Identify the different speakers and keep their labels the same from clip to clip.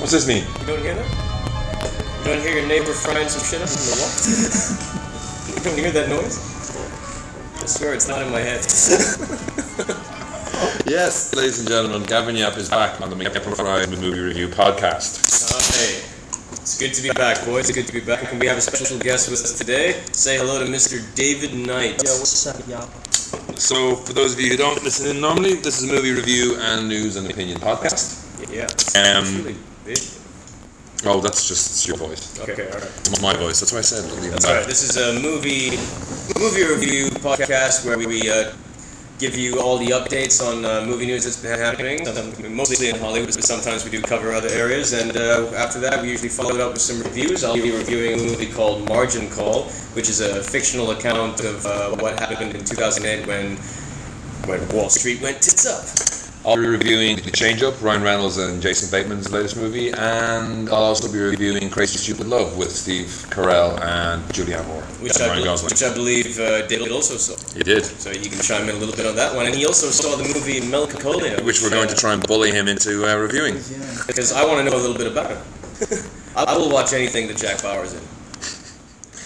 Speaker 1: What's his name?
Speaker 2: You don't hear that? You don't hear your neighbor frying some shit up in the wall? you don't hear that noise? I swear it's not in my head.
Speaker 1: Yes, ladies and gentlemen, Gavin Yap is back on the Make Up for Friday Movie Review podcast.
Speaker 2: hey, it's good to be back, boys. It's good to be back. And we have a special guest with us today. Say hello to Mr. David Knight.
Speaker 3: Yo, what's up, y'all?
Speaker 1: So, for those of you who don't listen in normally, this is a movie review and news and opinion podcast.
Speaker 2: Yeah.
Speaker 1: Um,
Speaker 2: Really big.
Speaker 1: Oh, that's just your voice.
Speaker 2: Okay, all right.
Speaker 1: It's my voice. That's what I said.
Speaker 2: That's all right. This is a movie movie review podcast where we uh, give you all the updates on uh, movie news that's been happening. Sometimes- Mostly in Hollywood, but sometimes we do cover other areas. And uh, after that, we usually follow it up with some reviews. I'll be reviewing a movie called Margin Call, which is a fictional account of uh, what happened in 2008 when when Wall Street went tits up.
Speaker 1: I'll be reviewing The Change Up, Ryan Reynolds and Jason Bateman's latest movie, and I'll also be reviewing Crazy Stupid Love with Steve Carell and Julianne Moore.
Speaker 2: Which,
Speaker 1: and
Speaker 2: I,
Speaker 1: Ryan
Speaker 2: believe-
Speaker 1: Gosling.
Speaker 2: which I believe uh, David also saw.
Speaker 1: He did.
Speaker 2: So you can chime in a little bit on that one. And he also saw the movie Melancholia.
Speaker 1: Which we're going to try and bully him into uh, reviewing.
Speaker 3: Yeah.
Speaker 2: Because I want to know a little bit about it. I I will watch anything that Jack Bauer's in.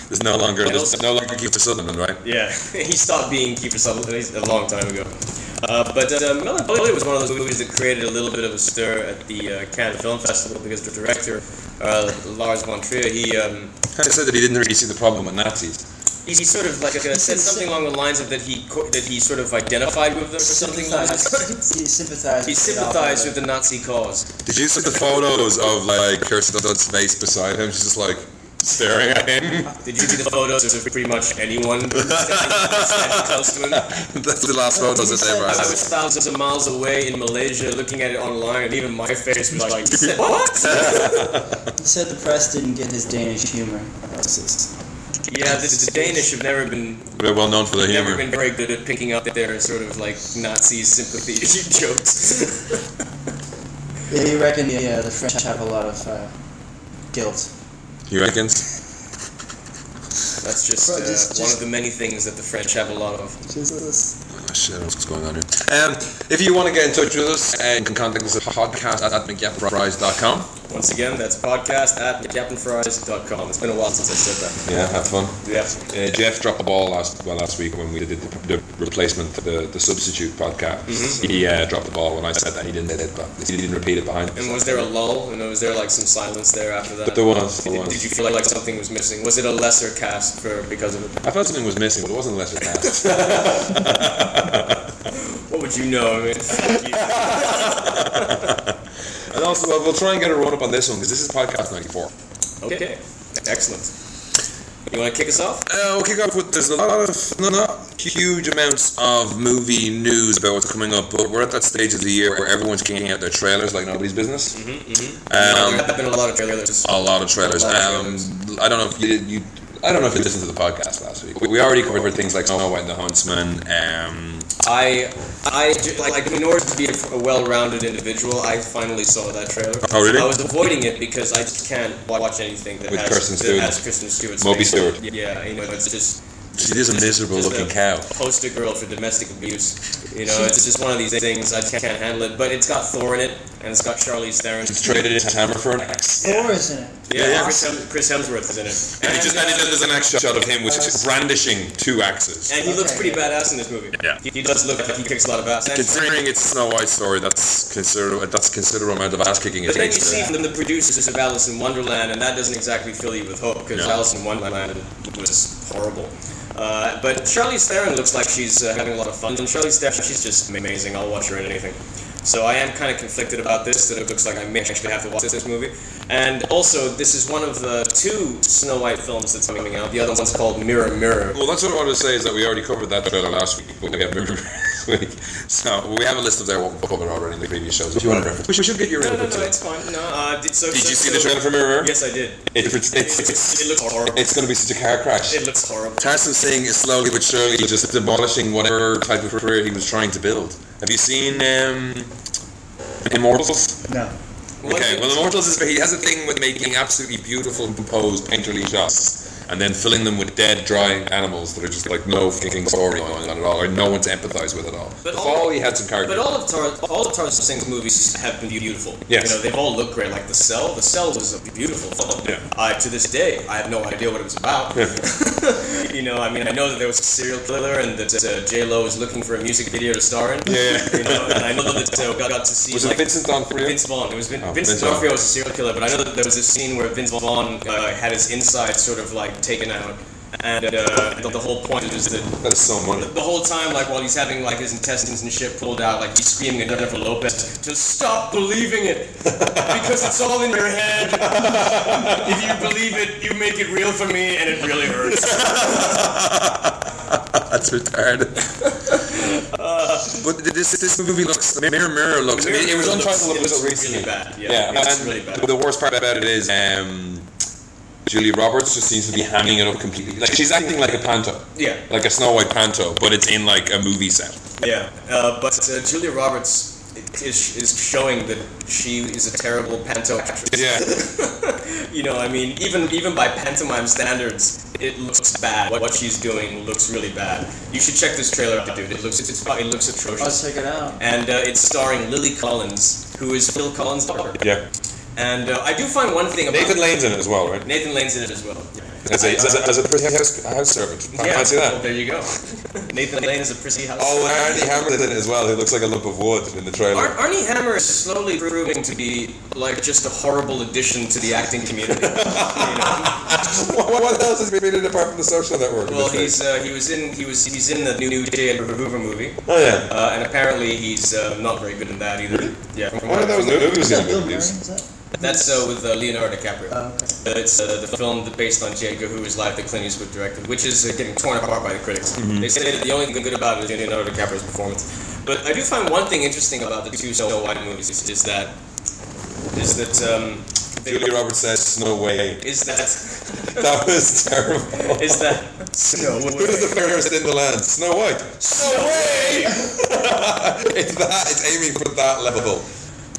Speaker 1: There's no longer there's no longer Keith Sutherland, right?
Speaker 2: Yeah. he stopped being Kiefer Sutherland he's- a long time ago. Uh, but uh, Melancholia was one of those movies that created a little bit of a stir at the uh, Cannes Film Festival because the director, uh, Lars von Trier, he, um,
Speaker 1: Kind of said that he didn't really see the problem with Nazis.
Speaker 2: he he sort of like uh, said something along the lines of that he co- that he sort of identified with them or something like that.
Speaker 3: He sympathized.
Speaker 2: He
Speaker 3: with y'all,
Speaker 2: sympathized with
Speaker 3: brother.
Speaker 2: the Nazi cause.
Speaker 1: Did you see the photos of like Kirsten Dunst's face beside him? She's just like staring at him.
Speaker 2: Did you see the photos of pretty much anyone standing standing close to him?
Speaker 1: That's the last photos that they ever
Speaker 2: I
Speaker 1: had.
Speaker 2: was thousands of miles away in Malaysia looking at it online, and even my face was like, What?
Speaker 3: He said the press didn't get his Danish humor. Racist.
Speaker 2: yeah, the, the Danish have never been
Speaker 1: They're well known for their
Speaker 2: never
Speaker 1: humor.
Speaker 2: been very good at picking up their sort of like Nazi sympathy jokes.
Speaker 3: Yeah, he reckoned yeah, the French have a lot of uh, guilt.
Speaker 1: You reckons?
Speaker 2: That's just,
Speaker 3: Bro,
Speaker 2: uh,
Speaker 3: just-
Speaker 2: one
Speaker 3: just-
Speaker 2: of the many things that the French have a lot of.
Speaker 3: Jesus.
Speaker 1: Oh shit, what's going on here? Um, if you want to get in touch with us, uh, you can contact us at podcast at mcgapfries.com.
Speaker 2: Once again, that's podcast at captainfries.com. It's been a while since I said
Speaker 1: Yeah, have fun.
Speaker 2: that. Yeah.
Speaker 1: Uh, Jeff dropped the ball last well last week when we did the, the replacement, the, the substitute podcast. He uh, dropped the ball when I said that. He didn't hit it, but he didn't repeat it behind.
Speaker 2: And was there a lull? And was there like some silence there after that?
Speaker 1: But there was, there
Speaker 2: Did,
Speaker 1: was.
Speaker 2: did you feel like something was missing? Was it a lesser cast for because of it?
Speaker 1: I felt something was missing, but it wasn't lesser cast.
Speaker 2: What would you know? I mean, fuck you.
Speaker 1: and also, well, we'll try and get a run up on this one because this is podcast 94.
Speaker 2: Okay. Excellent. You want to kick us off?
Speaker 1: Uh, we'll kick off with there's a lot of no, not huge amounts of movie news about what's coming up, but we're at that stage of the year where everyone's kicking out their trailers like nobody's business.
Speaker 2: there
Speaker 1: Um,
Speaker 2: have been a lot of trailers.
Speaker 1: a lot of trailers.
Speaker 2: A lot of
Speaker 1: Um, I don't know if you, you I don't know if you listened to the podcast last week. We, we already covered things like Snow White and the Huntsman. Um,
Speaker 2: I, I ju- like in order to be a, a well-rounded individual, I finally saw that trailer.
Speaker 1: Oh, really?
Speaker 2: I was avoiding it because I just can't wa- watch anything that
Speaker 1: With
Speaker 2: has
Speaker 1: Kristen
Speaker 2: that
Speaker 1: Stewart.
Speaker 2: has Kristen Stewart's
Speaker 1: Moby
Speaker 2: face.
Speaker 1: Stewart.
Speaker 2: Yeah, you know, it's just
Speaker 1: she is a miserable
Speaker 2: Just
Speaker 1: looking
Speaker 2: a-
Speaker 1: cow.
Speaker 2: poster girl for domestic abuse. You know, it's just one of these things I just can't handle it. But it's got Thor in it, and it's got Charlize Theron.
Speaker 1: She's traded his hammer for an axe.
Speaker 3: Thor is in it.
Speaker 2: Yeah,
Speaker 1: Yeah.
Speaker 2: Chris, Hem- Chris Hemsworth is in it,
Speaker 1: And, he just, and he- there's an axe shot of him, which is brandishing two axes.
Speaker 2: and he looks
Speaker 3: Okay.
Speaker 2: pretty badass in this movie.
Speaker 1: Yeah.
Speaker 2: he, he does look like he kicks a lot of ass.
Speaker 1: Considering it's Snow White's story, that's considerable. That's considerable amount of ass kicking.
Speaker 2: But then you see from the producers of Alice in Wonderland, and that doesn't exactly fill you with hope because
Speaker 1: No.
Speaker 2: Alice in Wonderland was horrible. Uh, but Charlize Theron looks like she's uh, having a lot of fun, and Charlize Theron, she's just amazing. I'll watch her in anything. So I am kind of conflicted about this. That it looks like I may actually have to watch this movie. And also, this is one of the two Snow White films that's coming out. The other one's called Mirror Mirror.
Speaker 1: Well, that's what I wanted to say is that we already covered that trailer last week, but we have Mirror this week. So we have a list of their what we covered already in the previous shows. If you want to reference, we should, we should get your
Speaker 2: No, no,
Speaker 1: input
Speaker 2: no,
Speaker 1: to it.
Speaker 2: it's fine. No, uh, did, so,
Speaker 1: Did
Speaker 2: so-
Speaker 1: you see
Speaker 2: so-
Speaker 1: the trailer for Mirror? Mirror?
Speaker 2: Yes, I did.
Speaker 1: It, it's, it's, it's,
Speaker 2: It looks horrible.
Speaker 1: it's going to be such a car crash.
Speaker 2: It looks horrible.
Speaker 1: Tarson Singh is slowly but surely just demolishing whatever type of career he was trying to build. Have you seen um, Immortals?
Speaker 3: No.
Speaker 1: Okay, well, Immortals is he has a thing with making absolutely beautiful, composed, painterly shots and then filling them with dead, dry animals that are just like no fucking story going on at all, or no one to empathize with at all.
Speaker 2: But
Speaker 1: But
Speaker 2: all-
Speaker 1: all, he had some character.
Speaker 2: But all of Tar- all of Tarzan Singh's movies have been beautiful.
Speaker 1: Yes.
Speaker 2: You know, they've all looked great. Like The Cell. The Cell was a beautiful film.
Speaker 1: Yeah.
Speaker 2: Uh, to this day, I have no idea what it was about.
Speaker 1: Yeah.
Speaker 2: you know, I mean, I know that there was a serial killer and that uh, J Lo was looking for a music video to star in.
Speaker 1: Yeah.
Speaker 2: You know, and I know that uh, got, got to see
Speaker 1: was
Speaker 2: like,
Speaker 1: it Vincent D'Onofrio?
Speaker 2: Vince Vaughn. It was Vin-
Speaker 1: Oh, Vince
Speaker 2: Vincent
Speaker 1: Vaughn.
Speaker 2: D'Onofrio was a serial killer, but I know that there was this scene where Vince Vaughn uh, had his insides sort of like taken out, and uh, the, the whole point is that
Speaker 1: That is so money.
Speaker 2: the whole time, like while he's having like his intestines and shit pulled out, like he's screaming at Jennifer Lopez, "Just stop believing it, because it's all in your head. if you believe it, you make it real for me, and it really hurts."
Speaker 1: That's retarded.
Speaker 2: Uh,
Speaker 1: but this this movie looks Mirror Mirror looks. I mean, it was on
Speaker 2: Looks-
Speaker 1: Triangle of
Speaker 2: it looks
Speaker 1: Little recently.
Speaker 2: really bad. Yeah,
Speaker 1: Yeah,
Speaker 2: it looks
Speaker 1: and
Speaker 2: really bad.
Speaker 1: the worst part about it is um, Julia Roberts just seems to be hamming it up completely. Like she's acting like a panto,
Speaker 2: yeah.
Speaker 1: like a Snow White panto, but it's in like a movie set.
Speaker 2: Yeah, uh, but uh, Julia Roberts is, is showing that she is a terrible panto actress.
Speaker 1: Yeah.
Speaker 2: you know, I mean, even even by pantomime standards, it looks bad. What, what she's doing looks really bad. You should check this trailer out, dude. It looks it's, it's it looks
Speaker 3: I'll
Speaker 2: atrocious.
Speaker 3: check it out.
Speaker 2: And uh, it's starring Lily Collins, who is Phil Collins' daughter.
Speaker 1: Yeah.
Speaker 2: And uh, I do find one thing about
Speaker 1: Nathan Lane's in it as well, right?
Speaker 2: Nathan Lane's in it as well.
Speaker 1: As a as a, as a pretty house, house servant. I
Speaker 2: yeah,
Speaker 1: fancy
Speaker 2: well,
Speaker 1: that.
Speaker 2: there you go. Nathan Lane is a prissy house.
Speaker 1: Oh, and Arnie Hammer's in it as well. He looks like a lump of wood in the
Speaker 2: Ar-
Speaker 1: trailer.
Speaker 2: Arnie Hammer is slowly proving to be like just a horrible addition to the acting community. You know?
Speaker 1: what, what else has he been in apart from the Social Network?
Speaker 2: Well, he's uh, he was in he was he's in the new new J. Edgar Hoover movie,
Speaker 1: oh yeah.
Speaker 2: uh, and apparently he's uh, not very good in that either. Yeah, from
Speaker 1: One of those movies
Speaker 3: Is that Bill
Speaker 1: going
Speaker 3: Murray?
Speaker 1: to
Speaker 3: Is that?
Speaker 2: That's uh, with uh, Leonardo DiCaprio.
Speaker 3: Oh, okay.
Speaker 2: Uh, It's uh, the film that- based on J. Edgar Hoover's life that Clint Eastwood directed, which is uh, getting torn apart by the critics.
Speaker 1: Mm-hmm.
Speaker 2: They say that the only thing good about it is Leonardo DiCaprio's performance. But I do find one thing interesting about the two Snow White movies is, is that is that um, they-
Speaker 1: Julia Roberts says Snow Way.
Speaker 2: is that
Speaker 1: That was terrible.
Speaker 2: is that Snow
Speaker 1: Who is the fairest in the land? Snow White. Snow Way. it's that. It's aiming for that level.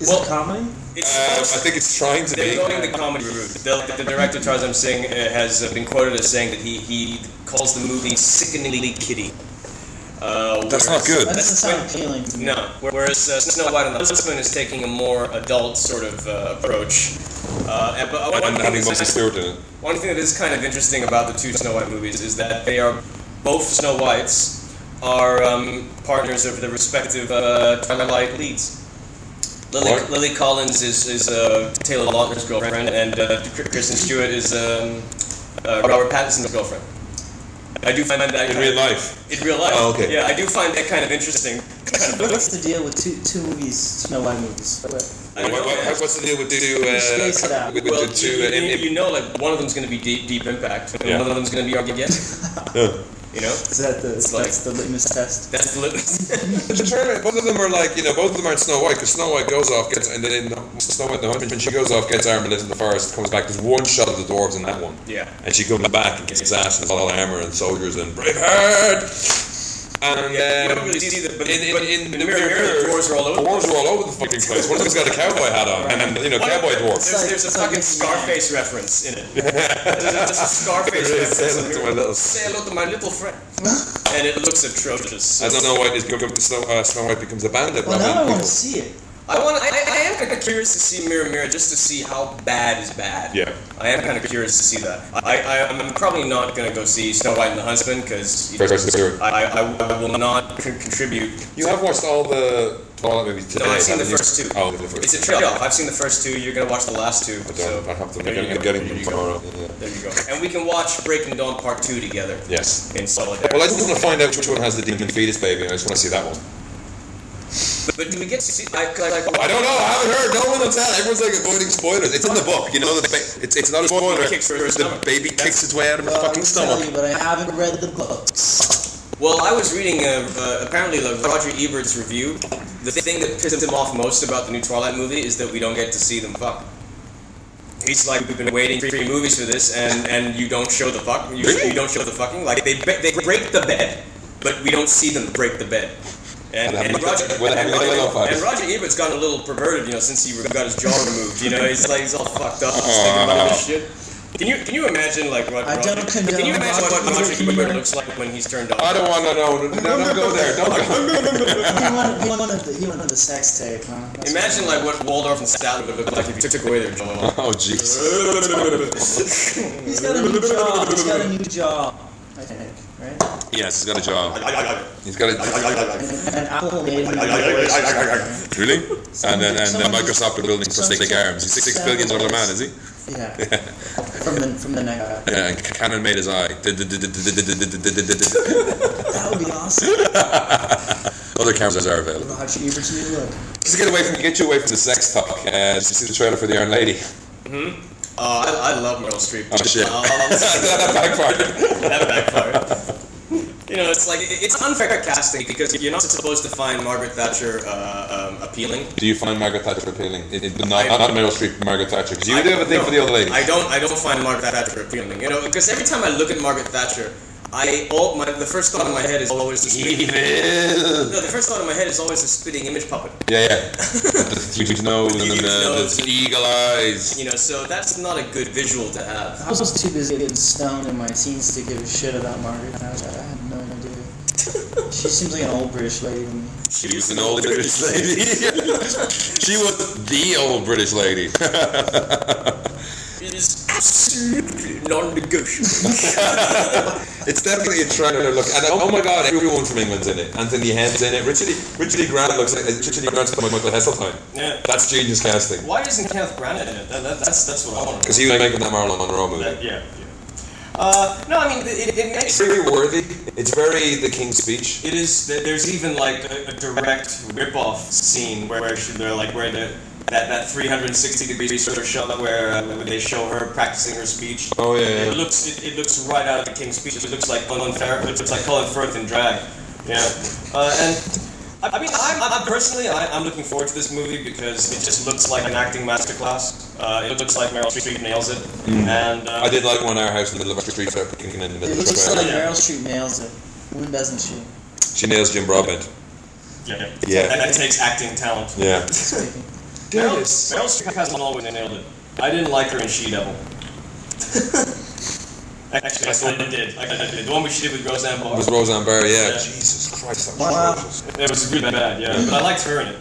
Speaker 3: Is
Speaker 2: Well-
Speaker 3: it comedy?
Speaker 2: It's
Speaker 1: Um, I think it's trying to
Speaker 2: They're
Speaker 1: be.
Speaker 2: going the comedy route. The, the director Tarzan Singh uh, has uh, been quoted as saying that he, he calls the movie sickeningly kiddie. Uh,
Speaker 1: That's not
Speaker 2: whereas-
Speaker 1: good.
Speaker 3: That doesn't sound
Speaker 2: when-
Speaker 3: appealing to me.
Speaker 2: No, whereas uh, Snow White and the Huntsman is taking a more adult sort of uh, approach. Uh, and- but
Speaker 1: And
Speaker 2: one thing,
Speaker 1: having
Speaker 2: that's-
Speaker 1: Moses Stewart in it.
Speaker 2: one thing that is kind of interesting about the two Snow White movies is that they are both Snow Whites are um, partners of the respective uh, Twilight leads. Lily,
Speaker 1: What?
Speaker 2: Lily Collins is, is uh, Taylor Lautner's girlfriend, and uh, Kristen Stewart is um, uh, Robert Pattinson's girlfriend. I do find that
Speaker 1: In
Speaker 2: kind
Speaker 1: real
Speaker 2: of-
Speaker 1: life.
Speaker 2: in real life.
Speaker 1: Oh, okay.
Speaker 2: Yeah, I do find that kind of interesting.
Speaker 3: What's the deal with two two movies, Snow White movies? What-
Speaker 2: I don't
Speaker 1: What-
Speaker 2: know.
Speaker 1: what- what's the deal with the two?
Speaker 3: Space it
Speaker 1: Uh,
Speaker 3: out.
Speaker 1: with with
Speaker 2: Well,
Speaker 1: the two?
Speaker 2: you,
Speaker 1: uh, in,
Speaker 2: you,
Speaker 1: in,
Speaker 2: you know, like one of them's going to be deep, deep impact, and
Speaker 1: Yeah.
Speaker 2: one of them's going to be Armageddon. you know,
Speaker 3: Is that the
Speaker 2: like-
Speaker 3: that's the litmus test?
Speaker 2: that's the lit-
Speaker 1: But the tournament, both of them are like, you know, both of them aren't Snow White because Snow White goes off, gets, and then in Snow White the Huntsman, she goes off, gets armor, lives in the forest, comes back. There's one shot of the dwarves in that one.
Speaker 2: yeah.
Speaker 1: And she comes back and gets his ass and all armor and soldiers and Braveheart.
Speaker 2: Yeah,
Speaker 1: And
Speaker 2: you
Speaker 1: um,
Speaker 2: don't really see the, but,
Speaker 1: in- in-
Speaker 2: but
Speaker 1: in
Speaker 2: the
Speaker 1: the
Speaker 2: mirror,
Speaker 1: mirror,
Speaker 2: mirror, the dwarves are all
Speaker 1: the
Speaker 2: over. the
Speaker 1: dwarves
Speaker 2: place.
Speaker 1: are all over the fucking place. One of them's got a cowboy hat on, and you know,
Speaker 2: One of-
Speaker 1: cowboy
Speaker 2: There's,
Speaker 1: dwarves.
Speaker 3: It's like-
Speaker 2: there's a
Speaker 3: it's like
Speaker 2: fucking
Speaker 3: it's-
Speaker 2: Scarface reference in it. there's, a, there's a Scarface
Speaker 1: Really
Speaker 2: reference.
Speaker 1: says
Speaker 2: in
Speaker 1: it to
Speaker 2: the
Speaker 1: my
Speaker 2: mirror.
Speaker 1: little-
Speaker 2: Say hello to my little friend. and it looks atrocious.
Speaker 1: And Snow White is Snow, uh, Snow White becomes a bandit.
Speaker 3: Well,
Speaker 1: rather
Speaker 3: now I
Speaker 1: than
Speaker 3: want to
Speaker 1: people.
Speaker 3: see it.
Speaker 2: I want. I, I am kind of curious to see Mirror Mirror just to see how bad is bad.
Speaker 1: Yeah.
Speaker 2: I am kind of curious to see that. I, I I'm probably not gonna go see Snow White and the Huntsman because
Speaker 1: Very close to zero.
Speaker 2: I, I I will not con- contribute.
Speaker 1: You have watched all the Twilight movies today.
Speaker 2: No, I've seen the
Speaker 1: haven't you?
Speaker 2: first two.
Speaker 1: Oh, the first.
Speaker 2: It's a trade-off. I've seen the first two. You're gonna watch the last two.
Speaker 1: I
Speaker 2: so
Speaker 1: don't. I have to.
Speaker 2: there you
Speaker 1: I'm
Speaker 2: go,
Speaker 1: getting
Speaker 2: there
Speaker 1: them
Speaker 2: you go.
Speaker 1: tomorrow. Yeah.
Speaker 2: There you go. And we can watch Breaking Dawn Part Two together
Speaker 1: Yes.
Speaker 2: in solidarity.
Speaker 1: Well, I just want to find out which one has the demon fetus baby. and I just want to see that one.
Speaker 2: But do we get to see? I, like,
Speaker 1: I don't know. I haven't heard. No one will tell. Everyone's like avoiding spoilers. It's in the book. You know, the ba- it's it's not a spoiler.
Speaker 2: Kicks for his
Speaker 1: The
Speaker 2: stomach.
Speaker 1: baby kicks its way out of his
Speaker 3: Well, I
Speaker 1: fucking
Speaker 3: will tell
Speaker 1: stomach.
Speaker 3: you, but I haven't read the books.
Speaker 2: Well, I was reading uh, uh, apparently like Roger Ebert's review. The thing that pissed him off most about the new Twilight movie is that we don't get to see them fuck. He's like, we've been waiting three movies for this, and, and you don't show the fuck. You,
Speaker 1: Really?
Speaker 2: you don't show the fucking. Like they ba- they break the bed, but we don't see them break the bed. And, and, Roger,
Speaker 1: Well,
Speaker 2: and,
Speaker 1: well, well,
Speaker 2: Roger,
Speaker 1: well,
Speaker 2: and Roger Ebert's gotten a little perverted, you know, since he got his jaw removed. You know, he's like he's all fucked up, he's thinking about all this shit. Can you can you imagine like what?
Speaker 3: I don't
Speaker 2: Roger-
Speaker 3: condone
Speaker 2: Can you imagine what
Speaker 3: Roger
Speaker 2: Roger Ebert
Speaker 3: Ebert.
Speaker 2: looks like when he's turned on?
Speaker 1: I don't want to know. No, Don't go there. Don't go.
Speaker 3: He wanted, he wanted, the, he wanted the sex tape, huh? That's
Speaker 2: Imagine like what Waldorf and Statler would look like if you took away their jaw.
Speaker 1: Oh jeez.
Speaker 3: what- He's got a new job. He's got a new job. I think, right?
Speaker 1: Yes, he's got a job. He's got a
Speaker 3: And, and Apple made him.
Speaker 1: really. And then and then Microsoft are building prosthetic arms. He's six billion dollar man, is he?
Speaker 3: Yeah. From the from the neck up.
Speaker 1: Yeah. And Cannon made his eye.
Speaker 3: That would be awesome.
Speaker 1: Other cameras are available.
Speaker 3: Roger Ebert's new look.
Speaker 1: Just get away from get you away from the sex talk. Uh, did you see the trailer for the Iron Lady?
Speaker 2: Oh, I, I love Meryl Streep.
Speaker 1: Oh, shit.
Speaker 2: I'll- I'll-
Speaker 1: that backfired.
Speaker 2: that backfired. You know, it's like it- it's unfair casting because you're not supposed to find Margaret Thatcher uh, um, appealing.
Speaker 1: Do you find Margaret Thatcher appealing? It, it, not, not Meryl Streep, Margaret Thatcher. Because you do have a thing
Speaker 2: no,
Speaker 1: for the old lady.
Speaker 2: I don't. I don't find Margaret Thatcher appealing. You know, because every time I look at Margaret Thatcher, I all my the first thought in my head is always the spitting.
Speaker 1: Evil.
Speaker 2: No, the first thought in my head is always the spitting image puppet.
Speaker 1: Yeah, yeah. the huge nose and then the, the eagle eyes.
Speaker 2: You know, so that's not a good visual to have.
Speaker 3: I was too busy getting stoned in my teens to give a shit about Margaret Thatcher. I had no idea. She seems like an old British lady to me.
Speaker 1: She was an old British lady. she was the old British lady.
Speaker 2: It is absolutely non-negotiable.
Speaker 1: It's definitely a trailer look. And oh my god, everyone from England's in it. Anthony Head's in it. Richard E. Richard E. Grant looks like Richard E. Grant's like Michael Heseltine.
Speaker 2: yeah.
Speaker 1: That's genius casting.
Speaker 2: Why isn't Kenneth Branagh in it? That, that, that's that's what I want.
Speaker 1: Because he was making that Marilyn Monroe movie.
Speaker 2: Yeah. yeah. Uh, no, I mean it, it
Speaker 1: It's
Speaker 2: makes
Speaker 1: very worthy. It's very the King's Speech.
Speaker 2: It is. th- There's even like a, a direct rip-off scene where, where she, they're like where the, that that 360 degree sort of shot where uh, they show her practicing her speech.
Speaker 1: Oh yeah,
Speaker 2: It looks it, it looks right out of the King's Speech. It looks like Colin Farrell. It looks like Colin Firth in drag. Yeah. Uh, and I I mean, I'm, I'm personally I, I'm looking forward to this movie because it just looks like an acting masterclass. Uh, it looks like Meryl Streep nails it. And uh,
Speaker 1: Mm. I did like one in our house in the middle of our street fair, kicking in the middle
Speaker 3: It
Speaker 1: of the
Speaker 3: looks
Speaker 1: street
Speaker 3: like
Speaker 1: fair.
Speaker 3: Meryl Streep nails it. When doesn't she?
Speaker 1: She nails Jim Broadbent.
Speaker 2: yeah,
Speaker 1: Yeah.
Speaker 2: And that takes acting talent.
Speaker 1: Yeah.
Speaker 3: Speaking.
Speaker 2: Meryl, Meryl Streep hasn't always nailed it. I didn't like her in She Devil. Actually, I kind of did. I kind of did. The one we she did with Roseanne
Speaker 1: It
Speaker 2: Barr.
Speaker 1: was Roseanne Barr. Yeah.
Speaker 2: Yeah.
Speaker 1: Jesus Christ, that was
Speaker 3: Wow.
Speaker 1: atrocious.
Speaker 2: It was really bad, yeah. But I liked her in it.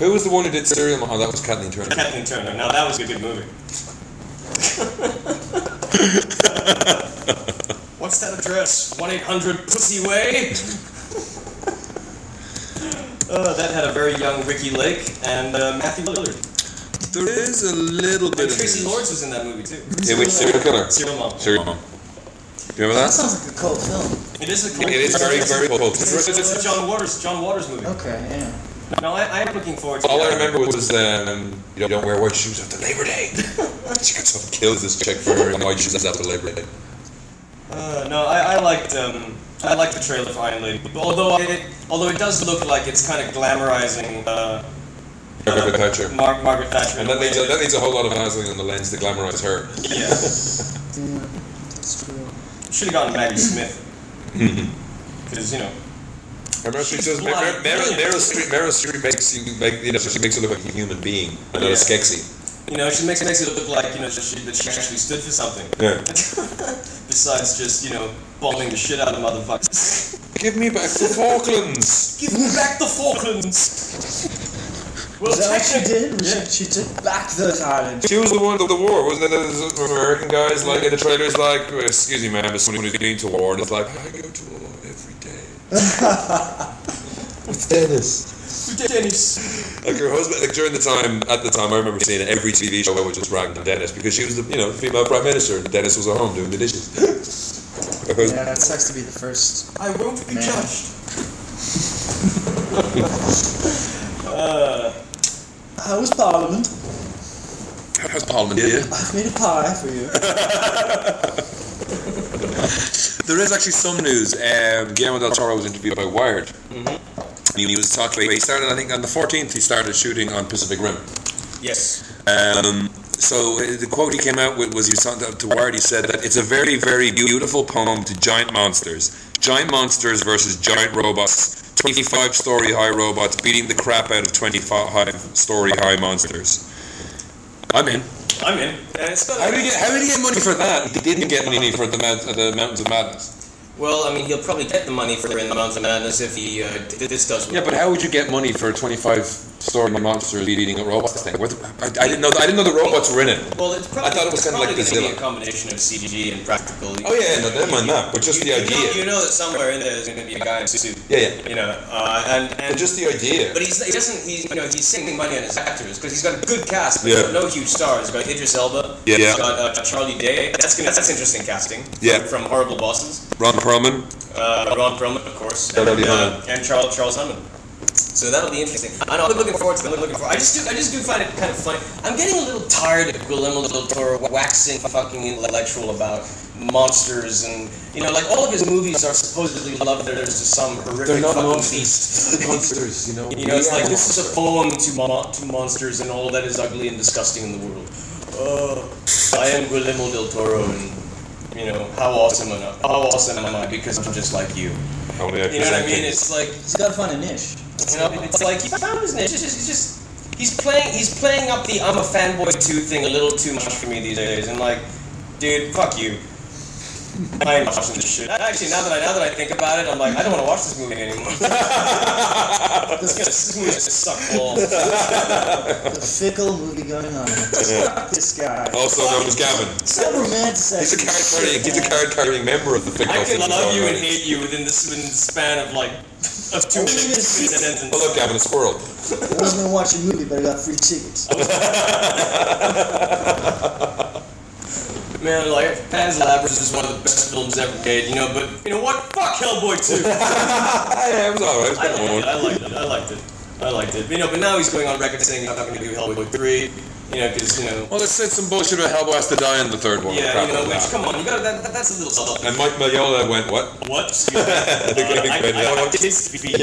Speaker 1: Who was the one who did Serial? Mo- Oh, that was Kathleen Turner.
Speaker 2: Kathleen Turner. Now that was a good movie. What's that address? 1 800 Pussy Way? Uh, that had a very young Ricky Lake and uh, Matthew Lillard.
Speaker 1: There is a little
Speaker 2: And
Speaker 1: bit of
Speaker 2: Tracy
Speaker 1: news.
Speaker 2: Lords was in that movie too.
Speaker 1: Yeah, which serial killer?
Speaker 2: Serial Mom.
Speaker 1: Serial mom. Do you remember
Speaker 3: That
Speaker 1: that?
Speaker 3: sounds like a cult film.
Speaker 2: It is a
Speaker 1: It is very, very cool.
Speaker 2: It's, it's a John Waters, John Waters movie.
Speaker 3: Okay, yeah.
Speaker 2: No, I, I am looking forward to
Speaker 1: All
Speaker 2: that.
Speaker 1: I remember was um, you don't wear white shoes after Labor Day. she gets up and kills this chick for wearing white shoes after Labor Day.
Speaker 2: Uh, no, I, I liked um, I liked the trailer for Iron Lady, although it although it does look like it's kind of glamorizing uh,
Speaker 1: Margaret Thatcher.
Speaker 2: Mar- Margaret Thatcher.
Speaker 1: And
Speaker 2: in a
Speaker 1: that
Speaker 2: way
Speaker 1: leaves, that leaves a whole lot of Vaseline on the lens to glamorize her.
Speaker 2: yeah,
Speaker 3: Yeah, Mm, that's true.
Speaker 2: should have gotten Maggie Smith because you know
Speaker 1: And Meryl Streep
Speaker 2: She's
Speaker 1: does. Mer- Mer-
Speaker 2: blind.
Speaker 1: Meryl, Meryl Streep, Meryl Streep makes you make you know she makes you look like a human being and not a
Speaker 2: Yeah.
Speaker 1: skeksis.
Speaker 2: you know she makes makes it look like you know she, that she actually stood for something
Speaker 1: Yeah.
Speaker 2: besides just you know bombing the shit out of motherfuckers.
Speaker 1: Give me back the Falklands.
Speaker 2: Give me back the Falklands. Well,
Speaker 3: Is that what she
Speaker 2: technically-
Speaker 3: did? She- She took back the island.
Speaker 1: She was the one of the war, wasn't it? Those American guys like in the trailers, like excuse me, ma'am, but someone who's been to war, and it's like I go to war every day. It's Dennis.
Speaker 2: Dennis.
Speaker 1: Like her husband, like during the time, at the time, I remember seeing it, every TV show which was ragged on Dennis because she was the, you know, female prime minister, and Dennis was at home doing the dishes. Her husband-
Speaker 3: Yeah, it sucks to be the first.
Speaker 2: I won't be
Speaker 3: Man.
Speaker 2: judged. uh,
Speaker 3: I was Parliament.
Speaker 1: How's Parliament? Yeah.
Speaker 3: I've made a pie for you.
Speaker 1: There is actually some news. Um, Guillermo del Toro was interviewed by Wired. He, he was talking. He started, I think, on the 14th. He started shooting on Pacific Rim.
Speaker 2: yes.
Speaker 1: Um, so uh, the quote he came out with was he was talking to, to Wired. He said that it's a very, very beautiful poem to giant monsters, giant monsters versus giant robots, 25 story high robots beating the crap out of 25 story high monsters. I'm in.
Speaker 2: I'm in. And it's got
Speaker 1: How did he get, how did he get money for that? He didn't get money for the, Mount, the Mountains of Madness.
Speaker 2: well, I mean, he'll probably get the money for in the Mountain of Madness if he uh, d- this does.
Speaker 1: Yeah, but how would you get money for 25 story monsters beating a robot thing? What the- I, I didn't know. I didn't know the robots were in it.
Speaker 2: Well, it's probably,
Speaker 1: I thought it was
Speaker 2: it's
Speaker 1: kinda like
Speaker 2: probably gonna be
Speaker 1: Godzilla.
Speaker 2: a combination of CG and practical.
Speaker 1: Oh yeah, no, never mind that. But just the
Speaker 2: you, you know,
Speaker 1: idea.
Speaker 2: you know that somewhere in there is going to be a guy in a suit.
Speaker 1: Yeah, yeah.
Speaker 2: You know, uh, and and
Speaker 1: But just the idea.
Speaker 2: But he's, he doesn't. He, you know, he's saving money on his actors because he's got a good cast, but
Speaker 1: Yeah.
Speaker 2: no huge stars. He's got Idris Elba.
Speaker 1: Yeah.
Speaker 2: He's got uh, Charlie Day. That's gonna, that's interesting casting.
Speaker 1: Yeah.
Speaker 2: From Horrible Bosses,
Speaker 1: Ron Perlman.
Speaker 2: uh, Ron Perlman, of course, and,
Speaker 1: Charlie
Speaker 2: uh,
Speaker 1: Hunnam.
Speaker 2: and Charles Charles Hunnam. So that'll be interesting. I know. I'm looking forward to. It. I'm looking forward. I just do. I just do find it kind of funny. I'm getting a little tired of Guillermo del Toro waxing fucking intellectual about monsters and you know, like all of his movies are supposedly love letters to some horrific fucking beast.
Speaker 1: Monsters, you know.
Speaker 2: You know, it's like this is a poem to, mon- to monsters and all that is ugly and disgusting in the world. Oh, I am Guillermo del Toro, and you know how awesome am I? How awesome am I? Because I'm just like you. You know what I mean? It's like
Speaker 3: He's got to find a niche.
Speaker 2: you know, it's like he found his niche. It's just, it's just he's playing he's playing up the I'm a fanboy too thing a little too much for me these days. And like, dude, fuck you. I ain't watching this shit. Actually, now that I now that I think about it, I'm like, I don't want to watch this movie anymore. this, gonna, this movie's gonna suck balls.
Speaker 3: The fickle movie going on. This guy.
Speaker 1: Also known as Gavin.
Speaker 3: So romanticized.
Speaker 1: um, He's a card carrying. He's a
Speaker 3: guy.
Speaker 1: card carrying member of the Fickle.
Speaker 2: I could
Speaker 1: Fickle
Speaker 2: love you and
Speaker 1: Society.
Speaker 2: hate you within the, s- within the span of like of two minutes. two sentences.
Speaker 1: Oh look, Gavin, a squirrel.
Speaker 3: I wasn't gonna watch a movie, but I got free tickets.
Speaker 2: Man, like Pan's Labyrinth is one of the best films ever made, you know. But you know what? Fuck Hellboy too.
Speaker 1: yeah, it was alright.
Speaker 2: I liked it. I liked it. I liked it. I liked it. You know, but now he's going on record saying I'm not going to do Hellboy 3. You know, because you know,
Speaker 1: Well, let's say some bullshit about Hellboy has to die in the third one.
Speaker 2: yeah,
Speaker 1: Crap
Speaker 2: you know,
Speaker 1: like that.
Speaker 2: which come on, you got that, that. That's a little selfish.
Speaker 1: And Mike Maiola went, what?
Speaker 2: What? Excuse me.
Speaker 1: I think
Speaker 2: Uh,
Speaker 1: I
Speaker 2: I,
Speaker 1: think
Speaker 2: I
Speaker 1: that one.
Speaker 2: want kids to be.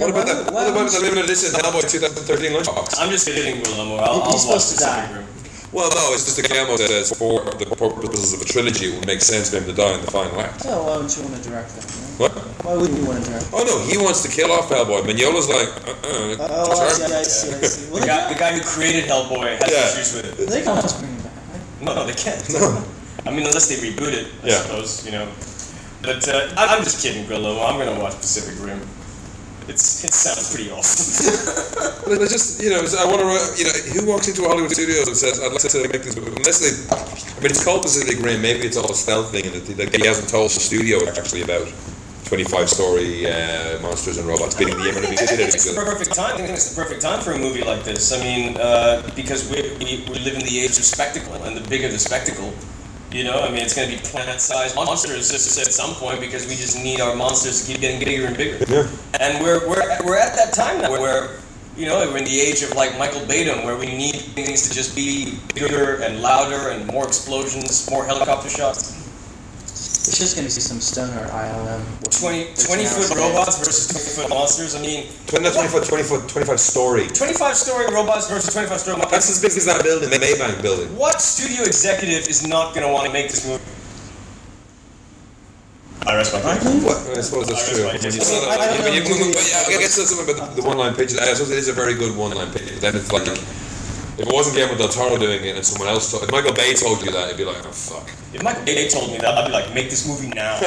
Speaker 1: What about the,
Speaker 3: why- why
Speaker 1: what about
Speaker 3: would
Speaker 1: the limited edition Hellboy 2013 lunchbox?
Speaker 2: I'm just kidding, Guillermo. I'll, I'll
Speaker 3: He's
Speaker 2: watch
Speaker 3: supposed to
Speaker 2: the
Speaker 3: die.
Speaker 2: second room.
Speaker 1: Well, no, it's just a cameo that says for the purposes of a trilogy, it would make sense for him to die in the final act.
Speaker 3: Yeah, why wouldn't you want to direct that? Man?
Speaker 1: What?
Speaker 3: Why wouldn't you want to direct?
Speaker 1: Oh no, he wants to kill off Hellboy. Mignola's like, uh-uh.
Speaker 3: Oh, I
Speaker 1: sorry.
Speaker 3: see, I see, I see. Well,
Speaker 2: The
Speaker 3: they
Speaker 2: guy,
Speaker 3: can,
Speaker 2: the guy who created Hellboy has
Speaker 1: Yeah.
Speaker 2: issues with it.
Speaker 3: they can always bring it back. Right?
Speaker 2: No, no, they can't. I mean, unless they reboot it, I
Speaker 1: Yeah.
Speaker 2: suppose. You know. But uh, I, I'm just kidding, Guillermo. I'm going to watch Pacific Rim. It's it sounds pretty awesome.
Speaker 1: But I just, you know, it's- I want to, you know, who walks into a Hollywood studios and says, I'd like to make this movie? Unless they, I mean, it's called Pacific Rim, maybe it's all a stealth thing, and that that he hasn't told the studio actually about 25 story uh, monsters and robots beating the imminent
Speaker 2: I think it's
Speaker 1: each
Speaker 2: the
Speaker 1: other.
Speaker 2: perfect time. I think it's the perfect time for a movie like this. I mean, uh, because we, we, we live in the age of spectacle, and the bigger the spectacle, you know, I mean, it's going to be planet-sized monsters just at some point because we just need our monsters to keep getting bigger and bigger.
Speaker 1: Yeah.
Speaker 2: And we're, we're, we're at that time now where, you know, we're in the age of like Michael Badum, where we need things to just be bigger and louder and more explosions, more helicopter shots.
Speaker 3: It's just gonna see some stoner ILM.
Speaker 2: 20,
Speaker 3: that's
Speaker 2: 20 foot
Speaker 3: announced.
Speaker 2: robots versus 20 foot monsters. I mean,
Speaker 1: 20, not 20 foot, 20 foot, 25 story.
Speaker 2: 25 story robots versus 25 story monsters.
Speaker 1: That's as big as that building, the Maybank building.
Speaker 2: What studio executive is not going to want to make this movie? I rest my
Speaker 3: Aren't
Speaker 2: case.
Speaker 3: you?
Speaker 1: What? I suppose that's true. When you saw that-
Speaker 3: I don't
Speaker 1: when you-
Speaker 3: know,
Speaker 1: when you-
Speaker 3: maybe-
Speaker 1: but yeah, I guess that's something about the, the one line pitch. I suppose it is a very good one line pitch, but then it's like, if it wasn't Guillermo del Toro doing it and someone else told, if Michael Bay told you that, it'd be like, oh fuck.
Speaker 2: If Michael Bay told me that, I'd be like, make this movie now.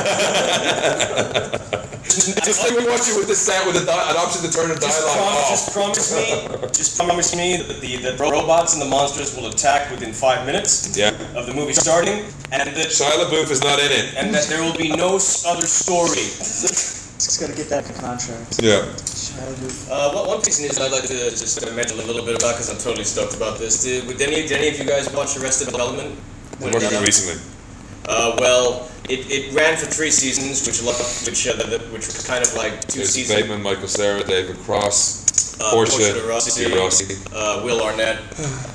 Speaker 2: just,
Speaker 1: Just like we watch it with the set with a di- an option to turn a dialogue
Speaker 2: just prom-
Speaker 1: off.
Speaker 2: just promise me, just promise me that the, the robots and the monsters will attack within five minutes
Speaker 1: Yeah.
Speaker 2: of the movie starting, and that
Speaker 1: Shia LaBeouf is not in it.
Speaker 2: and that there will be no s- other story.
Speaker 3: Just gotta get that in contract.
Speaker 1: Yeah.
Speaker 3: Shia LaBeouf.
Speaker 2: Uh, what one piece of news I'd like to just uh, mention a little bit about because I'm totally stoked about this. Did, did any did any of you guys watch Arrested Development? When
Speaker 1: What
Speaker 2: it
Speaker 1: did
Speaker 2: got out?
Speaker 1: recently?
Speaker 2: Uh, well, it, it ran for three seasons, which lo- which uh, the, the- which was kind of like two
Speaker 1: It's
Speaker 2: seasons.
Speaker 1: Bateman, Michael Sarah, David Cross,
Speaker 2: Uh,
Speaker 1: Portia,
Speaker 2: Portia de Rossi.
Speaker 1: de Rossi.
Speaker 2: Uh, Will Arnett.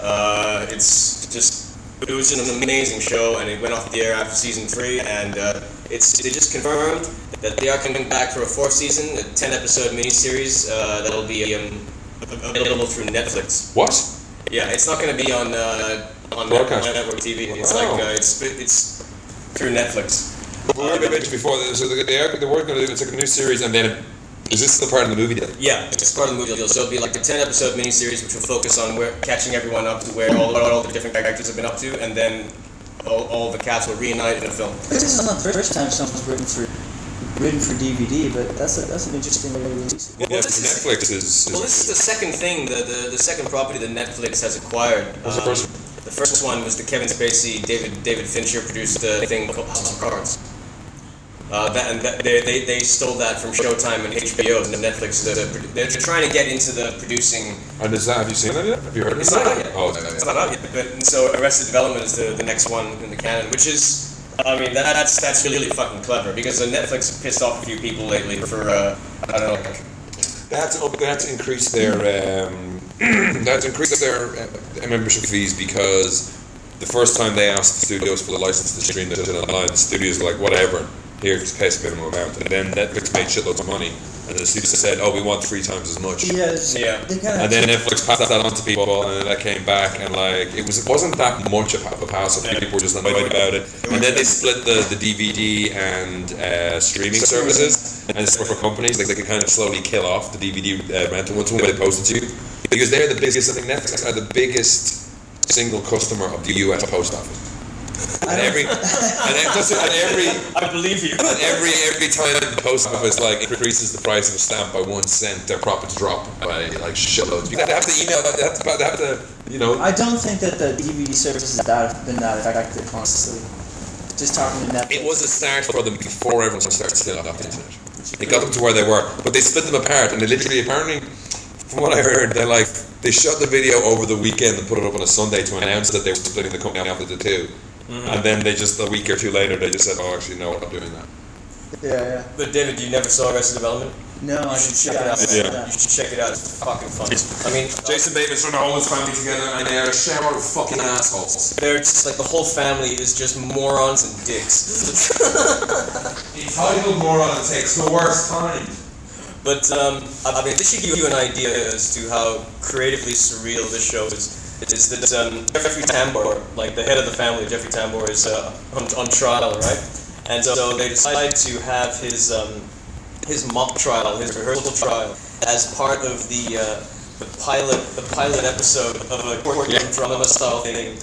Speaker 2: Uh, it's just it was an amazing show, and it went off the air after season three, and uh, it's they just confirmed that they are coming back for a fourth season, a ten episode miniseries uh, that'll be um, available through Netflix.
Speaker 1: What?
Speaker 2: Yeah, it's not going to be on uh, on
Speaker 1: Broadcast.
Speaker 2: network, network TV. It's
Speaker 1: Wow.
Speaker 2: like uh, it's it's through Netflix.
Speaker 1: Well, we already mentioned before that so they, they, are, they were going to do it's like a new series and then Is this the part of the movie then?
Speaker 2: Yeah, it's part of the movie deal. So it'll be like a 10 episode miniseries which will focus on where catching everyone up to where all, all the different characters have been up to, and then all, all the cats will reunite in a film.
Speaker 3: This is not the first time someone's written for written for DVD, but that's a, that's an interesting way to release it.
Speaker 1: Yeah,
Speaker 2: Well, this is-
Speaker 1: Netflix is. is
Speaker 2: Well, this is the second thing, the, the, the second property that Netflix has acquired.
Speaker 1: What's the
Speaker 2: Um,
Speaker 1: first
Speaker 2: The first one was the Kevin Spacey, David David Fincher produced uh, thing called House of Cards. Uh, that, and that, they, they, they stole that from Showtime and HBO and Netflix. They're, they're trying to get into the producing.
Speaker 1: And is that, have you seen that yet? Have you heard of
Speaker 2: It's
Speaker 1: it?
Speaker 2: not out yet.
Speaker 1: Oh, it's not out
Speaker 2: It's
Speaker 1: yet.
Speaker 2: not out yet. But and so Arrested Development is the, the next one in the canon, which is, I mean, that, that's that's really fucking clever because uh, Netflix have pissed off a few people lately for uh, I don't know. like,
Speaker 1: They had to, up- they had to increase their um, they had to increase their uh, membership fees because the first time they asked the studios for the license to stream this online, the studios were like, whatever, here, just pay us a minimum amount. And then Netflix made shitloads of money, and the studios said, oh, we want three times as much.
Speaker 3: Yeah, it's,
Speaker 2: Yeah.
Speaker 3: They kind
Speaker 1: And
Speaker 3: of
Speaker 1: then Netflix passed that on to people, and then that came back, and like it was it wasn't that much of a pass. so People were just annoyed about it, and then they split the, the DVD and uh, streaming services, and it's for companies like they could kind of slowly kill off the DVD uh, rental ones when they posted to you, because they're the biggest. I think Netflix are the biggest single customer of the U.S. post office, and every and, every- and every
Speaker 2: I believe you.
Speaker 1: and every every time the post office like increases the price of a stamp by one cent, their profits drop by like shitloads. Because they have to email, they have to, they have to you know.
Speaker 3: I don't think that the DVD services have been that effective, honestly. Just talking to
Speaker 1: It
Speaker 3: Netflix.
Speaker 1: was a start for them before everyone started stealing off the internet. It got them to where they were, but they split them apart, and they literally apparently, from what I heard, they like they shot the video over the weekend and put it up on a Sunday to announce that they were splitting the company off into 2 And then they just a week or two later, they just said, "Oh, actually, no, we're not doing that."
Speaker 3: Yeah, yeah.
Speaker 2: But David, you never saw Arrested Development?
Speaker 3: No, I
Speaker 2: You should check it
Speaker 3: yeah,
Speaker 2: out.
Speaker 1: Yeah.
Speaker 3: yeah.
Speaker 2: You should check it out. It's fucking fun. I mean,
Speaker 1: Jason Bateman's from the whole family together, and they're a shower of fucking assholes.
Speaker 2: they're just like the whole family is just morons and dicks.
Speaker 1: Entitled moron takes the worst time.
Speaker 2: but um, I I mean, this should give you an idea as to how creatively surreal this show is. Is that um, Jeffrey Tambor, like the head of the family, Jeffrey Tambor, is uh, on, on trial, right? And so they decide to have his um, his mock trial, his rehearsal trial, as part of the uh, the pilot the pilot episode of a courtroom
Speaker 1: Yeah.
Speaker 2: drama style thing.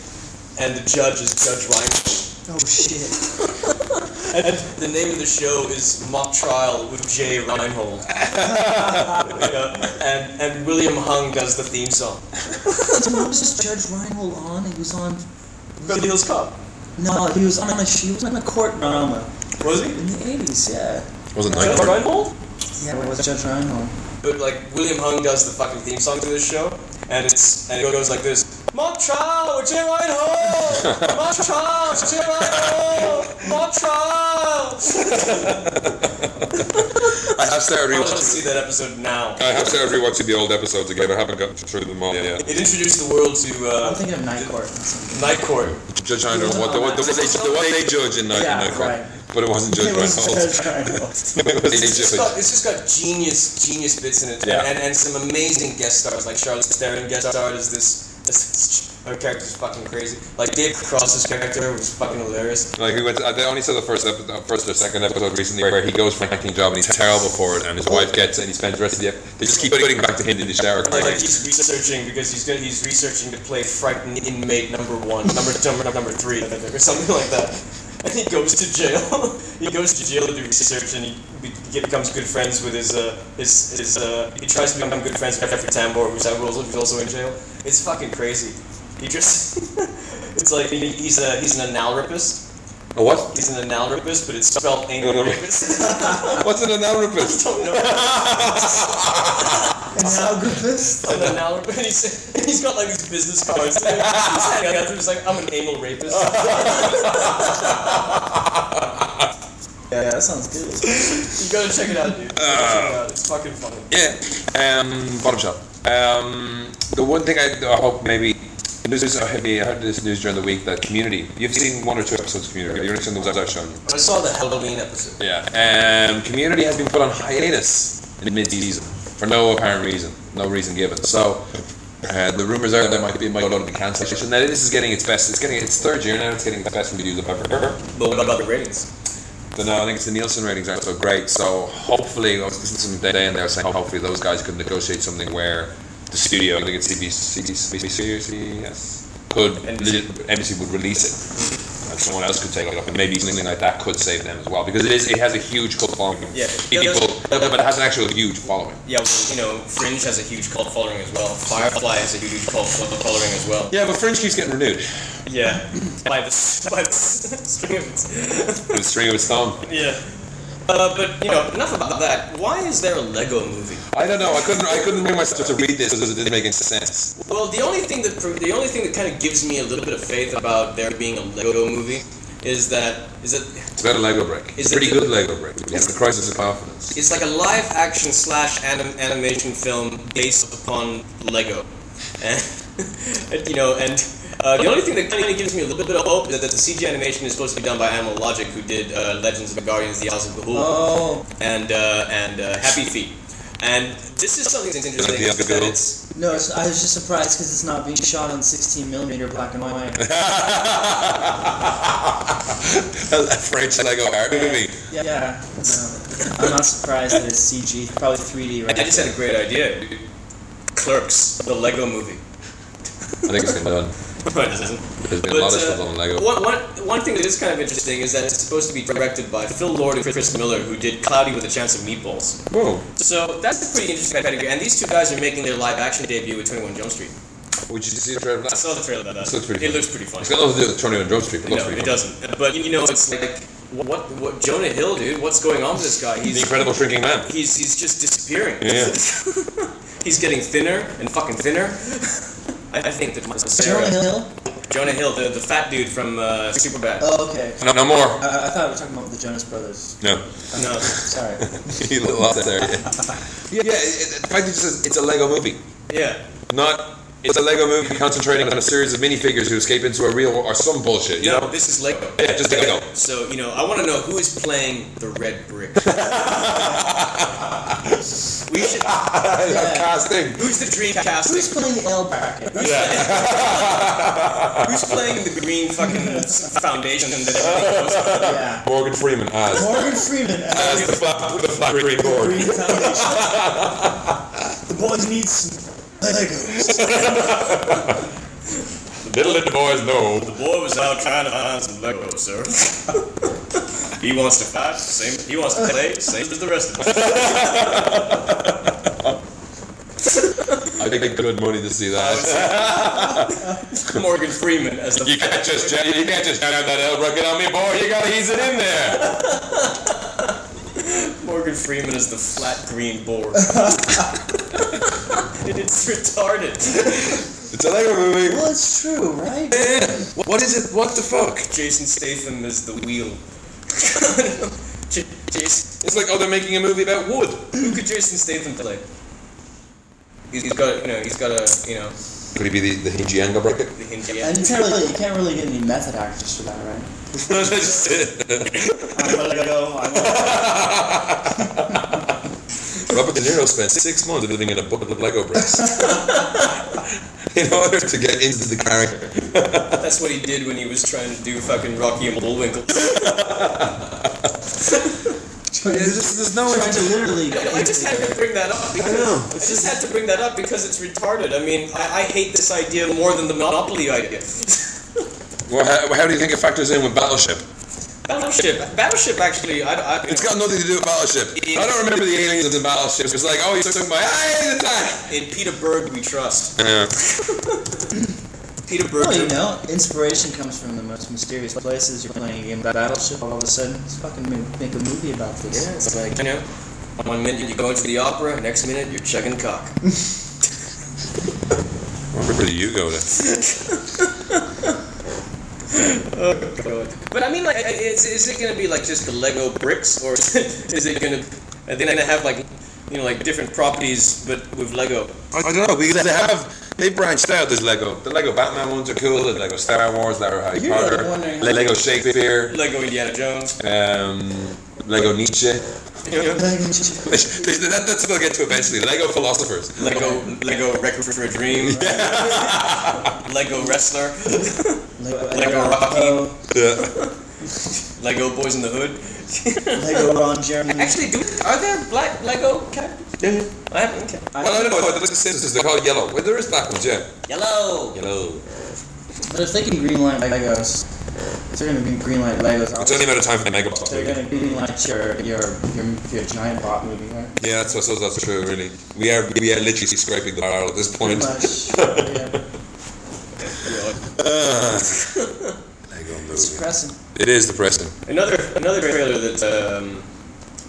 Speaker 2: And the judge is Judge Reinhold.
Speaker 3: Oh shit.
Speaker 2: And the name of the show is Mock Trial with Jay Reinhold. Yeah, and, and William Hung does the theme song.
Speaker 3: Dude, was this Judge Reinhold on? He was on.
Speaker 2: Beverly Hills Cop.
Speaker 3: No, he was on a. She was on a court drama
Speaker 2: Was he?
Speaker 3: in the 80s. Yeah.
Speaker 1: Wasn't
Speaker 2: Judge Reinhold?
Speaker 3: Yeah, it was Judge Reinhold.
Speaker 2: But like William Hung does the fucking theme song to this show, and it's and it goes like this: Mock Trial with Jay Reinhold. Mock Trial with Jay Reinhold. Mock Trial.
Speaker 1: I have started
Speaker 2: I want to
Speaker 1: rewatching.
Speaker 2: see that episode now.
Speaker 1: I have started rewatching the old episodes again. I haven't gotten through them all yet.
Speaker 2: It introduced the world to uh,
Speaker 3: I'm thinking of Night Court. or something.
Speaker 2: Night Court.
Speaker 1: Judge Reinhold, what the, what the, what they, the one they judge in Night
Speaker 3: Yeah,
Speaker 1: in Night Court.
Speaker 3: right.
Speaker 1: but it wasn't Judge
Speaker 3: It was
Speaker 1: Reinhold.
Speaker 3: Judge Reinhold.
Speaker 1: It was
Speaker 2: It's just,
Speaker 1: the
Speaker 2: got,
Speaker 1: judge.
Speaker 2: it's just got genius, genius bits in it,
Speaker 1: Yeah.
Speaker 2: and, and some amazing guest stars like Charlotte Theron guest starred as this. this her character's fucking crazy. Like Dave Cross's character was fucking hilarious.
Speaker 1: Like we went. To, they only saw the first episode, first or second episode recently, where he goes for an acting job and he's terrible for it, and his wife gets it, and he spends the rest of the. ep- They just keep putting back to him in the shower.
Speaker 2: Like, like he's researching because he's gonna, he's researching to play frightened inmate number one, number number number three, I think, or something like that. And he goes to jail. he goes to jail to do research, and he, be- he becomes good friends with his uh his his uh he tries to become good friends with Jeffrey Tambor, who's also who's also in jail. It's fucking crazy. He just it's like he, he's a he's an anal rapist.
Speaker 1: A what?
Speaker 2: He's an anal rapist, but it's spelled anal rapist.
Speaker 1: What's an anarchist?
Speaker 2: Don't know.
Speaker 3: And now Griffiths.
Speaker 2: And then now and he's, he's got like these business cards. He's hanging out there, he's like, I'm an anal rapist.
Speaker 3: Yeah, that sounds good.
Speaker 2: You gotta check it out, dude. You gotta check it out. It's fucking funny.
Speaker 1: Yeah. Um, bottom shelf. Um, the one thing I, I hope maybe the news is, I heard this news during the week that Community. You've seen one or two episodes of Community. You've only seen the ones I've shown you.
Speaker 2: I saw the Halloween episode.
Speaker 1: Yeah. Um, Community has been put on hiatus in mid-season for no apparent reason, no reason given. So. Uh, the rumors are there might be it might go to the cancellation. Now this is getting its best. It's getting its third year now. It's getting its best reviews I've ever heard.
Speaker 2: But what about the ratings?
Speaker 1: But no, I think it's the Nielsen ratings aren't so great. So hopefully, I was listening to some data in there saying hopefully those guys could negotiate something where the studio, I think it's CBC, CBC, yes, could
Speaker 2: NBC.
Speaker 1: NBC would release it, and someone else could take it up, and maybe something like that could save them as well because it is it has a huge cult following.
Speaker 2: Yeah.
Speaker 1: people, no, but it has an actual huge following.
Speaker 2: Yeah, well, you know, Fringe has a huge cult following as well. Firefly has a huge cult fo- following as well.
Speaker 1: Yeah, but Fringe keeps getting renewed.
Speaker 2: Yeah. by the s- by the s- string of its.
Speaker 1: With string of its thumb.
Speaker 2: yeah. Uh, but you know, enough about that. Why is there a Lego movie?
Speaker 1: I don't know. I couldn't. I couldn't bring myself to read this because it didn't make any sense.
Speaker 2: Well, the only thing that pro- the only thing that kind of gives me a little bit of faith about there being a Lego movie is that is that
Speaker 1: It's about a Lego brick.
Speaker 2: Is
Speaker 1: It's a pretty
Speaker 2: it-
Speaker 1: good Lego brick. It's the crisis of confidence.
Speaker 2: it's like a live action slash anim- animation film based upon Lego, and and, you know, and uh, the only thing that kind of gives me a little bit of hope is that the CG animation is supposed to be done by Animal Logic, who did uh, Legends of the Guardians, The Isles of Gahul,
Speaker 3: Oh
Speaker 2: and uh, and uh, Happy Feet. And this is something that's interesting.
Speaker 1: Like the
Speaker 2: is that
Speaker 1: Gahul?
Speaker 2: it's,
Speaker 3: no! It's, I was just surprised because it's not being shot on 16 millimeter black and white.
Speaker 1: a French Lego art movie.
Speaker 3: Yeah, yeah. No, I'm not surprised that it's CG. Probably 3D,
Speaker 2: I
Speaker 3: right?
Speaker 2: just had a great idea. dude. Clerks, the Lego movie.
Speaker 1: I think it's been done.
Speaker 2: Right, this isn't.
Speaker 1: There's been a
Speaker 2: But,
Speaker 1: lot of stuff
Speaker 2: uh,
Speaker 1: on Lego.
Speaker 2: one, one, one thing that is kind of interesting is that it's supposed to be directed by Phil Lord and Chris Miller, who did Cloudy with a Chance of Meatballs.
Speaker 1: Whoa,
Speaker 2: So that's a pretty interesting pedigree. And these two guys are making their live action debut with 21 Jump Street.
Speaker 1: would you see the trailer for
Speaker 2: I
Speaker 1: that?
Speaker 2: saw the trailer about that.
Speaker 1: Looks pretty
Speaker 2: it
Speaker 1: fun.
Speaker 2: looks pretty funny.
Speaker 1: It's got nothing to do with Tony on Drug Street. But it
Speaker 2: No,
Speaker 1: looks pretty
Speaker 2: it
Speaker 1: cool.
Speaker 2: doesn't. But you know, it's like what what Jonah Hill, dude. What's going on with this guy?
Speaker 1: The
Speaker 2: He's
Speaker 1: Incredible Shrinking Man.
Speaker 2: he's he's just disappearing.
Speaker 1: Yeah.
Speaker 2: he's getting thinner and fucking thinner. I, I think that Michael Cera-
Speaker 3: Jonah Hill?
Speaker 2: Jonah Hill, the, the fat dude from uh, Superbad.
Speaker 3: Oh, okay.
Speaker 1: No, no more.
Speaker 3: I, I thought we were talking about the Jonas Brothers.
Speaker 1: No.
Speaker 2: no.
Speaker 3: Sorry.
Speaker 1: you lost there. Yeah, yeah it, it, the fact that it says it's a Lego movie.
Speaker 2: Yeah.
Speaker 1: Not, it's a Lego movie concentrating on a series of minifigures who escape into a real or some bullshit, you
Speaker 2: No,
Speaker 1: know?
Speaker 2: this is Lego.
Speaker 1: Yeah, just Lego.
Speaker 2: So you know, I want to know who is playing the red brick. we should.
Speaker 3: Yeah.
Speaker 1: Casting.
Speaker 2: Who's the dream casting?
Speaker 3: Who's playing El Bracket?
Speaker 2: Who's playing the green fucking foundation that everything goes on?
Speaker 3: Yeah.
Speaker 1: Morgan Freeman as.
Speaker 3: Morgan Freeman as
Speaker 1: As the flat, the flat green board.
Speaker 3: Green Foundation. the boys need some Legos.
Speaker 1: Little did the boys know.
Speaker 2: The boy was out trying to find some Lego, sir. he wants to fight, same. He wants to play, same as the rest of us.
Speaker 1: I think I good money to see that.
Speaker 2: Morgan Freeman as the.
Speaker 1: You can't just jam- you can't just jam that L record on me, boy. You gotta ease it in there.
Speaker 2: Morgan Freeman is the flat green board. it's retarded.
Speaker 1: It's a Lego movie.
Speaker 3: Well, it's true, right?
Speaker 1: What is it? What the fuck?
Speaker 2: Jason Statham is the wheel. J- Jason,
Speaker 1: It's like oh, they're making a movie about wood.
Speaker 2: who could Jason Statham play? He's he's got you know he's got a you know
Speaker 1: Could it be the, E the Hinji angle bracket?
Speaker 2: the Hindi.
Speaker 3: And you can't really, you can't really get any method actors for that, right? I'm a Lego. I'm a
Speaker 1: Robert De Niro spent six months living in a bucket of Lego bricks in order to get into the character.
Speaker 2: That's what he did when he was trying to do fucking Rocky and Bullwinkle.
Speaker 1: There's no
Speaker 3: trying to literally get
Speaker 2: I just had
Speaker 3: into
Speaker 2: to bring that up. Because, I
Speaker 1: know.
Speaker 2: just had to bring that up because it's retarded. I mean, I, I hate this idea more than the Monopoly idea.
Speaker 1: Well, how, how do you think it factors in with Battleship?
Speaker 2: Battleship. Battleship actually. I, I,
Speaker 1: It's got nothing to do with Battleship. I don't remember the aliens in Battleship. It's like, oh, you took my alien attack.
Speaker 2: in Peter Berg we trust.
Speaker 1: Yeah.
Speaker 2: Peter Berg.
Speaker 3: Well, you know, inspiration comes from the most mysterious places. You're playing a game about Battleship, all of a sudden, let's fucking make, make a movie about this.
Speaker 2: Yeah, it's like, you know, one minute you're going to the opera, next minute you're chugging cock.
Speaker 1: Where do you go to?
Speaker 2: But I mean, like, I- is, is it going to be like just the Lego bricks, or is it going to, are they going to have like, you know, like different properties but with Lego?
Speaker 1: I don't know because they have they branched out. There's Lego. The Lego Batman ones are cool. There's Lego Star Wars. Lego Harry
Speaker 3: You're
Speaker 1: Potter.
Speaker 3: wondering-
Speaker 1: Le- Lego Shakespeare.
Speaker 2: Lego Indiana Jones.
Speaker 1: Um, Lego Nietzsche.
Speaker 2: You know?
Speaker 3: Lego-
Speaker 1: that, that's what they'll get to eventually. Lego philosophers.
Speaker 2: Lego Lego Record for a Dream. Lego Wrestler.
Speaker 3: Lego,
Speaker 2: Lego Rocky.
Speaker 1: Yeah.
Speaker 2: Lego Boys in the Hood.
Speaker 3: uh, Lego Ron Jeremy.
Speaker 2: Actually, do are there black Lego characters?
Speaker 1: Yeah.
Speaker 2: I haven't. Okay.
Speaker 3: I-
Speaker 1: Well, I don't know. The Simpsons, they're called yellow. Well, there is black ones, yeah.
Speaker 2: Yellow.
Speaker 1: Yellow.
Speaker 3: but if they can greenlight Legos, if they're gonna be greenlight Legos,
Speaker 1: It's only a matter of time for the mega box.
Speaker 3: they're gonna greenlight your your your, your giant bot movie, right?
Speaker 1: Yeah, that's, I suppose that's true, really. We are we are literally scraping the barrel at this
Speaker 3: Pretty
Speaker 1: point.
Speaker 3: much. yeah.
Speaker 1: Lego
Speaker 3: It's
Speaker 1: movie.
Speaker 3: depressing.
Speaker 1: It is depressing.
Speaker 2: Another another trailer that um,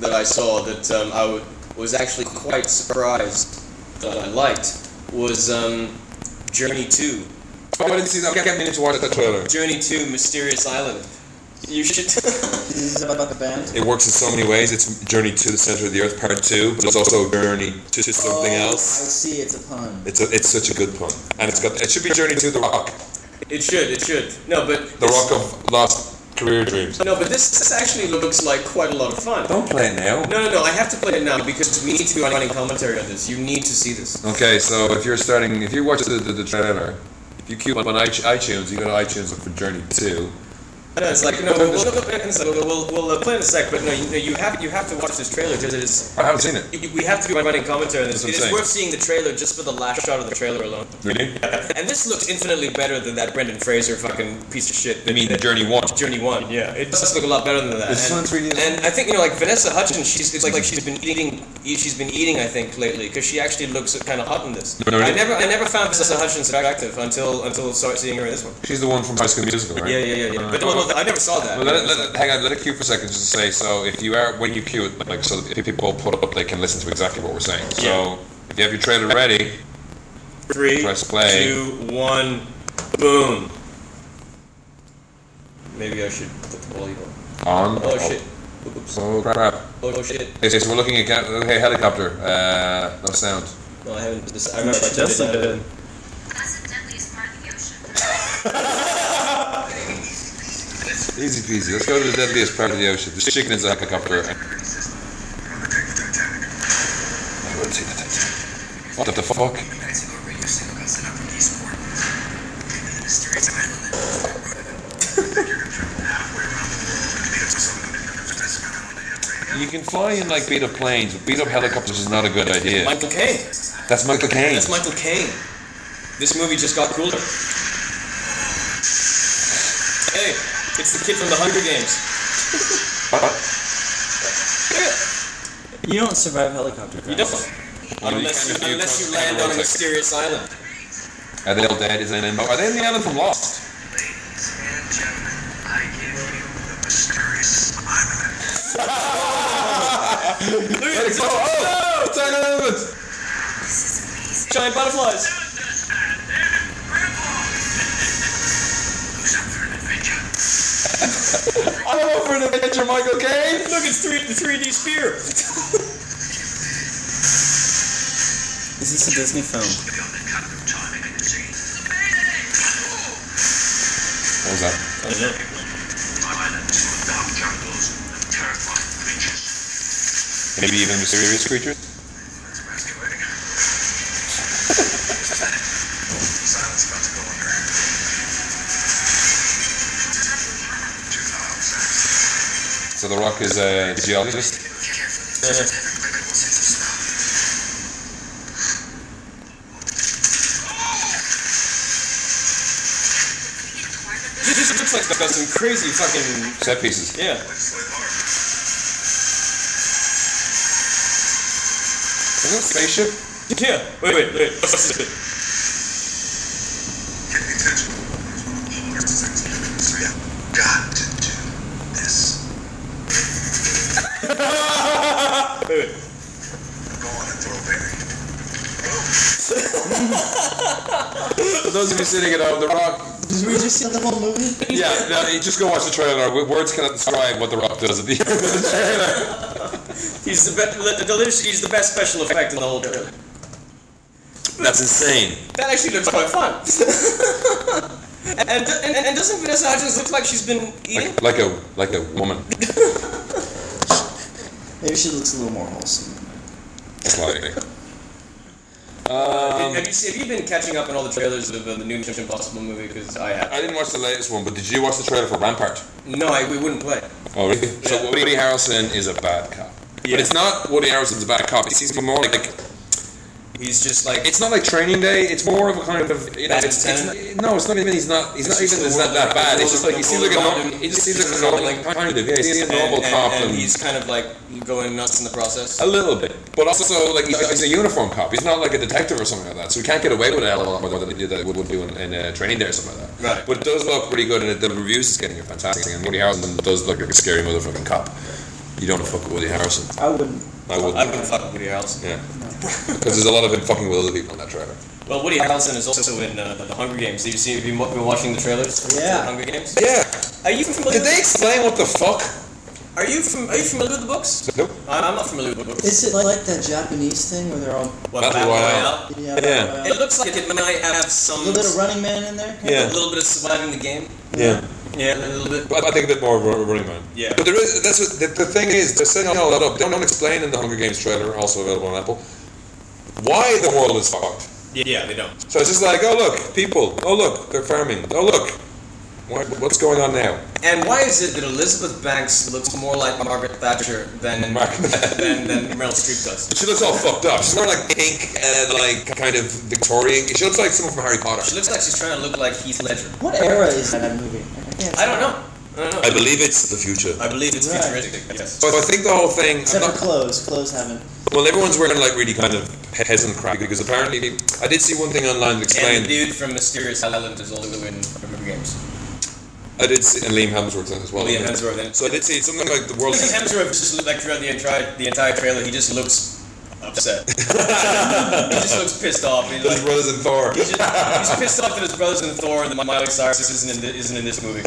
Speaker 2: that I saw that um, I w- was actually quite surprised that I liked was um, Journey Two.
Speaker 1: Oh, I didn't see that. I kept meaning to watch that trailer.
Speaker 2: Journey Two: Mysterious Island. You should.
Speaker 3: This is about the band.
Speaker 1: It works in so many ways. It's Journey to the Center of the Earth Part 2, but it's also Journey to, to something
Speaker 3: Oh,
Speaker 1: else.
Speaker 3: I see. It's a pun.
Speaker 1: It's a, it's such a good pun. And it's got it should be Journey to the Rock.
Speaker 2: it should. It should. No, but
Speaker 1: The Rock of Lost Career Dreams.
Speaker 2: No, but this, this actually looks like quite a lot of fun.
Speaker 1: Don't play it now.
Speaker 2: No, no, no. I have to play it now because we need to be running commentary on this. You need to see this.
Speaker 1: Okay, so if you're starting, if you watch the, the, the trailer, if you queue up on iTunes, you go to iTunes look for Journey 2.
Speaker 2: No, it's like no. We'll, we'll, we'll, we'll, we'll uh, play in a sec, but no, you, no, you have you have to watch this trailer because it is.
Speaker 1: I haven't seen it.
Speaker 2: you- We have to be running commentary on this.
Speaker 1: That's what I'm
Speaker 2: It is
Speaker 1: saying.
Speaker 2: worth seeing the trailer just for the last shot of the trailer alone.
Speaker 1: Really?
Speaker 2: And this looks infinitely better than that Brendan Fraser fucking piece of shit.
Speaker 1: I
Speaker 2: that-
Speaker 1: mean,
Speaker 2: that-
Speaker 1: Journey 1.
Speaker 2: Journey One. Yeah, it does look a lot better than that.
Speaker 1: It's
Speaker 2: and,
Speaker 1: not really-
Speaker 2: and I think you know, like Vanessa Hudgens, she's it's like, like she's been eating, she's been eating, I think, lately because she actually looks kind of hot in this.
Speaker 1: No, really?
Speaker 2: I never, I never found Vanessa Hudgens attractive until until I started seeing her in this one.
Speaker 1: She's the one from High School Musical, right?
Speaker 2: Yeah, yeah, yeah, yeah. But
Speaker 1: Alright.
Speaker 2: no, no, I never saw that.
Speaker 1: Well, let, it- let, it- hang on, let it queue for a second just to say, so if you are, when you queue it, like, so that if people put up, they can listen to exactly what we're saying. So,
Speaker 2: Yeah.
Speaker 1: if you have your trailer ready,
Speaker 2: Three,
Speaker 1: press play.
Speaker 2: two, one, boom. Maybe I should put the volume on.
Speaker 1: on.
Speaker 2: Oh shit. Oops.
Speaker 1: Oh, crap.
Speaker 2: Oh, oh shit.
Speaker 1: Okay, so we're looking at, ca- okay, helicopter, uh, no sound.
Speaker 2: No, I haven't. This, I remember. I
Speaker 3: That's
Speaker 2: turned it
Speaker 3: not
Speaker 2: down.
Speaker 4: That's the deadliest part of the ocean.
Speaker 1: Easy peasy, let's go to the deadliest part of the ocean. The chicken is a helicopter. I would say the Titanic. What the fuck? You can fly in like beat up planes, but beat up helicopters is not a good idea.
Speaker 2: Michael Caine.
Speaker 1: That's Michael Caine.
Speaker 2: That's Michael Caine. This movie just got cooler. Hey, it's the kid from the Hunger Games.
Speaker 1: What?
Speaker 3: You don't survive helicopter crash.
Speaker 2: You don't. Unless you, unless you land on a mysterious island.
Speaker 1: Are they all dead? Is they in? Are they in the island from Lost?
Speaker 5: Ladies and gentlemen, I give you the mysterious island.
Speaker 2: Look at it,
Speaker 1: oh, it's an island!
Speaker 2: giant butterflies.
Speaker 5: Who's up for an adventure?
Speaker 1: I'm over an adventure, Michael Caine.
Speaker 2: Look, it's three the 3D sphere.
Speaker 3: Is this a Disney film?
Speaker 5: Beyond the cut of time and sea,
Speaker 1: What was that?
Speaker 5: islands full of dark jungles and terrifying creatures.
Speaker 1: Maybe even mysterious creatures.
Speaker 5: That's masturbating. Silence about to go under. Two thousand six.
Speaker 1: So The Rock is a geologist.
Speaker 5: Careful,
Speaker 2: Uh,
Speaker 5: incredible sense of smell.
Speaker 2: this looks like they've got some crazy fucking.
Speaker 1: Set pieces.
Speaker 2: Yeah.
Speaker 1: Is it a spaceship?
Speaker 2: Yeah. Wait, wait, wait. What's this?
Speaker 5: Get the attention. So you got to do this.
Speaker 2: Wait, wait.
Speaker 5: Go on and throw a berry.
Speaker 1: For those of you sitting at home, The Rock.
Speaker 3: Did we just see the whole movie?
Speaker 1: Yeah, no, you just go watch the trailer. W- Words cannot describe what The Rock does at the end of the trailer.
Speaker 2: He's the best. He's the best special effect in the whole trailer.
Speaker 1: That's insane.
Speaker 2: That actually looks quite fun. and, and, and, and doesn't Vanessa Hudgens look like she's been eating?
Speaker 1: Like, like a like a woman.
Speaker 3: Maybe she looks a little more wholesome.
Speaker 1: Slightly. Um,
Speaker 2: have, you, se- have you been catching up on all the trailers of uh, the new Mission Impossible movie? Because I have.
Speaker 1: I didn't watch the latest one, but did you watch the trailer for Rampart?
Speaker 2: No, I, we wouldn't play.
Speaker 1: Oh, really?
Speaker 2: Yeah.
Speaker 1: So Woody Harrelson is a bad cop.
Speaker 2: Yeah.
Speaker 1: But it's not Woody Harrelson's a bad cop. It seems to be more like, like
Speaker 2: He's just like
Speaker 1: it's not like Training Day. It's more of a kind of you know.
Speaker 2: Bad
Speaker 1: It's,
Speaker 2: Lieutenant?
Speaker 1: it's, no, it's not even. He's not. He's
Speaker 2: It's
Speaker 1: not even.
Speaker 2: just
Speaker 1: It's
Speaker 2: the
Speaker 1: not that
Speaker 2: world-
Speaker 1: bad.
Speaker 2: the
Speaker 1: It's just
Speaker 2: world-
Speaker 1: like he
Speaker 2: the
Speaker 1: seems like a.
Speaker 2: world
Speaker 1: normal.
Speaker 2: around him.
Speaker 1: He just seems
Speaker 2: He's
Speaker 1: like a
Speaker 2: just
Speaker 1: normal,
Speaker 2: like-
Speaker 1: like kind of. Yeah, he seems
Speaker 2: and,
Speaker 1: like a normal
Speaker 2: and-
Speaker 1: cop.
Speaker 2: and
Speaker 1: and-
Speaker 2: he's kind of like going nuts in the process.
Speaker 1: A little bit, but also like he's, he's a uniform cop. He's not like a detective or something like that. So we can't get away with it a lot more than they did that would would do in, in uh, training day or something like that.
Speaker 2: Right.
Speaker 1: But it does look pretty good, and it, the reviews is getting fantastic. And Woody Harrelson does look like a scary motherfucking cop. You don't fuck with Woody Harrelson.
Speaker 3: I wouldn't.
Speaker 1: I would.
Speaker 2: I wouldn't fuck with Woody Harrelson.
Speaker 1: Yeah. Because there's a lot of him fucking with other people in that trailer.
Speaker 2: Well, Woody Harrelson is also in uh, the Hunger Games. Have you seen? Have you mo- been watching the trailers? for
Speaker 3: Yeah.
Speaker 2: The Hunger Games.
Speaker 1: Yeah.
Speaker 2: Are you familiar?
Speaker 1: Did they explain what the fuck?
Speaker 2: Are you from, Are you familiar with the books?
Speaker 1: Nope.
Speaker 2: I- I'm not familiar with the books.
Speaker 3: Is it like, like that Japanese thing where they're all
Speaker 2: What,
Speaker 1: Battle
Speaker 2: Battle
Speaker 1: Royale?
Speaker 2: Royale?
Speaker 3: yeah,
Speaker 1: Yeah.
Speaker 3: uh,
Speaker 2: It looks like it might have some
Speaker 3: a little bit of Running Man in there?
Speaker 1: Yeah.
Speaker 2: a little bit of surviving the game.
Speaker 1: Yeah.
Speaker 2: Yeah, a little bit.
Speaker 1: But I think a bit more of a Running Man.
Speaker 2: Yeah.
Speaker 1: But there is, that's what, the, the thing is, they're setting all that up. They don't explain in the Hunger Games trailer, also available on Apple, why the world is fucked.
Speaker 2: Yeah, yeah, they don't.
Speaker 1: So it's just like, oh look, people. Oh look, they're farming. Oh look, what, what's going on now?
Speaker 2: And why is it that Elizabeth Banks looks more like Margaret Thatcher than
Speaker 1: Mark-
Speaker 2: than, than Meryl Streep does?
Speaker 1: she looks all fucked up. She's wearing like pink and like kind of Victorian. She looks like someone from Harry Potter.
Speaker 2: She looks like she's trying to look like Heath Ledger.
Speaker 3: What era is that movie? can't
Speaker 2: I don't know. I don't
Speaker 1: I
Speaker 2: know.
Speaker 1: believe it's the future.
Speaker 2: I believe it's
Speaker 3: Right.
Speaker 2: futuristic. Yes.
Speaker 1: So I think the whole thing. I'm
Speaker 3: Except
Speaker 1: not-
Speaker 3: for clothes. Clothes haven't.
Speaker 1: well, everyone's wearing like really kind of peasant crap because apparently I did see one thing online that
Speaker 2: And
Speaker 1: explained.
Speaker 2: the dude from Mysterious Island is also in Hunger Games.
Speaker 1: I did see and Liam Hemsworth's in it as well.
Speaker 2: Liam Hemsworth. then.
Speaker 1: So I did see something like the world.
Speaker 2: Liam Hemsworth just looked like throughout the entire the entire trailer, he just looks upset. he just looks pissed off. He's
Speaker 1: His
Speaker 2: like.
Speaker 1: brothers in Thor.
Speaker 2: He's, just, he's pissed off that his brothers in Thor and that Miley Cyrus isn't in, thi- isn't in this movie.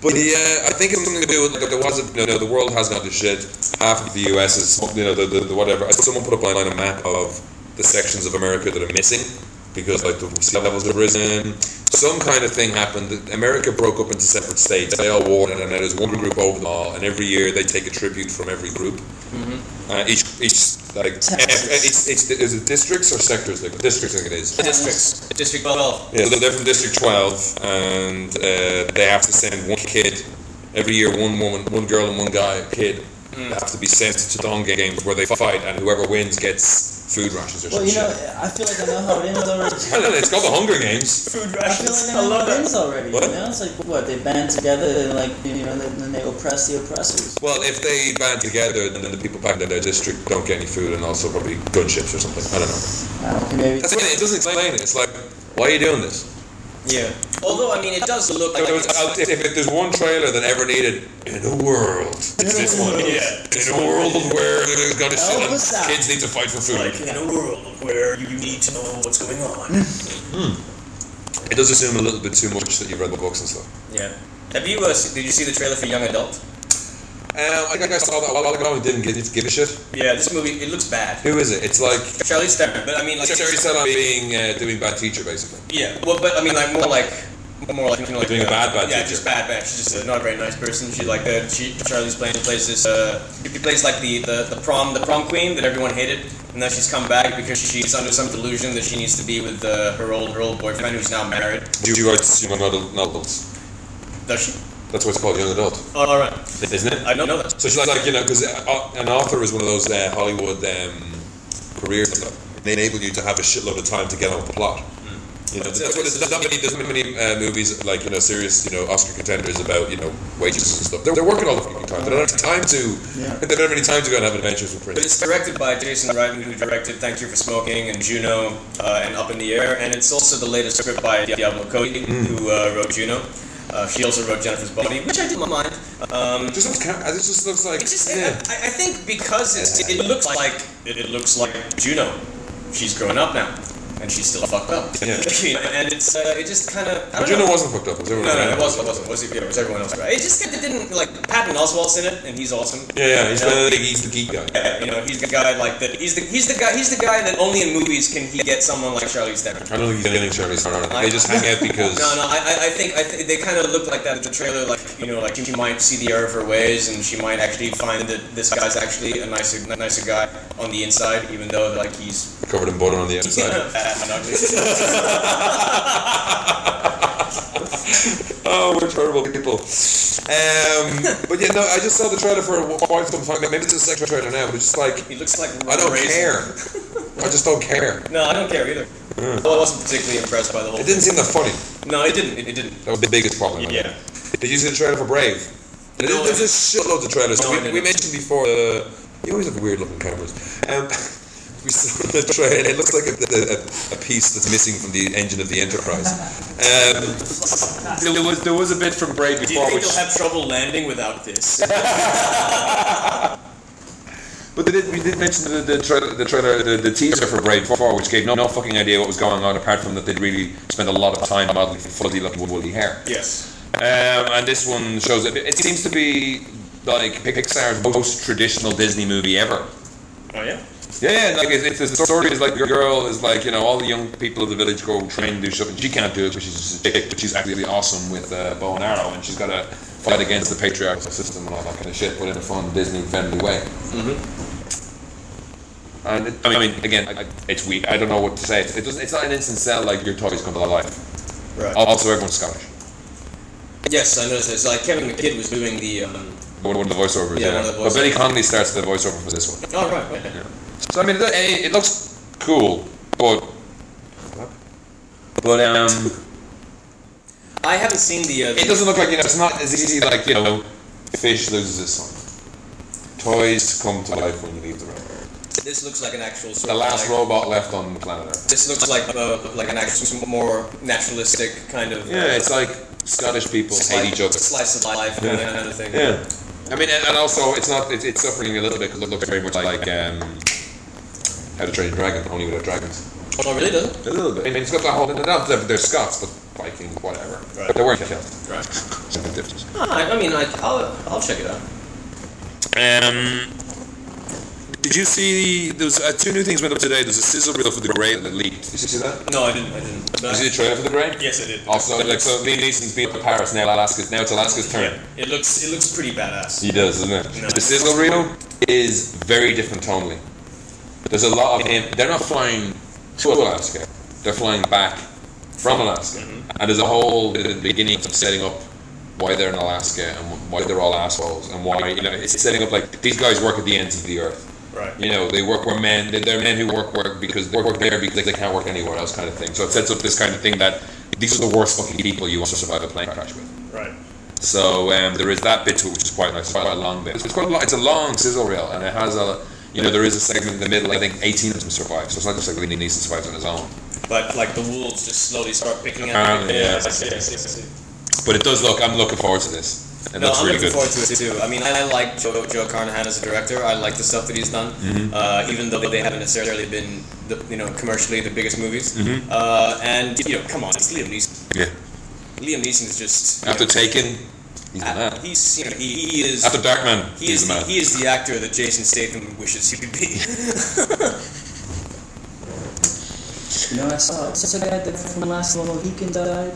Speaker 1: But yeah, I think it's something to do with like, there was a, you know, the world has gone to shit. Half of the U.S. is you know the, the, the whatever. I- Someone put up online a map of the sections of America that are missing because like the sea levels have risen. Some kind of thing happened. that America broke up into separate states. They all warred, and then there's one group over them all. And every year they take a tribute from every group. Uh, each each like
Speaker 3: Texas.
Speaker 1: it's, it's, is it districts or sectors? Like districts, I think it is.
Speaker 2: Districts. District 12.
Speaker 1: Yeah, so they're from District 12, and uh, they have to send one kid every year. One woman, one girl, and one guy, kid, have to be sent to dong games where they fight, and whoever wins gets food rations or
Speaker 3: Well,
Speaker 1: some
Speaker 3: you know,
Speaker 1: shit.
Speaker 3: I feel like I know how it ends already.
Speaker 1: I don't know, it's called the Hunger Games.
Speaker 2: Food
Speaker 3: I feel like I
Speaker 2: I
Speaker 3: know
Speaker 2: love
Speaker 3: how it
Speaker 2: that.
Speaker 3: ends already.
Speaker 1: What?
Speaker 3: You know, it's like what they band together and like you know, then, then they oppress the oppressors.
Speaker 1: Well, if they band together, then the people back in their district don't get any food, and also probably gunships or something. I don't know.
Speaker 3: I don't know, maybe.
Speaker 1: That's the thing, it doesn't explain it. It's like, why are you doing this?
Speaker 2: Yeah. Although, I mean, it does look like.
Speaker 1: Like, if, it's- if, if there's one trailer that ever needed in a world, it's this one.
Speaker 2: yeah.
Speaker 1: In a world where there's gonna shit,
Speaker 3: Help us out.
Speaker 1: kids need to fight for food.
Speaker 2: in a world where you need to know what's going on.
Speaker 1: It does assume a little bit too much that you've read the books and stuff.
Speaker 2: Yeah. Have you, uh, se- did you see the trailer for Young Adult?
Speaker 1: Um, I think I saw that a while ago and didn't give, give a shit.
Speaker 2: Yeah, this movie, it looks bad.
Speaker 1: Who is it? It's like
Speaker 2: Charlie Theron, but I mean, like.
Speaker 1: Sherry said I'm being uh, doing bad teacher basically.
Speaker 2: Yeah, well, but I mean, like more like more like you know, like
Speaker 1: Doing a bad, bad
Speaker 2: yeah,
Speaker 1: teacher.
Speaker 2: just bad, bad. She's just a not a very nice person. She like uh, she Charlie's playing plays this. Uh, she plays like the, the the prom the prom queen that everyone hated, and now she's come back because she's under some delusion that she needs to be with uh, her old her old boyfriend who's now married.
Speaker 1: Do you write young adult novels?
Speaker 2: Does she?
Speaker 1: That's what it's called, young adult,
Speaker 2: Oh, all right.
Speaker 1: isn't it?
Speaker 2: I don't know that.
Speaker 1: So she's like, like you know, because an author is one of those uh, Hollywood um, careers that they enable you to have a shitload of time to get on with the plot.
Speaker 2: Hmm.
Speaker 1: You know, that's what it's, there's not many, there's not many uh, movies like you know serious you know Oscar contenders about you know wages and stuff. They're, they're working all the fucking time. They don't have time to.
Speaker 3: Yeah.
Speaker 1: They don't have any time to go and have adventures with
Speaker 2: But
Speaker 1: Prince.
Speaker 2: it's directed by Jason Reitman, who directed Thank You for Smoking and Juno uh, and Up in the Air, and it's also the latest script by Diablo Cody,
Speaker 1: Mm.
Speaker 2: who uh, wrote Juno. Uh, she also wrote Jennifer's Body, which I didn't mind. Um,
Speaker 1: It just looks, ca- it just looks like.
Speaker 2: It just,
Speaker 1: yeah.
Speaker 2: I, I think because it's, it looks like it, it looks like Juno. She's grown up now. and she's still fucked up.
Speaker 1: Yeah.
Speaker 2: You know, and it's uh, it just kind of.
Speaker 1: But Juno wasn't hooked up. Was
Speaker 2: No, no, it wasn't. It wasn't. Was it, yeah, it was everyone else. Right? It just kind of didn't like Patton Oswalt's in it, and he's awesome.
Speaker 1: Yeah, yeah. He's,
Speaker 2: You know?
Speaker 1: one of the, he's the geek guy.
Speaker 2: Yeah, you know, he's the guy like that. He's the he's the guy he's the guy that only in movies can he get someone like Charlize Theron.
Speaker 1: I don't think he's anything Charlie's Theron. They just hang out because.
Speaker 2: No, no, I, I- I think I think they kind of looked like that in the trailer. Like you know, like she might see the error of her ways, and she might actually find that this guy's actually a nicer nicer guy on the inside, even though like he's
Speaker 1: Covered in butter on the outside.
Speaker 2: fat and ugly.
Speaker 1: Oh, we're terrible people. Um, but yeah, no, I just saw the trailer for quite some time. Maybe it's the second trailer now, but it's just like
Speaker 2: He looks like
Speaker 1: I don't
Speaker 2: Raisin.
Speaker 1: care. I just don't care.
Speaker 2: No, I don't care either. Well, I wasn't particularly impressed by the whole.
Speaker 1: Hmm. It didn't seem that funny.
Speaker 2: No, it didn't. It, it didn't.
Speaker 1: That was the biggest problem. with it.
Speaker 2: Yeah.
Speaker 1: Did you see the trailer for Brave? There's-
Speaker 2: No, I
Speaker 1: There's a shitload of trailers.
Speaker 2: No, I
Speaker 1: we,
Speaker 2: didn't.
Speaker 1: we mentioned before, uh, you always have weird looking cameras. Um, we saw the trailer, and it looks like a, a, a piece that's missing from the engine of the Enterprise. Um, there, was, there was a bit from Brave
Speaker 2: Do you
Speaker 1: before,
Speaker 2: think
Speaker 1: which,
Speaker 2: they'll have trouble landing without this?
Speaker 1: but they did, we did mention the, the trailer, the, trailer the, the teaser for Brave 4, which gave no, no fucking idea what was going on, apart from that they'd really spent a lot of time modeling fuzzy looking woolly hair.
Speaker 2: yes.
Speaker 1: Um, and this one shows it. It seems to be like Pixar's most traditional Disney movie ever.
Speaker 2: Oh yeah.
Speaker 1: Yeah, yeah, like it's, it's the story is like the girl is like you know all the young people of the village go train and do stuff, and she can't do it because she's just a chick, but she's actually awesome with uh, bow and arrow, and she's got to fight against the patriarchal system and all that kind of shit, but in a fun Disney friendly way. Mm-hmm. And it, I, mean, I mean, again, I, I- it's weak. I don't know what to say. It doesn't. It's not an instant sell like your toys come to life.
Speaker 2: Right.
Speaker 1: Also, everyone's Scottish.
Speaker 2: Oh, Yes, I noticed this. Like Kevin McKidd was doing the. Um,
Speaker 1: One one of the voiceovers.
Speaker 2: Yeah,
Speaker 1: Yeah,
Speaker 2: one of the
Speaker 1: but Billy
Speaker 2: voiceovers.
Speaker 1: Connolly starts the voiceover for this one.
Speaker 2: oh right. right.
Speaker 1: So I mean, it, it, it looks cool, but but um,
Speaker 2: I haven't seen the. Uh,
Speaker 1: it doesn't look like you know. It's not as easy like you know, fish loses his son. Toys come to life when you leave the room.
Speaker 2: This looks like an actual sort
Speaker 1: The
Speaker 2: of
Speaker 1: last
Speaker 2: like-
Speaker 1: robot left on planet Earth.
Speaker 2: This looks like uh, like an actual more naturalistic kind of. uh,
Speaker 1: Yeah, it's like Scottish people hate each other.
Speaker 2: Slice of life kind
Speaker 1: Yeah.
Speaker 2: of thing.
Speaker 1: Yeah. I mean, and, and also it's not it, it's suffering a little bit because it looks very much like um, How to Train Your Dragon, only without dragons.
Speaker 2: Oh, really? Does it?
Speaker 1: A little bit. I mean, it's got the whole. Not that they're Scots, but Vikings, whatever.
Speaker 2: Right.
Speaker 1: But they weren't killed.
Speaker 2: Right.
Speaker 1: So the difference.
Speaker 2: Ah, I, I mean, I, I'll I'll check it out.
Speaker 1: Um, did you see? There was uh, two new things went up today. There's a sizzle reel for the Grey that leaked. Did you see that?
Speaker 2: No, I didn't. I didn't.
Speaker 1: Did you see the trailer for the Grey?
Speaker 2: yes, I did.
Speaker 1: Also, like so, Liam Neeson's been up to Paris now. Alaska's now it's Alaska's turn.
Speaker 2: It looks it looks pretty badass.
Speaker 1: He does, doesn't it?
Speaker 2: No.
Speaker 1: The sizzle reel is very different tonally. There's a lot of him. They're not flying to Alaska. They're flying back from Alaska. And there's a whole at the beginning of setting up why they're in Alaska and why they're all assholes and why you know it's setting up like these guys work at the ends of the earth.
Speaker 2: Right.
Speaker 1: You know, they work where men, they- they're men who work where because they work there because they can't work anywhere else, kind of thing. So it sets up this kind of thing that these are the worst fucking people you want to survive a plane crash with.
Speaker 2: Right.
Speaker 1: So um, there is that bit to it, which is quite nice, quite a long bit. It's quite a lot. It's a long sizzle reel, and it has a, you know, there is a segment in the middle. I think 18 of them survive, so it's not just like Liam Neeson survives on his own.
Speaker 2: But like the wolves just slowly start picking up.
Speaker 1: Apparently, yeah.
Speaker 2: I see, I see, I see.
Speaker 1: But it does look. I'm looking forward to this. It
Speaker 2: No,
Speaker 1: looks
Speaker 2: I'm
Speaker 1: really
Speaker 2: looking
Speaker 1: good.
Speaker 2: forward to it too. I mean, I like Joe, Joe Carnahan as a director. I like the stuff that he's done,
Speaker 1: Mm-hmm.
Speaker 2: uh, even though they haven't necessarily been, the, you know, commercially the biggest movies.
Speaker 1: Mm-hmm.
Speaker 2: Uh, and you know, come on, it's Liam Neeson.
Speaker 1: yeah.
Speaker 2: Liam Neeson is just you
Speaker 1: After
Speaker 2: know,
Speaker 1: Taken, he's the
Speaker 2: a-
Speaker 1: man.
Speaker 2: he's you know, he, he is
Speaker 1: After Darkman,
Speaker 2: he
Speaker 1: he's
Speaker 2: is
Speaker 1: the man.
Speaker 2: he is the actor that Jason Statham wishes he could be.
Speaker 3: You know, I saw it. It's a guy that from last level Weekend died.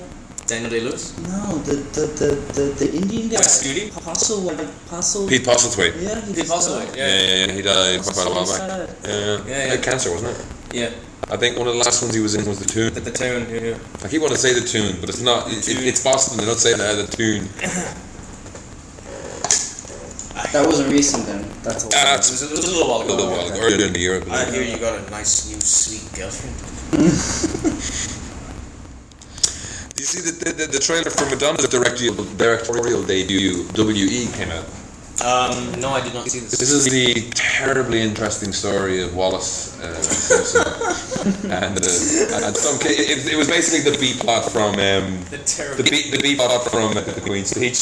Speaker 2: Daniel Day Lewis.
Speaker 3: No, the the the the, the Indian guy.
Speaker 2: Like Scooty?
Speaker 3: Apostle, like apostle.
Speaker 1: Pete Postlethwaite.
Speaker 3: Yeah, he
Speaker 2: He's
Speaker 3: just
Speaker 2: also
Speaker 3: died.
Speaker 1: Yeah,
Speaker 2: yeah
Speaker 1: yeah, yeah, he died quite a while
Speaker 3: So
Speaker 1: back.
Speaker 3: sad.
Speaker 1: Yeah, yeah.
Speaker 2: Yeah, yeah.
Speaker 1: He had cancer, wasn't it?
Speaker 2: yeah.
Speaker 1: I think one of the last ones he was in was the Tune.
Speaker 2: At the town. Yeah, yeah.
Speaker 1: I keep wanting to say the Tune, but it's not. It, it, it's Boston. They're not saying that. The Tune.
Speaker 3: That wasn't recent then. That's a lot.
Speaker 2: It
Speaker 1: That's
Speaker 2: was, a, it was a little while
Speaker 1: a
Speaker 2: ago.
Speaker 1: little while ago. Earlier in the year. I believe.
Speaker 2: I hear you got a nice new sweet girlfriend.
Speaker 1: Do you see the, the, the, the trailer for Madonna's directorial, directorial debut, W.E., came out?
Speaker 2: Um, no, I did not see this.
Speaker 1: This is the terribly interesting story of Wallace uh, Simpson. and, uh, and some, ki- it, it was basically the B plot from. Um,
Speaker 2: The
Speaker 1: the
Speaker 2: terrible.
Speaker 1: B, the B plot from uh, the Queen's speech.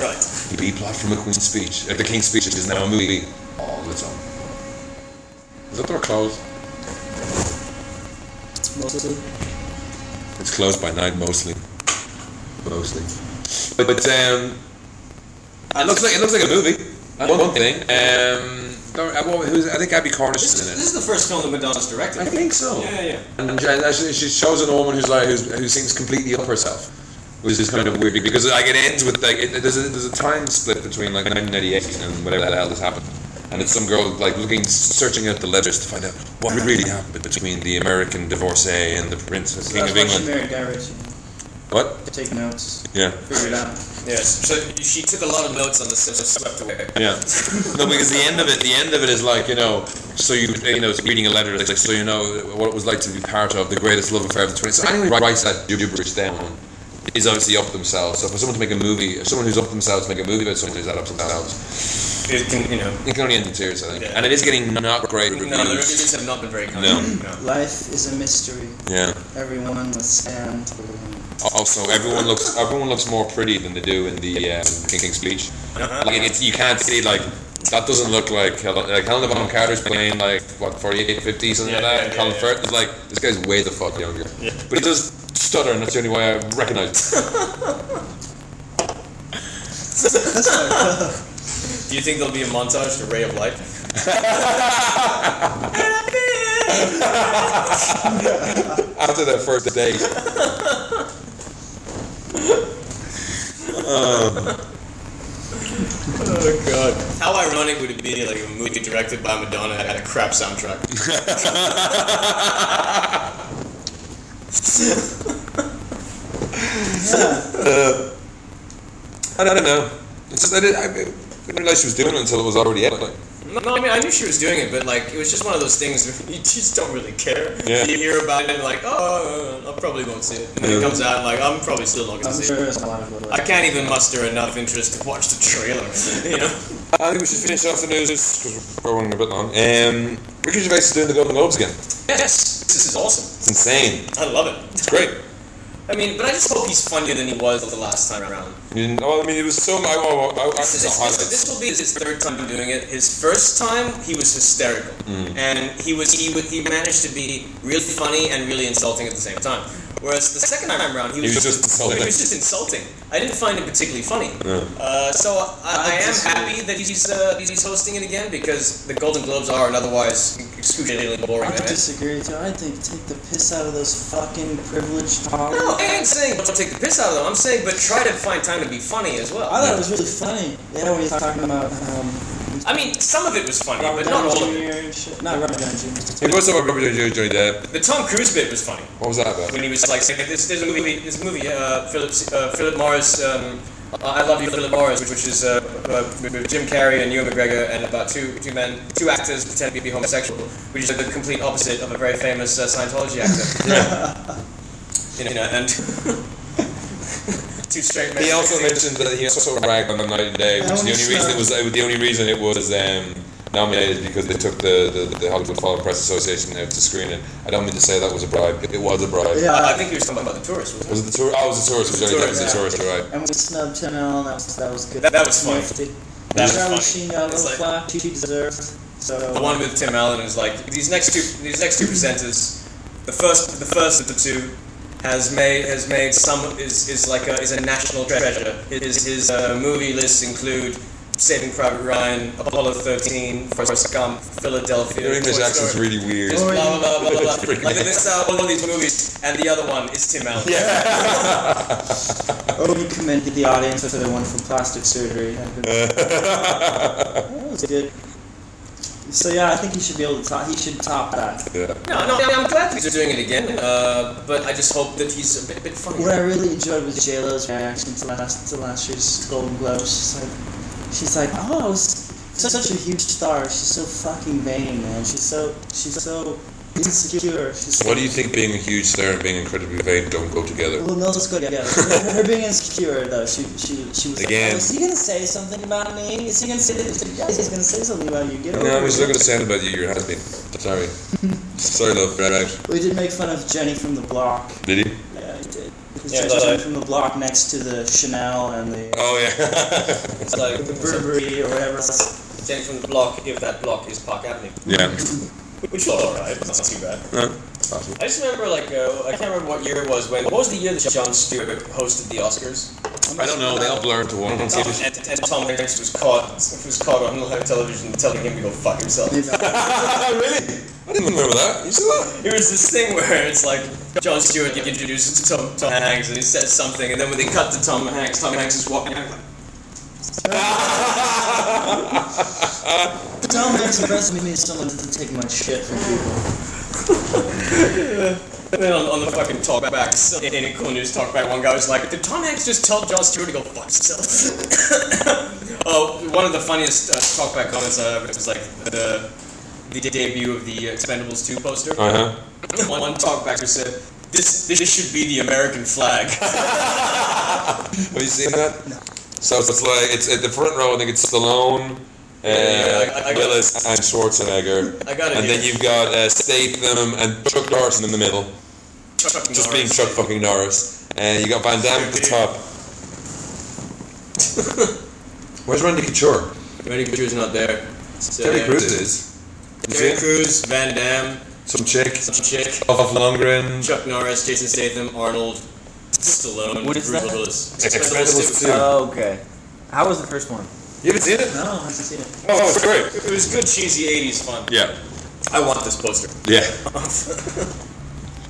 Speaker 2: Right.
Speaker 1: The B plot from the Queen's speech. Uh, the King's speech which is now a movie all its own. Is that door closed?
Speaker 3: mostly.
Speaker 1: It's closed by nine mostly. Mostly. But, but um, it looks like it looks like a movie. That's one thing. Um, don't- I, what- who's, I think Abby Cornish
Speaker 2: This,
Speaker 1: is in
Speaker 2: this
Speaker 1: it.
Speaker 2: is the first film that Madonna's directed.
Speaker 1: I think so.
Speaker 2: Yeah, yeah.
Speaker 1: And she, and she she shows an woman who's like who's, who sings completely up herself, which is kind of weird because like it ends with like it, there's a there's a time split between like 1998 and whatever the hell has happened, and it's some girl like looking searching out the ledgers to find out what really happened between the American divorcee and the Prince and
Speaker 3: So
Speaker 1: King
Speaker 3: that's
Speaker 1: of
Speaker 3: why she
Speaker 1: England.
Speaker 3: married Guy Ritchie.
Speaker 1: What?
Speaker 3: Take notes,
Speaker 1: Yeah.
Speaker 3: figure it out.
Speaker 2: Yes. So she took a lot of notes on the Simpsons swept away.
Speaker 1: Yeah. No, because the end of it, the end of it is like you know, so you you know, it's reading a letter that's like so you know what it was like to be part of the greatest love affair of the 20th. So anyone who writes that gibberish down is obviously up themselves. So for someone to make a movie, if someone who's up themselves make a movie about someone who's that up themselves,
Speaker 2: It can, you know.
Speaker 1: it can only end in tears, I think.
Speaker 2: Yeah.
Speaker 1: And it is getting not great
Speaker 2: No,
Speaker 1: reviews.
Speaker 2: the reviews have not been very kind.
Speaker 1: No.
Speaker 3: Life is a mystery.
Speaker 1: Yeah.
Speaker 3: Everyone must stand for them.
Speaker 1: Also, everyone looks everyone looks more pretty than they do in the um, King King's speech.
Speaker 2: Uh-huh.
Speaker 1: Like it's, you can't see like that doesn't look like Hel- like Helena Bonham Carter's playing like what 48, 50, something
Speaker 2: Yeah,
Speaker 1: like that.
Speaker 2: yeah,
Speaker 1: and
Speaker 2: yeah,
Speaker 1: Colin
Speaker 2: yeah.
Speaker 1: Firth is like this guy's way the fuck younger. But he does stutter, and that's the only way I recognize. him.
Speaker 2: Do you think there'll be a montage to Ray of Light?
Speaker 1: After that first date.
Speaker 2: Oh god. How ironic would it be like a movie directed by Madonna had a crap soundtrack?
Speaker 1: I don't know. It's just, I, didn't, I didn't realize she was doing it until it was already out. Like,
Speaker 2: No, no, I mean I knew she was doing it, but like it was just one of those things where you just don't really care.
Speaker 1: Yeah.
Speaker 2: You hear about it and like, oh, I probably won't see it. And then it
Speaker 1: Yeah.
Speaker 2: comes out like I'm probably still not gonna
Speaker 3: I'm
Speaker 2: see
Speaker 3: sure
Speaker 2: it.
Speaker 3: there's a lot of little.
Speaker 2: I can't even muster enough interest to watch the trailer. You know.
Speaker 1: I think we should finish off the news because we're running a bit long. Um, Ricky Gervais is doing the Golden Globes again.
Speaker 2: Yes, this is awesome.
Speaker 1: It's insane.
Speaker 2: I love it.
Speaker 1: It's great.
Speaker 2: I mean, but I just hope he's funnier than he was the last time around.
Speaker 1: You didn't, well, oh, I mean, it was so. I, oh, I, I, I
Speaker 2: This,
Speaker 1: saw
Speaker 2: this,
Speaker 1: highlights.
Speaker 2: this will be his third time doing it. His first time, he was hysterical, and he was he was, he managed to be really funny and really insulting at the same time. Whereas the second time around, he was,
Speaker 1: was just insulting.
Speaker 2: He was just insulting. I didn't find him particularly funny.
Speaker 1: Yeah.
Speaker 2: Uh, so I, I
Speaker 3: I
Speaker 2: am
Speaker 3: disagree.
Speaker 2: happy that he's uh, he's hosting it again because the Golden Globes are an otherwise excruciatingly boring
Speaker 3: I
Speaker 2: event.
Speaker 3: disagree with you. I think take the piss out of those fucking privileged hogs.
Speaker 2: No, I ain't saying don't take the piss out of them. I'm saying, but try to find time to be funny as well.
Speaker 3: I thought it was really funny. Yeah, when he's talking about um,
Speaker 2: I mean, some of it was funny,
Speaker 3: Robert
Speaker 2: but not all of
Speaker 3: Downey
Speaker 2: it.
Speaker 3: Jr. and shit. Not Robert Downey Jr.
Speaker 1: It was about Robert Downey Jr. Johnny Depp.
Speaker 2: The Tom Cruise bit was funny.
Speaker 1: What was that about?
Speaker 2: when he was like saying, "There's, there's a movie, there's a movie, uh, Philip, uh, Philip Morris, um, I Love You, Philip Morris, which is uh, uh, with Jim Carrey and Ewan McGregor and about two two men, two actors pretend to be homosexual, which is the complete opposite of a very famous uh, Scientology actor. you know, you know, and two straight men.
Speaker 1: He also mentioned that he also ragged on the night and day, which the only reason it was uh, the only reason it was um, nominated is because they took the, the, the Hollywood Foreign Press Association out to screen it. I don't mean to say that was a bribe. It was a bribe.
Speaker 3: Yeah.
Speaker 2: Uh, I think he was talking about the tourist. Wasn't
Speaker 1: Was it the tour? Oh, it was the tourist. It was Johnny Depp. It was the tourist. You're right.
Speaker 3: And we snubbed him out, and that was, that was good.
Speaker 2: That- that was funny.
Speaker 3: Nifty.
Speaker 2: That was
Speaker 3: Charlie
Speaker 2: funny.
Speaker 3: Sheen got a
Speaker 2: It's
Speaker 3: little
Speaker 2: like-
Speaker 3: flack. She deserved. So,
Speaker 2: The one with Tim Allen is like these next two these next two presenters. The first the first of the two has made has made some is, is like a, is a national treasure. His his uh, movie lists include Saving Private Ryan, Apollo 13, Forrest Gump, Philadelphia.
Speaker 1: Your English
Speaker 2: Toy
Speaker 1: accent's
Speaker 2: Story,
Speaker 1: really weird.
Speaker 3: Oh,
Speaker 2: Blah blah blah blah. blah.
Speaker 1: It's pretty
Speaker 2: like
Speaker 1: good.
Speaker 2: this out all of these movies, and the other one is Tim Allen.
Speaker 1: Yeah.
Speaker 3: oh, you commended the audience for the one from plastic surgery. Had good- That was good. So yeah, I think he should be able to top. He should top that.
Speaker 1: yeah.
Speaker 2: No, no, I'm glad that he's doing it again, uh, but I just hope that he's a bit, bit funny.
Speaker 3: What I really enjoyed was J Lo's reaction to last to last year's Golden Globes. She's like, she's like, oh, I was su- such a huge star. She's so fucking vain, man. She's so she's so insecure. She's
Speaker 1: What do you think being a huge star and being incredibly vain don't go together?
Speaker 3: Well, no, let's go together. Her, her being insecure, though, she she she was like,
Speaker 1: Again.
Speaker 3: oh, is he gonna say something about me? Is he gonna say this? Yes, he's gonna say something about you. Get over
Speaker 1: No,
Speaker 3: it.
Speaker 1: I'm just looking to say about you. Your husband. Sorry. Sorry, love. Right out.
Speaker 3: We did make fun of Jenny from the block.
Speaker 1: Did he?
Speaker 3: Yeah, we did. Because
Speaker 2: Yeah,
Speaker 3: Jenny
Speaker 2: but-
Speaker 3: from the block next to the Chanel and the,
Speaker 1: Oh yeah.
Speaker 2: It's like
Speaker 3: the Burberry or whatever. else.
Speaker 2: Jenny from the block, if that block is Park Avenue.
Speaker 1: yeah.
Speaker 2: which was alright. It's not too bad.
Speaker 1: No.
Speaker 2: I just remember, like, uh, I can't remember what year it was. When what was the year that John Stewart hosted the Oscars?
Speaker 1: I don't know. They all blur into one.
Speaker 2: Tom, and, and Tom Hanks was caught was caught on live television telling him to go fuck himself.
Speaker 3: Maybe I'll-
Speaker 1: Oh, really? I didn't remember that. You saw that?
Speaker 2: It was this thing where it's like John Stewart introduces Tom, Tom Hanks and he says something, and then when they cut to Tom Hanks, Tom Hanks is walking out.
Speaker 3: Tom Hanks impressed me as someone that doesn't take much shit from people.
Speaker 2: And then on, on the fucking talkback, so- in in cool news talkback, one guy was like, "Did Tom Hanks just tell John Stewart to go fuck himself?" oh, one of the funniest uh, talkback comments I ever was like the the debut of the Expendables 2 poster.
Speaker 1: Uh huh.
Speaker 2: One, one talkbacker said, "This this should be the American flag."
Speaker 1: Have you seen that? No. So it's like it's at the front row. I think it's Stallone, uh,
Speaker 2: Yeah, I- I- I-
Speaker 1: Willis, and Schwarzenegger,
Speaker 2: I got it.
Speaker 1: and
Speaker 2: here.
Speaker 1: then you've got uh, Statham and Chuck Norris in the middle,
Speaker 2: Chuck
Speaker 1: just being
Speaker 2: Norris.
Speaker 1: Chuck fucking Norris, and you got Van Damme at the top. Where's Randy Couture?
Speaker 2: Randy Couture's not there. So,
Speaker 1: Terry
Speaker 2: yeah.
Speaker 1: Crews is. You
Speaker 2: Terry
Speaker 1: see?
Speaker 2: Crews, Van Damme,
Speaker 1: Some chick.
Speaker 2: some chick,
Speaker 1: Off Lundgren.
Speaker 2: Chuck Norris, Jason Statham, Arnold, Stallone,
Speaker 6: What is
Speaker 2: Bruce
Speaker 6: that?
Speaker 2: Willis.
Speaker 1: Expendables 2.
Speaker 2: Expendables
Speaker 6: Oh, okay. How was the first one?
Speaker 1: You haven't seen it?
Speaker 3: No, I haven't seen it.
Speaker 1: Oh, it's great.
Speaker 2: two. It was good cheesy 80s fun.
Speaker 1: Yeah.
Speaker 2: I want this poster.
Speaker 1: Yeah.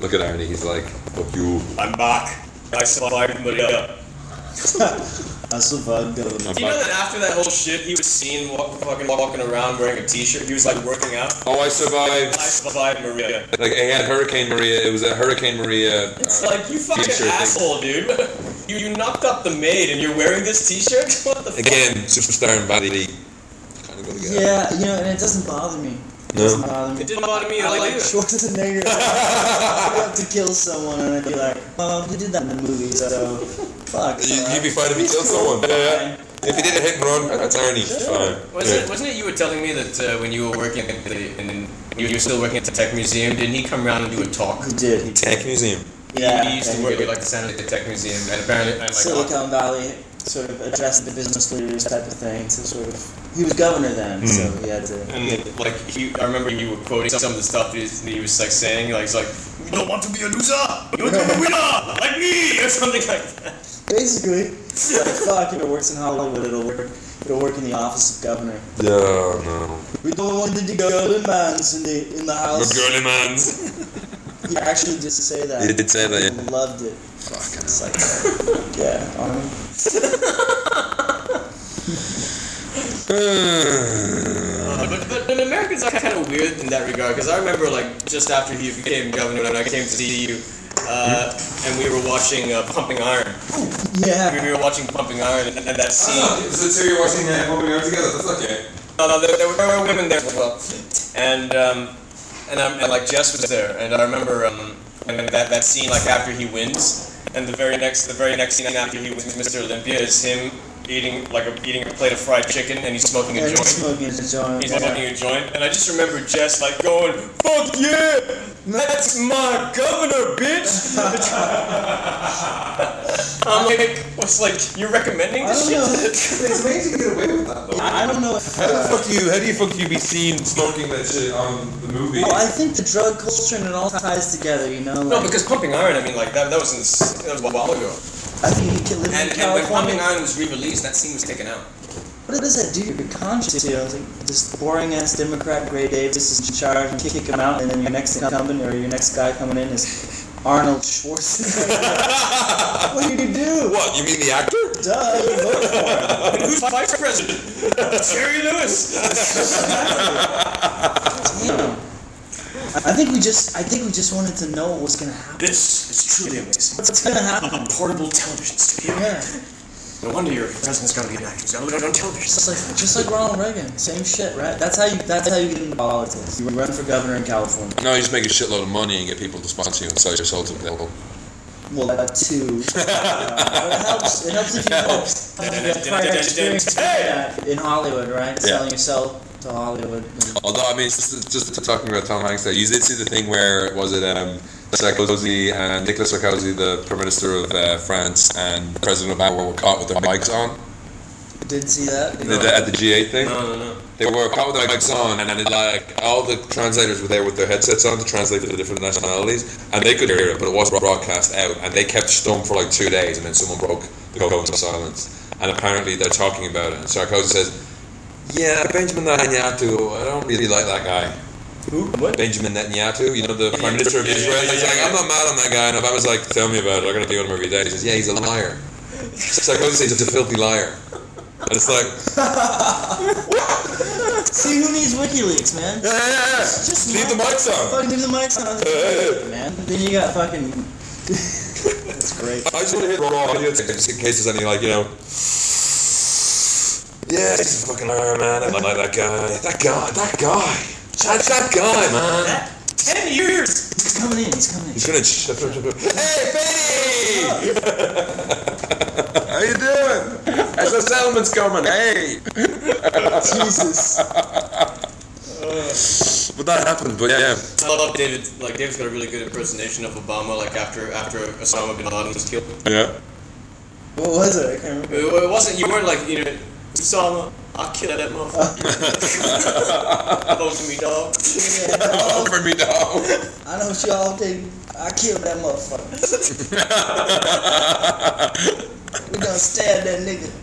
Speaker 1: Look at Arnie. He's like, fuck you.
Speaker 2: I'm back. I saw everybody up.
Speaker 3: I survived those.
Speaker 1: I'm
Speaker 2: Do you know
Speaker 1: back.
Speaker 2: that after that whole shit, he was seen walk, fucking walking around wearing a t-shirt. He was like working out.
Speaker 1: Oh, I
Speaker 2: I
Speaker 1: survived.
Speaker 2: survived Maria.
Speaker 1: Like I had Hurricane Maria. It was a Hurricane Maria.
Speaker 2: It's
Speaker 1: uh,
Speaker 2: like you fucking
Speaker 1: T-shirt thing.
Speaker 2: asshole, dude. You, you knocked up the maid and you're wearing this t-shirt. What the fuck?
Speaker 1: again, superstar and body lead. Kind of go together.
Speaker 3: Yeah, you know, and it doesn't bother me. It doesn't bother me.
Speaker 2: It didn't bother me. I
Speaker 3: I
Speaker 2: like
Speaker 3: like
Speaker 2: you.
Speaker 3: Schwarzenegger. If I have to kill someone, and I'd be like, well, he did that in the movie, so fuck.
Speaker 1: You,
Speaker 3: alright."
Speaker 1: would be fine if you killed someone. Yeah. If you did a hit and run, that's Arnie. Fine.
Speaker 2: Wasn't it, wasn't it you were telling me that uh, when you were working at the, and you were still working at the tech museum, didn't he come around and do a talk?
Speaker 3: He did. He did.
Speaker 1: Tech museum.
Speaker 3: Yeah.
Speaker 2: He used to
Speaker 3: and
Speaker 2: work
Speaker 3: he
Speaker 2: at like the center of the tech museum, and apparently, and,
Speaker 1: uh,
Speaker 2: like,
Speaker 3: Silicon Valley sort of addressed the business leaders type of thing. So sort of, he was governor then,
Speaker 1: Hmm.
Speaker 3: so he had to.
Speaker 2: and like he, I remember you were quoting some of the stuff that he- that he was like saying, like he's like, "You don't want to be a loser, you want to be a winner, like me," or something like that.
Speaker 3: Basically, it's like, fuck, if it works in Hollywood, it'll work. It'll work in the office of governor.
Speaker 1: Yeah, no.
Speaker 3: We don't want the golden mans in the in the
Speaker 1: We're
Speaker 3: house.
Speaker 1: girly mans.
Speaker 3: He actually did say that.
Speaker 1: He did say that,
Speaker 3: People Loved it. Fuck. It's like, yeah, um, Army.
Speaker 2: Uh, But, but, but Americans are kind of weird in that regard because I remember like just after he became governor and I came to see you, uh, and we were watching uh, Pumping Iron.
Speaker 3: Yeah.
Speaker 2: We were watching Pumping Iron and, and that scene.
Speaker 1: Oh, So two you're watching and moving out together. That's not gay.
Speaker 2: No, no, there, there, were, there were women there as well, and um, and, um, and like Jess was there, and I remember um, and then that, that scene like after he wins, and the very next the very next scene after he wins Mr. Olympia is him eating like a, eating a plate of fried chicken, and he's smoking a
Speaker 3: Yeah, he's
Speaker 2: joint.
Speaker 3: smoking his joint.
Speaker 2: He's
Speaker 3: Yeah.
Speaker 2: smoking a joint, and I just remember Jess like going, "Fuck yeah, that's my governor, bitch." I'm like, what's like you're recommending
Speaker 3: I
Speaker 2: this shit?
Speaker 3: don't know.
Speaker 1: It's amazing to get away with that though.
Speaker 3: I I don't know if.
Speaker 1: How the
Speaker 3: Uh,
Speaker 1: fuck you? How do you fuck you be seen smoking that shit on the movie?
Speaker 3: well, I think the drug culture and it all ties together, you know.
Speaker 2: No,
Speaker 3: Like,
Speaker 2: because Pumping Iron, I mean, like that, that was in the, s- that was a while ago.
Speaker 3: I think you can live
Speaker 2: And,
Speaker 3: in
Speaker 2: and when Pumping
Speaker 3: California.
Speaker 2: Iron was re-released, that scene was taken out.
Speaker 3: What does that do to your conscience? You know, it's like this boring ass Democrat Gray Davis is in charge and kick him out, and then your next incumbent or your next guy coming in is Arnold Schwarzenegger. what do you do?
Speaker 1: What? You mean the actor?
Speaker 3: Duh, you vote for him.
Speaker 2: And who's vice president? Jerry Lewis.
Speaker 3: Damn. I think we just I think we just wanted to know what was gonna happen.
Speaker 2: This is truly amazing.
Speaker 3: What's gonna happen?
Speaker 2: A portable television studio.
Speaker 3: Yeah.
Speaker 2: No wonder your president's gonna be an actor. He's gonna look on television.
Speaker 3: Just like just like Ronald Reagan. Same shit, right? That's how you that's how you get into politics. You run for governor in California.
Speaker 1: No, you just make a shitload of money and get people to sponsor you and sell your soul to people.
Speaker 3: Well that too. Uh, it helps it helps if you helps. have prior experience doing that in Hollywood, right?
Speaker 1: Yeah.
Speaker 3: Selling yourself to Hollywood.
Speaker 1: Although I mean, it's just, just talking about Tom Hanks, there you did see the thing where was it um, Sarkozy and Nicolas Sarkozy, the Prime Minister of uh, France, and President Obama were caught with their mics on.
Speaker 3: Didn't see that.
Speaker 1: Did that at the G8 thing?
Speaker 2: No, no, no.
Speaker 1: They were caught with their mics on, and then it, like all the translators were there with their headsets on to translate to the different nationalities, and they could hear it, but it wasn't broadcast out. And they kept stum for like two days, and then someone broke the code of silence. And apparently they're talking about it. And Sarkozy says, "Yeah, Benjamin Netanyahu, I don't really like that guy."
Speaker 2: Who? What?
Speaker 1: Benjamin Netanyahu, you know the prime minister of
Speaker 2: Yeah,
Speaker 1: Israel.
Speaker 2: yeah,
Speaker 1: He's
Speaker 2: yeah,
Speaker 1: like,
Speaker 2: yeah.
Speaker 1: "I'm not mad on that guy," and Obama's like, "Tell me about it. I'm gonna deal with him every day." He says, "Yeah, he's a liar." Sarkozy says, "He's a filthy liar." And it's like,
Speaker 3: See who needs WikiLeaks, man.
Speaker 1: yeah, yeah, yeah.
Speaker 3: Just
Speaker 1: Leave the mics on.
Speaker 3: Fucking leave the mics on, man. Then you got fucking. That's great.
Speaker 1: I just want to hear the raw audio tape just in case there's any like you know. Yeah, he's a fucking liar, man. I don't like that guy. That guy. That guy. That, that guy, man.
Speaker 3: That- Ten years. He's coming in. He's coming in.
Speaker 1: He's gonna. Ch- hey, Benny. How you doing? As the settlement's coming. Hey.
Speaker 3: Jesus.
Speaker 1: But that happened. But yeah,
Speaker 2: I love David. Like David's got a really good impersonation of Obama. Like after after Osama bin Laden was killed,
Speaker 1: yeah.
Speaker 3: What was it? I can't remember.
Speaker 2: it, it wasn't. You weren't like you know Osama. I killed that motherfucker. Close me, dog.
Speaker 1: Oh, for me now.
Speaker 3: I know what y'all think. I killed that motherfucker. we gonna stab that nigga.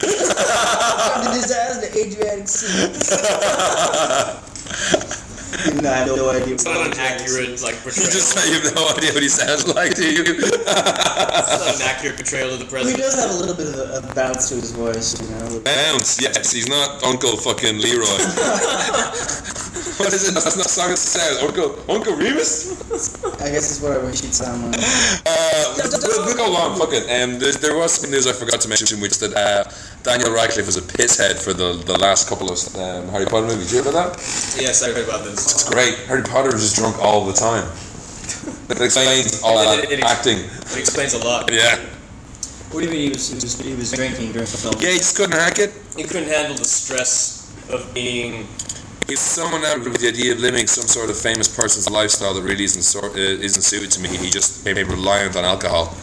Speaker 3: Under his eyes, the Adriatic Sea. no, I have no idea.
Speaker 2: It's not an accurate like portrayal.
Speaker 1: you have no idea what he sounds like, do you?
Speaker 2: It's not an accurate portrayal of the
Speaker 3: He
Speaker 2: president.
Speaker 3: does have a little bit of a bounce to his voice, you know. a little-
Speaker 1: Bounce, yes. He's not Uncle fucking Leroy. what is it? That's not song it says. Uncle Uncle Remus?
Speaker 3: I guess it's what I wish he'd sound like.
Speaker 1: Uh, we'll, we'll go on. Fucking. Um, there, there was some news I forgot to mention, which that uh, Daniel Radcliffe was a pisshead for the the last couple of um, Harry Potter movies. Did you hear about that?
Speaker 2: Yes, I heard about this.
Speaker 1: It's great. Harry Potter was just drunk all the time. That explains all that
Speaker 2: It- it- it-
Speaker 1: acting.
Speaker 2: It explains a lot.
Speaker 1: Yeah.
Speaker 3: What do you mean he was, he was, he was drinking during the film?
Speaker 1: Yeah, he just couldn't hack it.
Speaker 2: He couldn't handle the stress of being.
Speaker 1: If someone out with the idea of living some sort of famous person's lifestyle that really isn't sort, uh, isn't suited to me, he just became reliant on alcohol.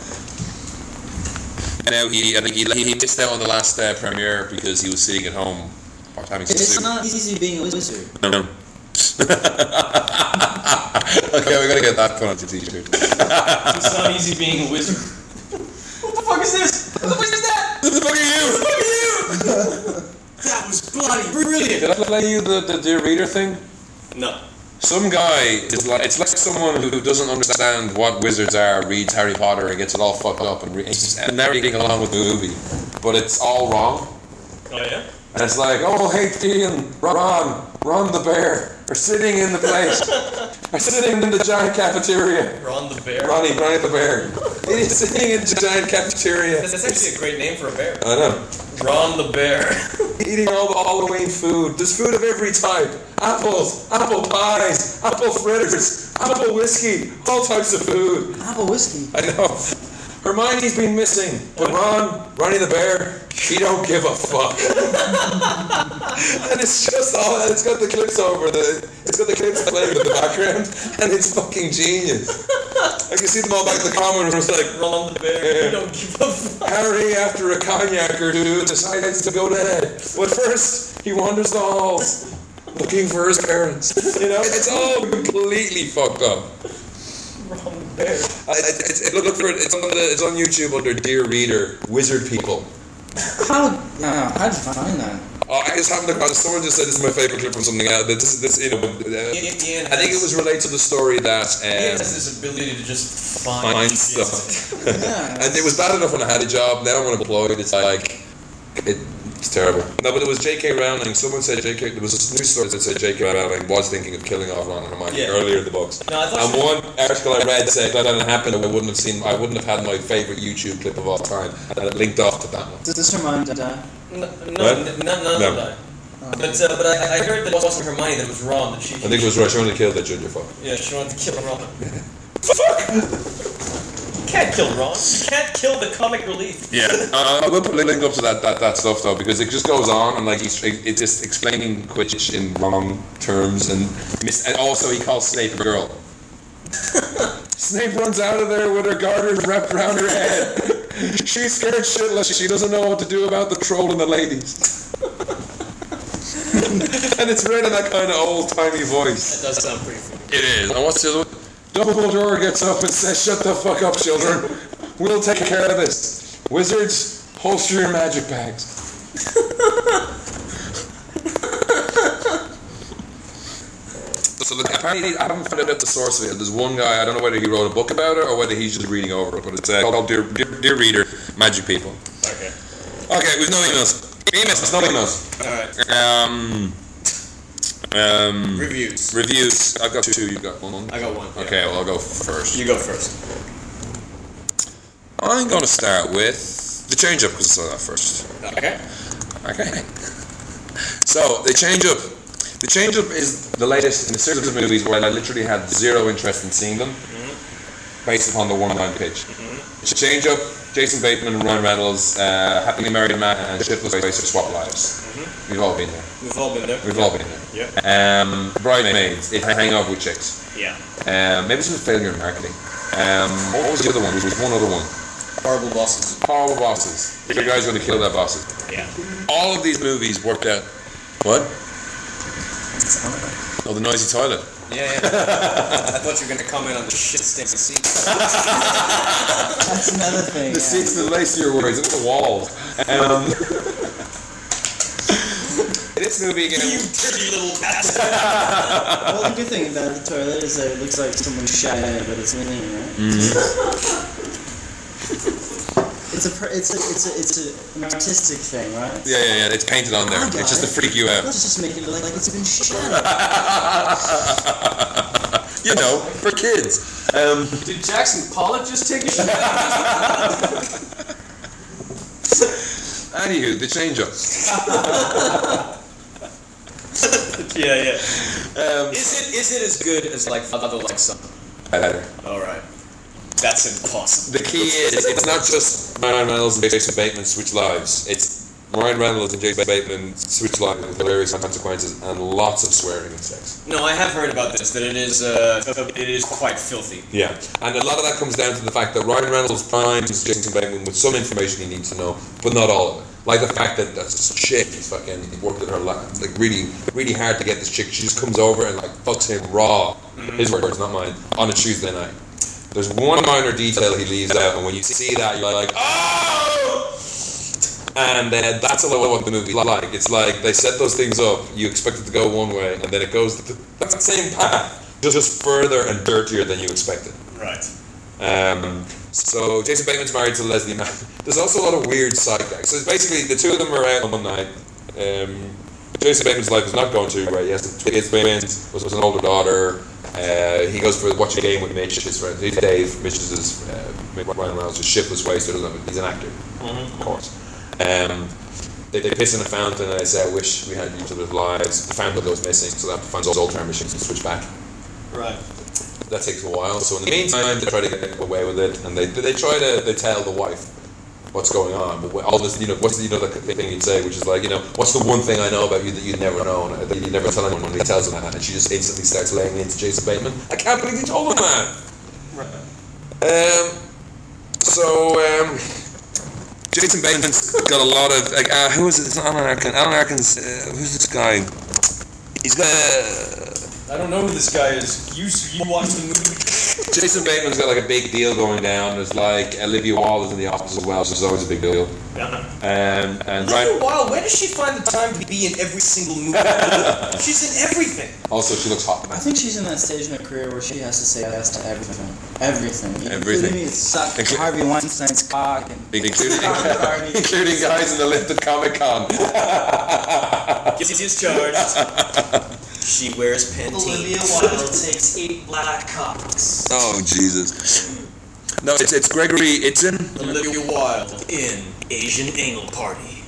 Speaker 1: And now he, I think he, he missed out on the last uh, premiere because he was sitting at home or having some
Speaker 3: It's
Speaker 1: soup.
Speaker 3: not easy being a wizard.
Speaker 1: No, no. okay, we're gonna get that put on the t-shirt.
Speaker 2: It's not easy being a wizard. what the fuck is this? What the fuck is that?
Speaker 1: Who the fuck are you?
Speaker 2: Fuck you! that was bloody brilliant.
Speaker 1: Did I play you the, the dear reader thing?
Speaker 2: No.
Speaker 1: Some guy is like it's like someone who doesn't understand what wizards are reads Harry Potter and gets it all fucked up and re- he's just and narrating along with the movie, but it's all wrong.
Speaker 2: Oh yeah.
Speaker 1: And it's like, oh hey Dean, Ron, Ron the bear are sitting in the place, are sitting in the giant cafeteria.
Speaker 2: Ron the bear.
Speaker 1: Ronnie, Ronnie the bear, it is sitting in the giant cafeteria.
Speaker 2: That's, that's actually a great name for a bear.
Speaker 1: I know.
Speaker 2: Ron the bear.
Speaker 1: Eating all the Halloween food. There's food of every type. Apples, apple pies, apple fritters, apple whiskey, all types of food.
Speaker 3: Apple whiskey.
Speaker 1: I know. Hermione's been missing, but Ron, Ronnie the Bear, she don't give a fuck. and it's just all, and it's got the clips over the, it's got the clips playing in the background, and it's fucking genius. I can see them all back in the common room, it's like,
Speaker 2: Ron the bear. You don't give a fuck.
Speaker 1: Harry, after a cognac or two, decides to go to bed. But first, he wanders the halls, looking for his parents. You know, it's all completely fucked up.
Speaker 2: Ron the bear.
Speaker 1: I, it's, it, look for it. It's on the, it's on YouTube under Dear Reader Wizard People.
Speaker 3: How? No, no, how'd you find that?
Speaker 1: Oh, I just happened to someone just said this is my favorite clip from something. Uh, this is this you know. uh,
Speaker 2: Ian
Speaker 1: I think it was related to the story that
Speaker 2: Ian
Speaker 1: um,
Speaker 2: has this ability to just find,
Speaker 1: find
Speaker 2: shit.
Speaker 1: stuff,
Speaker 3: Yeah.
Speaker 1: and it was bad enough when I had a job. Now I'm unemployed. It's like it, it's terrible. No, but it was J.K. Rowling. Someone said J.K. There was this news story that said J.K. Rowling was thinking of killing off Ron and Hermione
Speaker 2: Yeah.
Speaker 1: earlier in the books.
Speaker 2: No, I thought
Speaker 1: And
Speaker 2: she-
Speaker 1: one article I read said that hadn't happened, I wouldn't have seen. I wouldn't have had my favorite YouTube clip of all time, and it linked off to that one.
Speaker 3: Does this remind you? uh,
Speaker 2: No, no,
Speaker 1: What?
Speaker 2: n- no, no,
Speaker 1: No.
Speaker 2: no. no. But uh, but I, I heard that it wasn't Hermione that was wrong. That she
Speaker 1: I think it was right. She only killed that junior fuck.
Speaker 2: yeah she wanted to kill Ron. You can't kill Ron. You can't kill the comic relief.
Speaker 1: Yeah, uh, I will put a link up to that, that that stuff though because it just goes on and like he's it, it's just explaining Quidditch in wrong terms and mis- and also he calls Snape a girl. Snape runs out of there with her garters wrapped around her head. She's scared shitless. She doesn't know what to do about the troll and the ladies. and it's read in that kind of old timey voice.
Speaker 2: That does sound pretty funny.
Speaker 1: It is. And what's the other one? Dumbledore gets up and says, Shut the fuck up, children. We'll take care of this. Wizards, holster your magic bags. So look, apparently I haven't found out the source of it. There's one guy I don't know whether he wrote a book about it or whether he's just reading over it, but it's uh, called "Dear Dear, Dear Reader, Magic People."
Speaker 2: Okay.
Speaker 1: Okay, we've no emails. Emails, it's no emails.
Speaker 2: All right.
Speaker 1: Um, um,
Speaker 2: Reviews.
Speaker 1: reviews. I've got two. You've got one.
Speaker 2: I got one. yeah.
Speaker 1: Okay, well I'll go first.
Speaker 2: You go first.
Speaker 1: I'm going to start with the change up because I saw that first.
Speaker 2: Okay.
Speaker 1: Okay. So, the change up. The change up is the latest in a series of movies where I literally had zero interest in seeing them based upon the one line pitch. Change up, Jason Bateman and Ryan Reynolds, uh, Happily Married Man, and Shitless Racer swap lives. We've all been there.
Speaker 2: We've all been there.
Speaker 1: We've all been there.
Speaker 2: Yeah.
Speaker 1: Um, Bridesmaids, If I Hang Out with Chicks.
Speaker 2: Yeah.
Speaker 1: Um, maybe it's a failure in marketing. Um, what was the other one? There was one other one.
Speaker 2: Horrible bosses.
Speaker 1: Horrible bosses. The guy's going to kill their bosses.
Speaker 2: Yeah.
Speaker 1: All of these movies worked out. What?
Speaker 3: uh,
Speaker 1: Oh, the noisy toilet.
Speaker 2: Yeah. yeah. I thought you were gonna comment on the shit stinking seat.
Speaker 3: That's another thing.
Speaker 1: The
Speaker 3: yeah.
Speaker 1: seats, the lacier words, it's the walls. Um, this movie again.
Speaker 2: dirty little bastard.
Speaker 3: Well, the good thing about the toilet is that it looks like someone shot at it, but it's winning, right? it's a per- it's a it's a it's a, an artistic thing, right?
Speaker 1: Yeah, yeah, yeah. It's painted on there. It's just to freak you out.
Speaker 3: Let's just make it look like it's been shot at.
Speaker 1: You know, for kids. Um,
Speaker 2: Did Jackson Pollock just take a shit?
Speaker 1: anywho, the change up.
Speaker 2: yeah, yeah.
Speaker 1: Um,
Speaker 2: Is it is it as good as like Father Like Son?
Speaker 1: better.
Speaker 2: All right. That's impossible.
Speaker 1: The key is, it's not just Ryan Reynolds and Jason Bateman switch lives. It's Ryan Reynolds and Jason Bateman switch lives with hilarious consequences and lots of swearing and sex.
Speaker 2: No, I have heard about this. That it is uh, it is quite filthy.
Speaker 1: Yeah. And a lot of that comes down to the fact that Ryan Reynolds primes Jason Bateman with some information he needs to know, but not all of it. Like the fact that that's a chick he's fucking worked at her life. Like really, really hard to get this chick. She just comes over and like fucks him raw. His words, not mine. On a Tuesday night. There's one minor detail he leaves out, and when you see that, you're like, oh! And uh, that's a lot of what the movie's like. It's like they set those things up, you expect it to go one way, and then it goes the, that same path, just, just further and dirtier than you expected.
Speaker 2: Right.
Speaker 1: Um, so Jason Bateman's married to Leslie Mann. There's also a lot of weird side gags. So it's basically the two of them are out on one night. Um, Jason Bateman's life is not going too great. He has two kids. Bateman was, was an older daughter. Uh, he goes for watch a game with Mitch, his friend. He's Dave. Mitch is his, uh, Ryan Reynolds' shipless waste. He doesn't have- He's an actor, of course. Um, they, they piss in a fountain and they say, I wish we had each other's lives. The fountain goes missing, so that finds old time machines to switch back
Speaker 2: Right.
Speaker 1: that takes a while. So in the meantime, they try to get away with it, and they they try to they tell the wife what's going on. But all this, you know, what's the, you know the thing you'd say, which is like, you know, what's the one thing I know about you that you'd never know, and that you never tell anyone. And he tells her that, and she just instantly starts laying into Jason Bateman. I can't believe you told him that. Um, so um, Jason Bateman's got a lot of like, uh, who is it? It's not Alan Arkin. Alan Arkin's uh, who's this guy? He's got. Uh,
Speaker 2: I don't know who this guy is. You you watched the movie?
Speaker 1: Jason Bateman's got like a big deal going down. There's like Olivia Wilde is in the office as well, so there's always a big deal. Um, and right,
Speaker 2: Wow, where does she find the time to be in every single movie? She's in everything.
Speaker 1: also she looks hot.
Speaker 3: I think she's in that stage in her career where she has to say yes to everything, everything,
Speaker 1: Everything.
Speaker 3: including suck
Speaker 1: Inclu-
Speaker 3: Harvey Weinstein's cock and
Speaker 1: Including,
Speaker 3: Harvey.
Speaker 1: including guys in the lift at Comic Con.
Speaker 2: Gets discharged. she wears Pantene.
Speaker 3: Wilde takes eight black cocks.
Speaker 1: Oh Jesus! No, it's it's Gregory Itzen.
Speaker 2: Olivia Wilde in Asian Anal Party.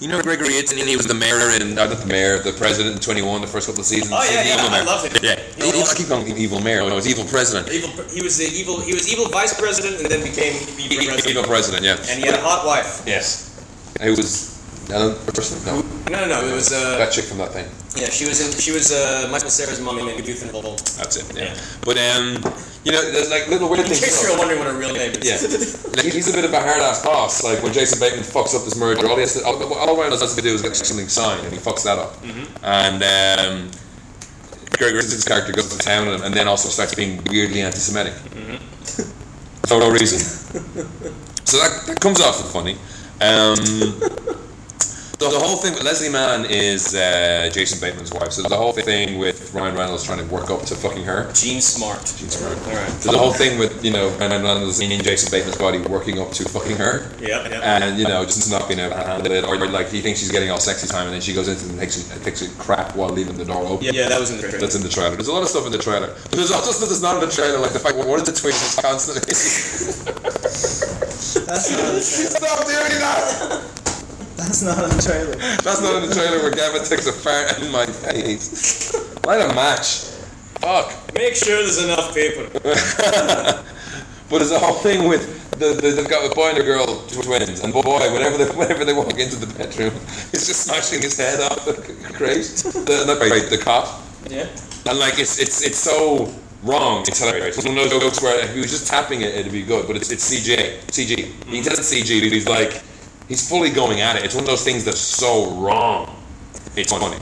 Speaker 1: You know Gregory Itzen? He was the mayor in uh, not the mayor, the president in 21, the first couple of seasons.
Speaker 2: Oh, yeah,
Speaker 1: The
Speaker 2: yeah,
Speaker 1: evil
Speaker 2: I
Speaker 1: mayor.
Speaker 2: love him.
Speaker 1: Yeah,
Speaker 2: You
Speaker 1: He- he-
Speaker 2: know-
Speaker 1: I keep calling him evil mayor. No, he's evil president.
Speaker 2: Evil, he was the evil. He was evil vice president and then became the
Speaker 1: Evil
Speaker 2: president.
Speaker 1: president. Yeah.
Speaker 2: And he had a hot wife.
Speaker 1: Yes. Who was I don't personally know.
Speaker 2: No, no, no. It was uh,
Speaker 1: that chick from that thing.
Speaker 2: yeah. She was in. She was uh, Michael Sarah's mom in Goofenville.
Speaker 1: That's it.
Speaker 2: Yeah.
Speaker 1: Yeah. But um, you know, there's like little weird
Speaker 2: In case
Speaker 1: things. you
Speaker 2: you're
Speaker 1: know.
Speaker 2: wondering what her real name
Speaker 1: Yeah,
Speaker 2: is.
Speaker 1: like, he's a bit of a hard ass boss. Like when Jason Bateman fucks up his murder, all he has to, all, all Ryan has to do is get something signed, and he fucks that up. And um, Greg Richardson's character goes to town on him, and then also starts being weirdly anti-Semitic for no reason. so that, that comes off as funny. Um, the, the whole thing with Leslie Mann is uh, Jason Bateman's wife. So the whole thing with Ryan Reynolds trying to work up to fucking her.
Speaker 2: Gene Smart.
Speaker 1: Gene Smart.
Speaker 2: All right.
Speaker 1: So the whole thing with you know Ryan Reynolds in Jason Bateman's body working up to fucking her,
Speaker 2: Yeah, yeah.
Speaker 1: and you know just not being able to handle it, or like he thinks she's getting all sexy time, and then she goes into and takes a, takes a crap while leaving the door open.
Speaker 2: Yeah, yeah, that was in the trailer.
Speaker 1: That's in the trailer. There's a lot of stuff in the trailer. But there's also stuff that's not in the trailer, like the fact one of the twins is constantly.
Speaker 3: That's not, in the trailer.
Speaker 1: Stop doing that!
Speaker 3: that's not in the trailer.
Speaker 1: That's not in the trailer where Gavin takes a fart in my face. Light a match. Fuck.
Speaker 2: Make sure there's enough people.
Speaker 1: But there's a whole thing with the, the, they've got a boy and a girl tw- twins, and the boy, whenever they whenever they walk into the bedroom, he's just smashing his head off the c- crate, the, not crate, the cop,
Speaker 3: Yeah.
Speaker 1: and like it's it's it's so wrong. It's hilarious. It's one of those jokes where if he was just tapping it, it'd be good, but it's it's CJ, CG.
Speaker 3: Mm-hmm.
Speaker 1: He does it CG, but he's like he's fully going at it. It's one of those things that's so wrong. It's funny.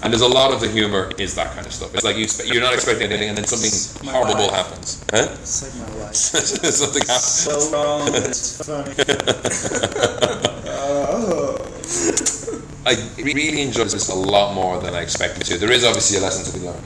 Speaker 1: And there's a lot of the humor is that kind of stuff. It's like you spe- you're not expecting anything, and then something
Speaker 3: My
Speaker 1: horrible
Speaker 3: wife.
Speaker 1: happens. Huh?
Speaker 3: It's like my life.
Speaker 1: something happens.
Speaker 3: So wrong. It's funny. oh.
Speaker 1: I really enjoyed this a lot more than I expected to. There is obviously a lesson to be learned,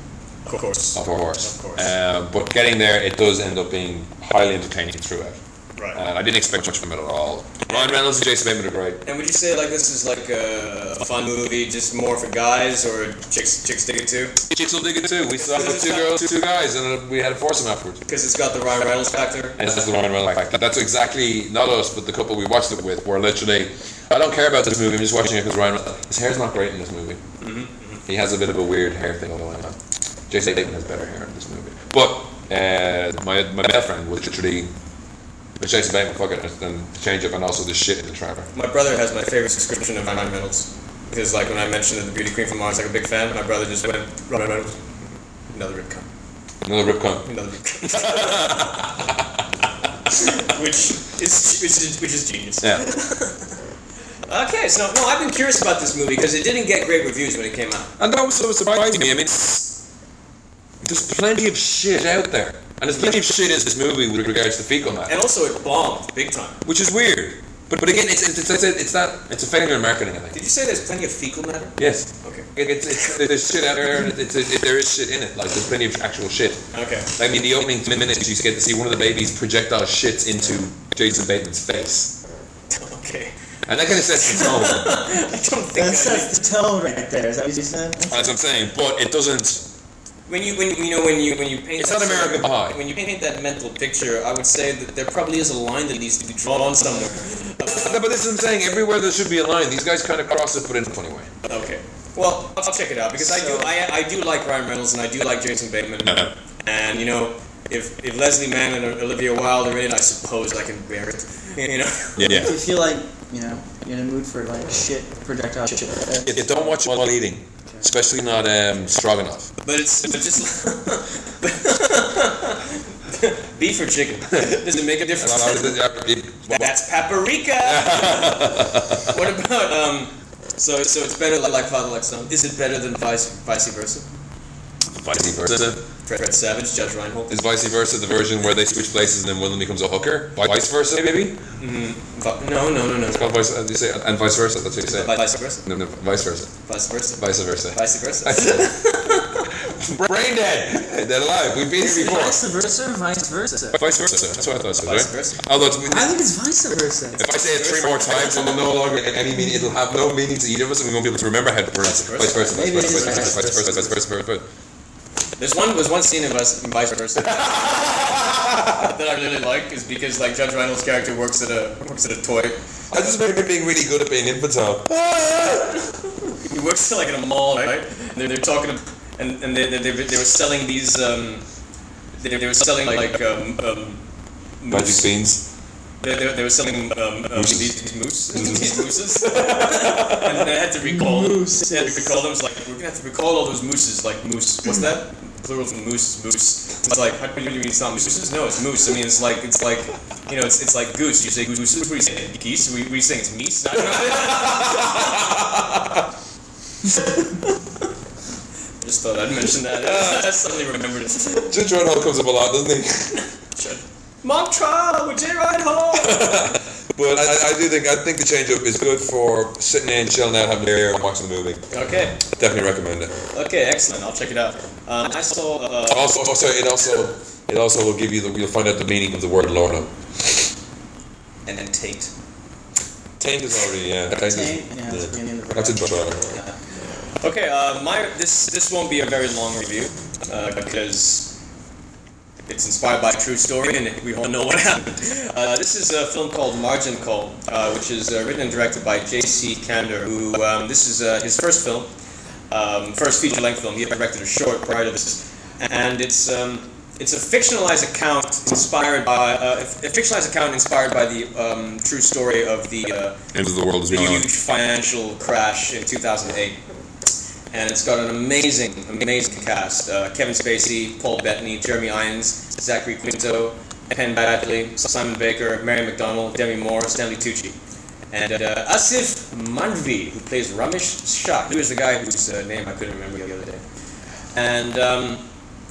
Speaker 2: Of course.
Speaker 1: of course.
Speaker 2: Of course.
Speaker 1: Uh, but getting there, it does end up being highly entertaining throughout.
Speaker 2: Right.
Speaker 1: Uh, I didn't expect much from it at all. Ryan Reynolds and Jason Bateman are great.
Speaker 2: And would you say like this is like a, a fun movie, just more for guys or chicks? Chicks dig it too,
Speaker 1: Chicks will dig it too. We saw it with two girls, two guys, and we had a foursome afterwards.
Speaker 2: because it's got the Ryan Reynolds factor.
Speaker 1: And that's the Ryan Reynolds fact. That's exactly not us, but the couple we watched it with were literally. I don't care about this movie. I'm just watching it because Ryan. Reynolds- His hair's not great in this movie. He has a bit of a weird hair thing going on. Jason Bateman has better hair in this movie. But uh, my my male friend was literally. But Jason Bateman, fuck it, and the change up, and also the shit in the trailer.
Speaker 2: My brother has my favorite subscription of Ryan Reynolds, because like when I mentioned that the Beauty Queen from Mars, like a big fan, my brother just went Ryan Reynolds, another rip cut,
Speaker 1: Another rip cunt.
Speaker 2: another rip cut. which is which is which is genius.
Speaker 1: Yeah.
Speaker 2: Okay, so no, I've been curious about this movie because it didn't get great reviews when it came out.
Speaker 1: And that was so surprising to me. I mean, it's, there's plenty of shit out there. And there's plenty of shit in this movie with regards to fecal matter.
Speaker 2: And also, it bombed big time.
Speaker 1: which is weird. But but again, it's it's it's, it's, it's that it's a failure in marketing, I think.
Speaker 2: Did you say there's plenty of fecal matter?
Speaker 1: Yes,
Speaker 2: Okay.
Speaker 1: It- it's, it's, there's shit out there, and it's, it, there is shit in it. Like there's plenty of actual shit.
Speaker 2: Okay.
Speaker 1: I mean, the opening minutes you get to see one of the babies projectile shits into Jason Bateman's face,
Speaker 2: Okay.
Speaker 1: and that kind of sets the tone.
Speaker 2: I don't think I
Speaker 3: That sets the tone right there. Is that what you said?
Speaker 1: That's what I'm saying. But it doesn't.
Speaker 2: When you, when you, you know, when you, when you paint.
Speaker 1: It's
Speaker 2: that
Speaker 1: not
Speaker 2: sort of-
Speaker 1: American Pie.
Speaker 2: When you paint that mental picture, I would say that there probably is a line that needs to be drawn somewhere.
Speaker 1: No, but this is what I'm saying. Everywhere there should be a line, these guys kind of cross it, but in a funny way.
Speaker 2: Okay. Well, I'll I'll check it out because I do, I, I do like Ryan Reynolds and I do like Jason Bateman, and you know, if if Leslie Mann and Olivia Wilde are in it, I suppose I can bear it. You know.
Speaker 3: If you feel like, you know, you're in a mood for like shit, projectile shit. uh,
Speaker 1: If you don't watch it while eating, especially not um, stroganoff.
Speaker 2: But it's but just beef or chicken does it make a
Speaker 1: And I
Speaker 2: difference?
Speaker 1: know-
Speaker 2: That's paprika. what about um? So so it's better like, like father like son. Is it better than vice vice versa?
Speaker 1: Vice versa.
Speaker 2: Fred, Fred Savage, Judge Reinhold,
Speaker 1: Is vice versa the version where they switch places and then one of them becomes a hooker? Vi- Vice versa, maybe?
Speaker 2: Vi- no no no no.
Speaker 1: It's called vice, uh, you say, and vice versa, that's what you say.
Speaker 2: Vi- Vice versa,
Speaker 1: No, no, vice versa.
Speaker 2: vice versa,
Speaker 1: Vice versa.
Speaker 2: vice versa.
Speaker 1: That's it. Brain dead! They're alive, we've been here before.
Speaker 3: Vice versa, or vice versa.
Speaker 1: Vice versa, that's what I thought it said,
Speaker 2: Vice
Speaker 1: right?
Speaker 2: versa.
Speaker 1: Although, it's, we-
Speaker 3: I think it's vice versa.
Speaker 1: if I say it three more times, it'll no longer get any meaning, it'll have no meaning to either of us, and we won't be able to remember how to pronounce it. Vice versa, vice
Speaker 3: Maybe it
Speaker 1: versa,
Speaker 3: is
Speaker 1: vice versa,
Speaker 3: vice
Speaker 1: vice versa, vice versa, vice versa.
Speaker 2: There's one there's one scene in vice, in vice versa. that I really like is because like Judge Reinhold's character works at a works at a toy.
Speaker 1: I just remember being really good at being infantile.
Speaker 2: He works like in a mall, right? And they're, they're talking, and, and they, they, they, were- they were selling these. Um, they, they were selling like, like um, um,
Speaker 1: Magic
Speaker 2: moose-
Speaker 1: beans.
Speaker 2: They, they, they were selling um, um,
Speaker 1: Mooses.
Speaker 2: these, these moose, these mooses, and I had to recall. I had to recall them. It's like we're gonna have to recall all those mooses. Like moose, what's that? Plural from moose is moose. It's like how do you mean it's not mooses? No, it's moose. I mean it's like it's like you know it's it's like goose. You say goose. What are you saying? Geese? We we saying it's meese? Not, Just thought I'd mention that. I suddenly remembered it.
Speaker 1: Ginger Red Hall comes up a lot, doesn't he?
Speaker 2: Mock trial with J. Ride Hall.
Speaker 1: But I, I do think I think the change up is good for sitting in, chilling out, having a beer, and watching the movie.
Speaker 2: Okay.
Speaker 1: Definitely recommend it.
Speaker 2: Okay, excellent. I'll check it out. Um, I saw. Uh,
Speaker 1: Also, also, it also it also will give you the you'll find out the meaning of the word Lorna.
Speaker 2: and then Tate.
Speaker 1: Taint is already yeah. Taint is,
Speaker 3: Taint, yeah, that's the name of the
Speaker 1: That's a
Speaker 3: product.
Speaker 1: trailer.
Speaker 2: Okay. Uh, my this this won't be a very long review uh, because it's inspired by a true story and we all know what happened. Uh, this is a film called Margin Call, uh, which is uh, written and directed by J.C. Kander, who um, this is uh, his first film, um, first feature-length film. He had directed a short prior to this, and it's. Um, it's a fictionalized account inspired by uh, a fictionalized account inspired by the um, true story of the uh,
Speaker 1: End of the world is
Speaker 2: the
Speaker 1: beyond.
Speaker 2: huge financial crash in 2008. And it's got an amazing, amazing cast. Uh, Kevin Spacey, Paul Bettany, Jeremy Irons, Zachary Quinto, Penn Badgley, Simon Baker, Mary McDonnell, Demi Moore, Stanley Tucci. And uh, Asif Manvi, who plays Ramesh Shah, who is the guy whose uh, name I couldn't remember the other day. And um,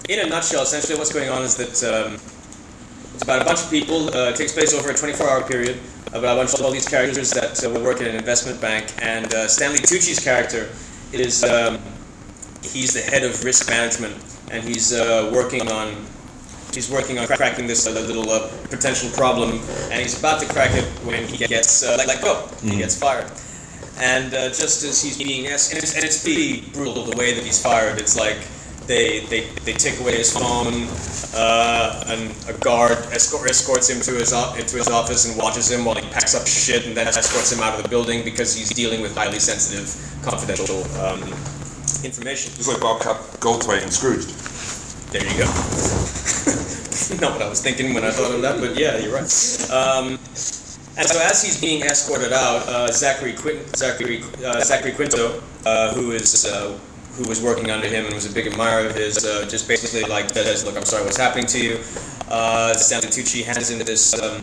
Speaker 2: in a nutshell, essentially what's going on is that um, it's about a bunch of people. Uh, it takes place over a 24-hour period. About a bunch of all these characters that uh, will work at an investment bank, and uh, Stanley Tucci's character is um, he's the head of risk management, and he's uh, working on he's working on cracking this uh, little uh, potential problem, and he's about to crack it when he gets uh, let, let go. He gets fired. And uh, just as he's being, and it's, and it's pretty brutal the way that he's fired. It's like they they, they take away his phone, uh, and a guard escort, escorts him to his o- into his office and watches him while he packs up shit and then escorts him out of the building because he's dealing with highly sensitive, confidential um, information.
Speaker 1: Just like Bobcat Goldthwait and Scrooged.
Speaker 2: There you go. Not what I was thinking when I thought of that, but yeah, you're right. Um, and so as he's being escorted out, uh, Zachary, Quin- Zachary, uh, Zachary Quinto, uh, who is uh, who was working under him and was a big admirer of his, uh, just basically like says, "Look, I'm sorry, what's happening to you." Uh, Stanley Tucci hands him this um,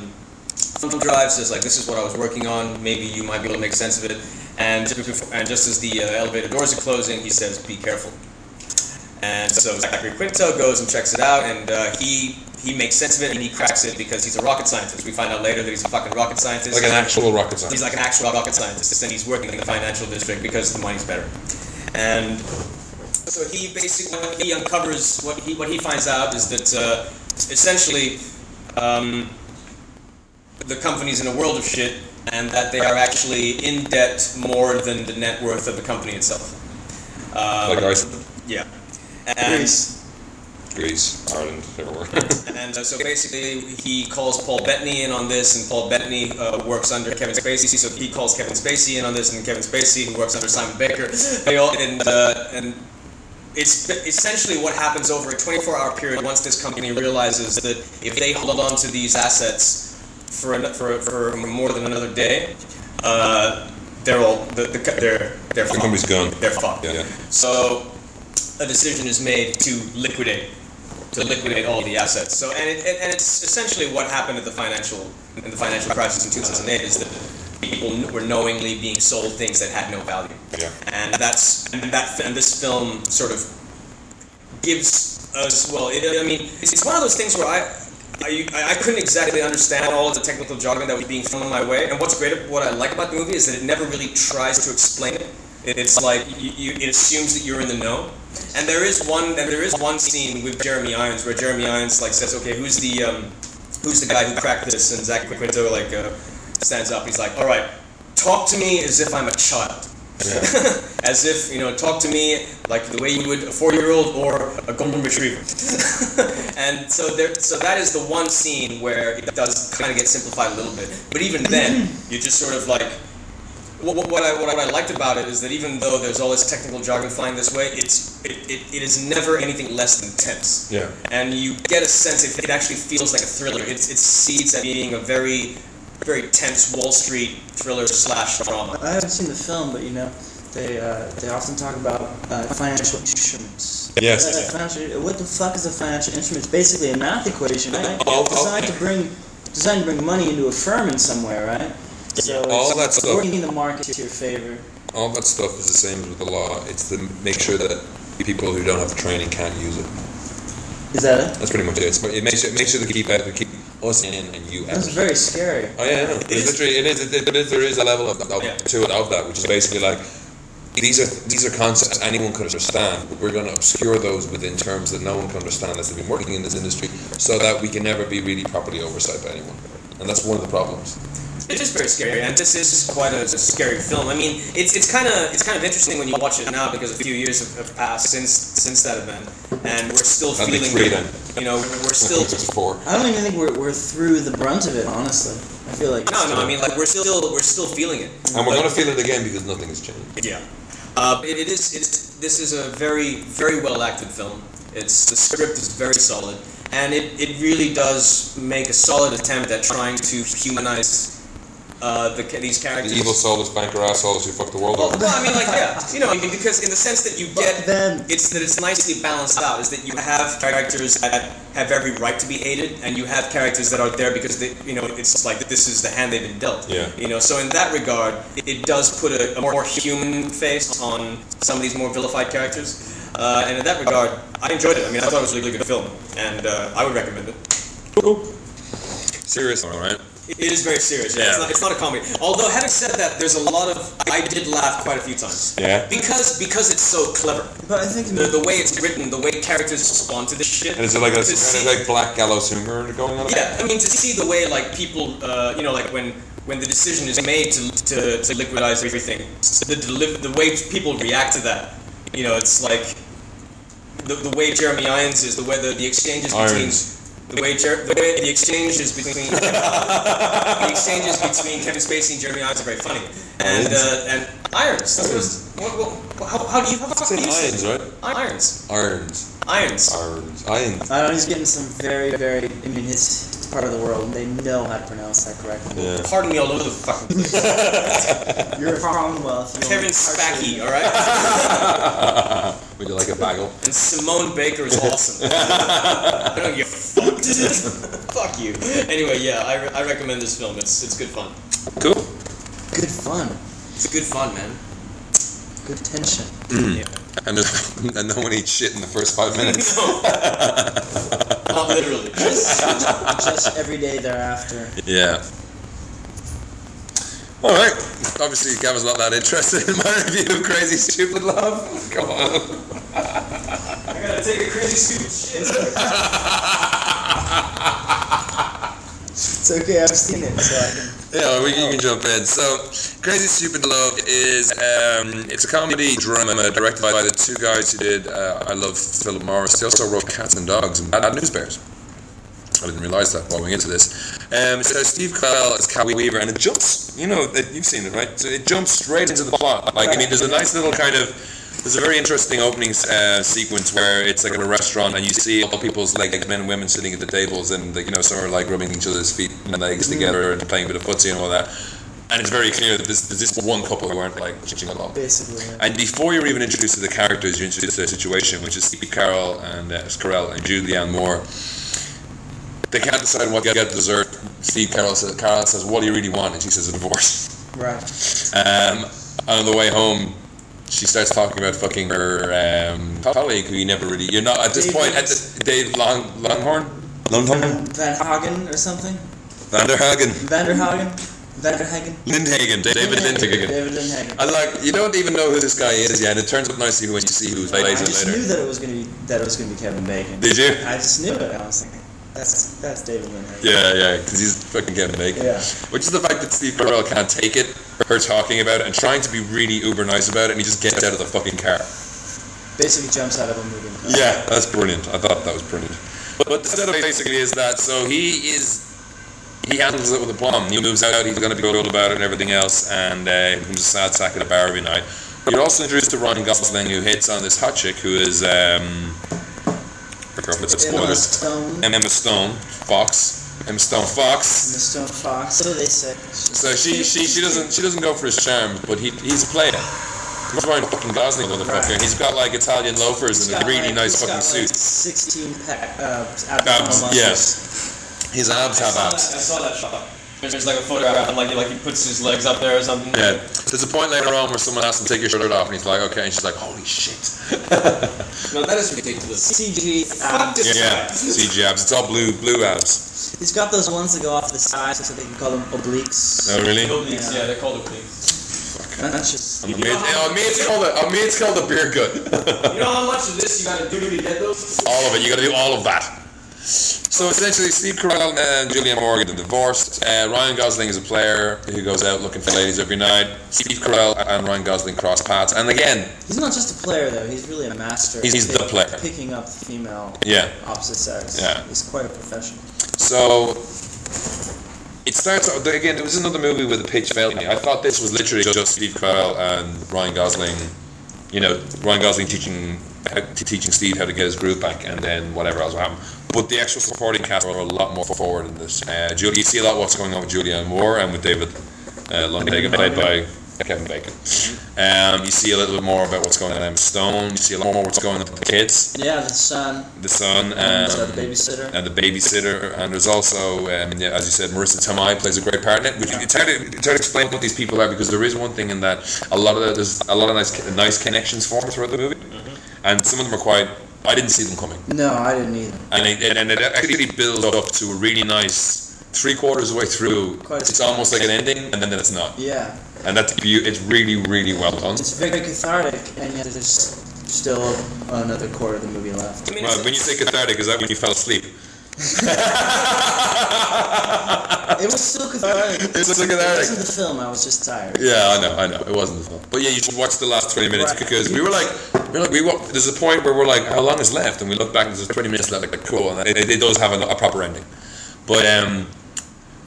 Speaker 2: thumb drive, says like, "This is what I was working on. Maybe you might be able to make sense of it." And just, before, and just as the uh, elevator doors are closing, he says, "Be careful." And so Zachary Quinto goes and checks it out, and uh, he he makes sense of it and he cracks it because he's a rocket scientist. We find out later that he's a fucking rocket scientist.
Speaker 1: Like an actual rocket scientist.
Speaker 2: He's like an actual rocket scientist, and he's working in the financial district because the money's better. And so he basically he uncovers what he what he finds out is that uh, essentially um, the company's in a world of shit, and that they are actually in debt more than the net worth of the company itself. Um,
Speaker 1: Like Iceland,
Speaker 2: yeah. And,
Speaker 1: Greece, Ireland, everywhere.
Speaker 2: and uh, so basically, he calls Paul Bettany in on this, and Paul Bettany uh, works under Kevin Spacey, so he calls Kevin Spacey in on this, and Kevin Spacey, who works under Simon Baker, they all and uh, and it's essentially what happens over a 24-hour period once this company realizes that if they hold on to these assets for an, for, for more than another day, uh, they're all the, the, co- they're they're
Speaker 1: The
Speaker 2: fucked.
Speaker 1: company's gone.
Speaker 2: They're fucked.
Speaker 1: Yeah, yeah.
Speaker 2: So a decision is made to liquidate to liquidate all the assets. So and, it, and and it's essentially what happened at the financial in the financial crisis in 2008 is that people kn- were knowingly being sold things that had no value.
Speaker 1: Yeah.
Speaker 2: And that's and that and this film sort of gives us well. It, I mean, it's, it's one of those things where I. I, I couldn't exactly understand all of the technical jargon that was being thrown my way. And what's great, what I like about the movie is that it never really tries to explain it. It- It's like you, you, it assumes that you're in the know. And there is one, and there is one scene with Jeremy Irons where Jeremy Irons like says, "Okay, who's the um, who's the guy who cracked this?" And Zach Quinto like uh, stands up. He's like, "All right, talk to me as if I'm a child." as if you know talk to me like the way you would a four-year-old or a golden retriever and so there so that is the one scene where it does kind of get simplified a little bit but even then you just sort of like what, what, what, I, what I liked about it is that even though there's all this technical jargon flying this way, it's it, it, it is never anything less than tense.
Speaker 1: Yeah.
Speaker 2: And you get a sense it, it actually feels like a thriller. It, it seeds at being a very very tense Wall Street thriller slash drama.
Speaker 3: I haven't seen the film, but you know, they uh, they often talk about uh, financial instruments.
Speaker 1: Yes.
Speaker 3: Uh, financial- what the fuck is a financial instrument? It's basically a math equation, right?
Speaker 1: All- all-
Speaker 3: designed to bring designed to bring money into a firm in some way, right? So
Speaker 1: All
Speaker 3: it's
Speaker 1: that stuff.
Speaker 3: working in the market to your favor.
Speaker 1: All that stuff is the same as with the law. It's to make sure that people who don't have the training can't use it.
Speaker 3: Is that it?
Speaker 1: That's pretty much it. It's, it makes it makes sure they keep out, they keep us in and you out.
Speaker 3: That's very scary.
Speaker 1: Oh yeah, I know. There's
Speaker 2: is-
Speaker 1: literally it is, it, it, it- there is a level of, of
Speaker 2: Yeah.
Speaker 1: to it of that, which is basically like these are these are concepts anyone could understand, but we're going to obscure those within terms that no one can understand unless they've been working in this industry, so that we can never be really properly oversight by anyone, and that's one of the problems.
Speaker 2: It is very scary, and this is just quite a, a scary film. I mean, it's it's kind of it's kind of interesting when you watch it now because a few years have, have passed since since that event, and we're still
Speaker 1: That'd be
Speaker 2: feeling
Speaker 1: freedom.
Speaker 2: You know, we're still
Speaker 1: before.
Speaker 3: I don't even think we're, we're through the brunt of it, honestly. I feel like
Speaker 2: no, no. I mean, like we're still we're still feeling it.
Speaker 1: And we're going to feel it again because nothing has changed.
Speaker 2: Yeah. Uh, it, it is. It's, this is a very, very well acted film. It's the script is very solid, and it, it really does make a solid attempt at trying to humanize uh, the, ca- these
Speaker 1: The
Speaker 2: characters.
Speaker 1: evil soulless banker assholes who fucked the world
Speaker 2: Well,
Speaker 1: up.
Speaker 2: well, I mean, like, yeah, you know, I mean, because in the sense that you
Speaker 3: Fuck
Speaker 2: get
Speaker 3: them.
Speaker 2: it's that it's nicely balanced out. Is that you have characters that have every right to be hated, and you have characters that are there because they, you know, it's like this is the hand they've been dealt.
Speaker 1: Yeah.
Speaker 2: You know, so in that regard, it, it does put a, a more human face on some of these more vilified characters. Uh, and in that regard, I enjoyed it. I mean, I thought it was a really good film, and uh, I would recommend it.
Speaker 1: Serious, all right.
Speaker 2: It is very serious. Yeah.
Speaker 1: Yeah.
Speaker 2: It's, not, it's not a comedy. Although, having said that, there's a lot of I did laugh quite a few times.
Speaker 1: Yeah.
Speaker 2: Because because it's so clever.
Speaker 3: But I think
Speaker 2: The, the way it's written, the way characters respond to this shit.
Speaker 1: And is it like a
Speaker 2: To
Speaker 1: kind
Speaker 2: see-
Speaker 1: of like black gallows humor going on?
Speaker 2: yeah, I mean to see the way like people, uh, you know, like when when the decision is made to to, to liquidize everything, the deli- the way people react to that, you know, it's like the, the way Jeremy Irons is, the way the, the exchanges between.
Speaker 1: Irons.
Speaker 2: The way, Jer- the way the exchanges between the exchanges between Kevin Spacey and Jeremy Irons are very funny, and uh, and Irons. That's what it's, what, what, how, how do you how the fuck do you say
Speaker 1: Irons, right?
Speaker 2: Irons?
Speaker 1: Irons,
Speaker 2: Irons.
Speaker 1: irons, irons.
Speaker 3: I don't know, he's getting some very, very. I mean, his, his part of the world, and they know how to pronounce that correctly.
Speaker 1: Yeah.
Speaker 2: Pardon me all over the fucking place.
Speaker 3: You're a Commonwealth. you
Speaker 2: Kevin
Speaker 3: only partially-
Speaker 2: Spacky, all right?
Speaker 1: Would you like a bagel?
Speaker 2: And Simone Baker is awesome. I don't give a fuck. fuck you. Anyway, yeah, I, re- I recommend this film. It's it's good fun.
Speaker 1: Cool.
Speaker 3: Good fun.
Speaker 2: It's good fun, man.
Speaker 3: Good tension.
Speaker 1: Mm-hmm.
Speaker 2: Yeah.
Speaker 1: And, there's- and no one eats shit in the first five minutes.
Speaker 2: No. Not literally.
Speaker 3: Just every day thereafter.
Speaker 1: Yeah. All right. Obviously, Gavin's not that interested in my review of Crazy Stupid Love. Come on.
Speaker 2: I gotta take a crazy stupid shit.
Speaker 3: It's okay, I've seen it, so I can.
Speaker 1: Yeah, we, you can jump in. So, Crazy Stupid Love is um, it's a comedy drama directed by the two guys who did uh, I Love Philip Morris. They also wrote Cats and Dogs and Bad News Bears. I didn't realize that going into this. Um, so Steve Carell is Cowie Weaver, and it jumps. You know that you've seen it, right? So it jumps straight into the plot. Like I mean, there's a nice little kind of there's a very interesting opening uh, sequence where it's like in a restaurant, and you see all people's like men and women sitting at the tables, and like, you know some are like rubbing each other's feet and legs together and playing a bit of footsie and all that. And it's very clear that this there's this one couple who aren't like touching along.
Speaker 3: Basically, uh, yeah.
Speaker 1: And before you're even introduced to the characters, you're introduced to their situation, which is Steve Carroll and uh, Carell and Julianne Moore. They can't decide what to get dessert. Steve Carroll says, Carroll says, "What do you really want?" And she says, "A divorce."
Speaker 3: Right.
Speaker 1: Um, on the way home, she starts talking about fucking her um, colleague, who you never really. You're not at this
Speaker 3: Dave
Speaker 1: point. At the, Dave Long Longhorn, Longhorn,
Speaker 3: Van Hagen or something?
Speaker 1: Vanderhagen,
Speaker 3: Vanderhagen? Vanderhagen?
Speaker 1: Lindhagen, David Lindhagen.
Speaker 3: David Lindhagen.
Speaker 1: I like you don't even know who this guy is yet, and it turns up nicely when you see who
Speaker 3: I
Speaker 1: plays
Speaker 3: just
Speaker 1: it
Speaker 3: knew
Speaker 1: later.
Speaker 3: that it was gonna be that it was gonna be Kevin Bacon.
Speaker 1: Did you?
Speaker 3: I just knew it. I was thinking, that's that's David Lindhagen.
Speaker 1: Yeah, yeah, because he's fucking Kevin Bacon.
Speaker 3: Yeah.
Speaker 1: Which is the fact that Steve Carell can't take it, her talking about it, and trying to be really uber nice about it, and he just gets out of the fucking car.
Speaker 3: Basically jumps out of a moving car.
Speaker 1: Yeah, that's brilliant. I thought that was brilliant. But the setup basically is that so he is he handles it with a plum. He moves out. He's going to be good about it and everything else, and uh, becomes a sad sack at a bar every night. You're also introduced to Ryan Gosling, who hits on this hot chick who is um, I forgot what the
Speaker 3: Emma
Speaker 1: spoilers.
Speaker 3: Stone.
Speaker 1: Emma Stone, Fox, Emma Stone Fox.
Speaker 3: Miss Stone Fox. So they say.
Speaker 1: So she, she, she doesn't she doesn't go for his charms, but he he's a player. He's wearing fucking Gosling motherfucker.
Speaker 3: Right.
Speaker 1: He's got like Italian loafers
Speaker 3: He's
Speaker 1: and a
Speaker 3: got,
Speaker 1: really
Speaker 3: like-
Speaker 1: nice
Speaker 3: he's
Speaker 1: fucking Um,
Speaker 3: got,
Speaker 1: suit.
Speaker 3: Like Sixteen pack. Uh,
Speaker 1: Abs,
Speaker 3: abdominal muscles.
Speaker 1: yes. His abs have
Speaker 2: I
Speaker 1: abs.
Speaker 2: saw that shot. There's like a photograph, and like, he- like he puts his legs up there or something.
Speaker 1: Yeah. There's a point later on where someone asks him to take your shirt off, and he's like, okay, and she's like, holy shit.
Speaker 2: No, that is ridiculous.
Speaker 3: CG. abs.
Speaker 1: Yeah, yeah. CG abs. It's all blue blue abs.
Speaker 3: um, He's got those ones that go off the side, so they can call them obliques.
Speaker 1: Oh really?
Speaker 2: Obliques, yeah. they're called obliques.
Speaker 3: And that's just.
Speaker 1: On me, on me it's called a, on me it's called a beer gut.
Speaker 2: You know how much of this you gotta do to get those?
Speaker 1: All of it. You got to do all of that. So essentially, Steve Carell and Julianne Morgan are divorced. Uh, Ryan Gosling is a player who goes out looking for ladies every night. Steve Carell and Ryan Gosling cross paths, and again,
Speaker 3: He's not just a player though. He's really a master. at
Speaker 1: He's- he's the player.
Speaker 3: Picking up the female
Speaker 1: yeah.
Speaker 3: opposite sex.
Speaker 1: Yeah.
Speaker 3: He's quite a professional.
Speaker 1: So it starts out again. There was another movie with a pitch failing. I thought this was literally just Steve Carell and Ryan Gosling. You know, Ryan Gosling teaching how, t- teaching Steve how to get his groove back, and then whatever else will happen. But the actual supporting cast are a lot more forward in this. Uh, Julie, you see a lot what's going on with Julianne Moore and with David uh, Lundagan, played by Kevin Bacon. Um, you see a little bit more about what's going on with Emma Stone. You see a lot more what's going on with the kids,
Speaker 3: Yeah, the son
Speaker 1: the son.
Speaker 3: and the
Speaker 1: Um,
Speaker 3: babysitter.
Speaker 1: and the babysitter, and there's also, um, yeah, as you said, Marissa Tomei plays a great part in it. Which it's hard, to, it's hard to explain what these people are because there is one thing in that a lot of the, there's a lot of nice nice connections formed throughout the movie,
Speaker 2: Mm-hmm.
Speaker 1: and some of them are quite. I didn't see them coming,
Speaker 3: No, I didn't either.
Speaker 1: and it, and it actually builds up to a really nice. Three quarters of the way through,
Speaker 3: Quite a-
Speaker 1: it's almost like an ending, and then it's not,
Speaker 3: Yeah,
Speaker 1: and that's beau- It's really, really well done.
Speaker 3: it's very cathartic, and yet there's still another quarter of the movie left.
Speaker 2: I mean,
Speaker 1: Well, when you say cathartic, is that when you fell asleep?
Speaker 3: It was still cathartic.
Speaker 1: It's so cathartic.
Speaker 3: It wasn't the film. I was just tired.
Speaker 1: Yeah, I know, I know. It wasn't as long. But yeah, you should watch the last 20 minutes
Speaker 3: Right.
Speaker 1: because we were like, we were like, we wa- there's a point where we're like, how long is left? And we look back and there's 20 minutes left. Like, cool. And it, it, does have a, a proper ending. But um,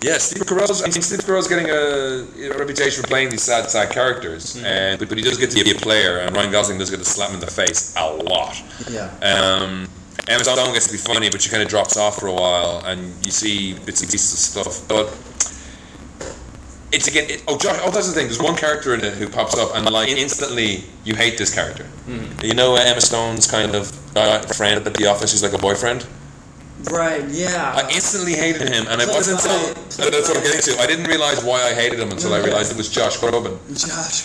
Speaker 1: yeah, Steve Carell's, I mean, Steve Carell's getting a, a reputation for playing these sad, sad characters. And, but, but he does get to be a player, and Ryan Gosling does get to slap him in the face a lot.
Speaker 3: Yeah.
Speaker 1: Um, Emma Stone gets to be funny, but she kind of drops off for a while, and you see bits and pieces of stuff. But it's again. It, oh, Josh, oh, that's the thing. There's one character in it who pops up, and like instantly, you hate this character. You know, uh, Emma Stone's kind of uh, friend at the office. She's like a boyfriend.
Speaker 3: Right. Yeah.
Speaker 1: I instantly hated him, and it
Speaker 3: Play
Speaker 1: wasn't until uh,
Speaker 3: by-
Speaker 1: that's what I'm getting to. I didn't realize why I hated him until I realized it was Josh Groban.
Speaker 3: Josh.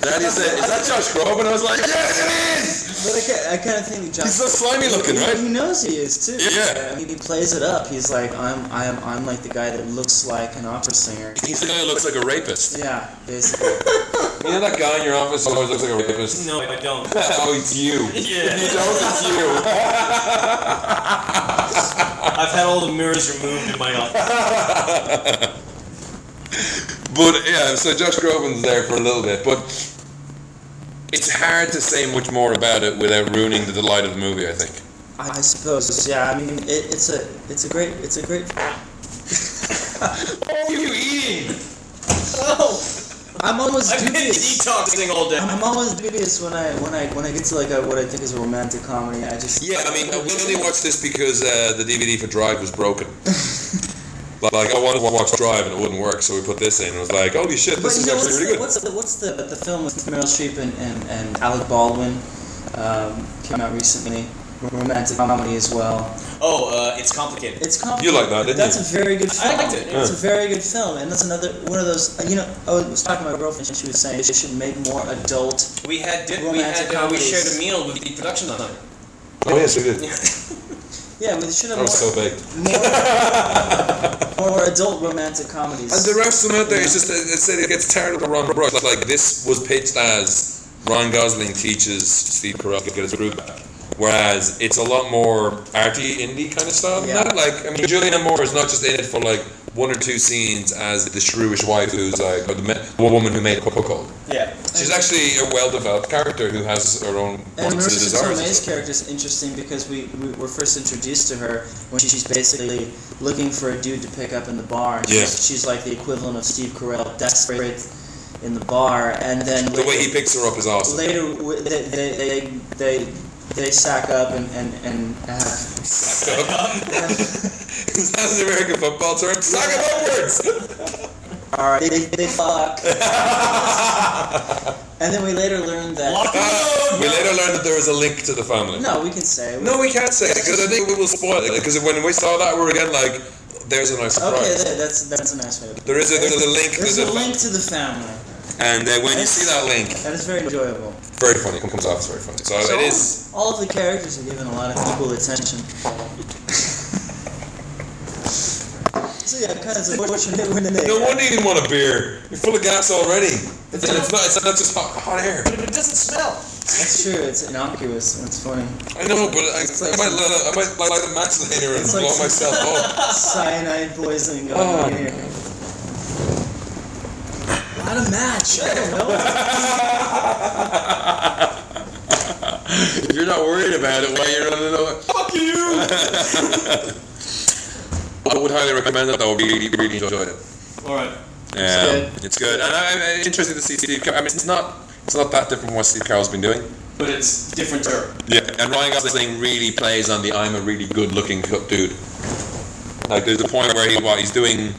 Speaker 1: That is it. Is that Josh Groban? I was like, yes, it is.
Speaker 3: But I, ca- I kind of think Josh.
Speaker 1: He's so slimy looking,
Speaker 3: he,
Speaker 1: right?
Speaker 3: he knows he is too.
Speaker 1: Yeah.
Speaker 3: I mean, he plays it up. He's like, I'm, I'm, I'm like the guy that looks like an opera singer.
Speaker 1: He's the guy who looks like a rapist.
Speaker 3: Yeah, basically.
Speaker 1: You know that guy in your office who always looks like a rapist.
Speaker 2: No, I don't.
Speaker 1: Oh, it's you.
Speaker 2: Yeah.
Speaker 1: You don't, it's you.
Speaker 2: I've had all the mirrors removed in my office.
Speaker 1: But yeah, so Josh Groban's there for a little bit, but it's hard to say much more about it without ruining the delight of the movie. I think.
Speaker 3: I, I suppose. Yeah. I mean, it, it's a, it's a great, it's a great.
Speaker 1: What are you eating?
Speaker 3: I'm always
Speaker 2: Oh, I've been
Speaker 3: dubious.
Speaker 2: detoxing all day.
Speaker 3: I'm I'm always dubious when I, when I, when I get to like a, what I think is a romantic comedy. I just.
Speaker 1: Yeah, I mean, we only watched this because uh, the DVD for Drive was broken. Like, like, I wanted to watch Drive and it wouldn't work, so we put this in. and It was like, holy shit,
Speaker 3: But
Speaker 1: this is
Speaker 3: you know
Speaker 1: actually
Speaker 3: what's
Speaker 1: really
Speaker 3: the,
Speaker 1: good.
Speaker 3: what's the what's the the film with Meryl Streep and and, and Alec Baldwin um, came out recently. Romantic comedy as well.
Speaker 2: Oh, uh, it's complicated.
Speaker 3: It's complicated.
Speaker 1: You like that, didn't
Speaker 3: That's
Speaker 1: you?
Speaker 3: a very good film.
Speaker 2: I liked it, yeah.
Speaker 3: It's a very good film, and that's another one of those. You know, I was talking to my girlfriend, and she was saying she should make more adult.
Speaker 2: We had dinner. We
Speaker 3: Romantic
Speaker 2: had uh, we
Speaker 3: comedies.
Speaker 2: shared a meal with the production on it.
Speaker 1: Oh yes, we did.
Speaker 3: Yeah, we should have
Speaker 1: That
Speaker 3: more,
Speaker 1: was so big.
Speaker 3: more, more adult romantic comedies.
Speaker 1: And the rest of them out there, it's just it said it gets tired of the wrong brush. Like this was pitched as Ryan Gosling teaches Steve Carell to get his groove back, whereas it's a lot more arty indie kind of stuff. than
Speaker 3: Yeah.
Speaker 1: that. Like I mean, Julianne Moore is not just in it for like one or two scenes as the shrewish wife who's like or the, ma- the woman who made Coco Cold.
Speaker 2: Yeah.
Speaker 1: She's actually a well-developed character who has her own wants and
Speaker 3: And Marissa
Speaker 1: desires. and
Speaker 3: Tomei's
Speaker 1: stuff.
Speaker 3: character is interesting because we, we were first introduced to her when she- she's basically looking for a dude to pick up in the bar.
Speaker 1: Yeah.
Speaker 3: She's, she's like the equivalent of Steve Carell, desperate in the bar, and then
Speaker 1: The way he picks her up is awesome.
Speaker 3: later w- they, they, they, they they sack up and, and, and have
Speaker 1: Sack up. That's an American football term. Sack up upwards.
Speaker 3: all right they, they fuck and then we later learned that
Speaker 1: we later learned that there was a link to the family.
Speaker 3: no we can say
Speaker 1: No, we can't say it because I think we will spoil it. Because when we saw that, we were again like, "There's a nice surprise."
Speaker 3: okay that, that's that's a nice way to
Speaker 1: there is a there's a link.
Speaker 3: there's
Speaker 1: There's,
Speaker 3: a link to the family
Speaker 1: and uh, when you see that link,
Speaker 3: that is very enjoyable
Speaker 1: very funny. It comes off as very funny. So,
Speaker 3: So
Speaker 1: it is.
Speaker 3: all of the characters are given a lot of equal attention so yeah kind of unfortunate when they
Speaker 1: No wonder you didn't want a beer. You're full of gas already. And it's not. It's not just hot, hot air.
Speaker 7: But if it doesn't smell,
Speaker 3: that's true it's innocuous and it's funny
Speaker 1: I know, but I, I might let a, I might light a match later and
Speaker 3: It's like-
Speaker 1: blow myself up.
Speaker 3: cyanide poisoning going
Speaker 1: Oh.
Speaker 3: on here. Light a match. I don't know.
Speaker 1: If you're not worried about it, why you're running away? Fuck you! I would highly recommend it. I would really, really enjoy it.
Speaker 7: all right.
Speaker 1: Um, it's good, and I, I, it's interesting to see Steve. Car- I mean, it's not it's not that different from what Steve Carroll's been doing.
Speaker 7: But it's different term.
Speaker 1: Yeah, and Ryan Gosling really plays on the "I'm a really good-looking cu- dude." Like, there's a point where he what he's doing,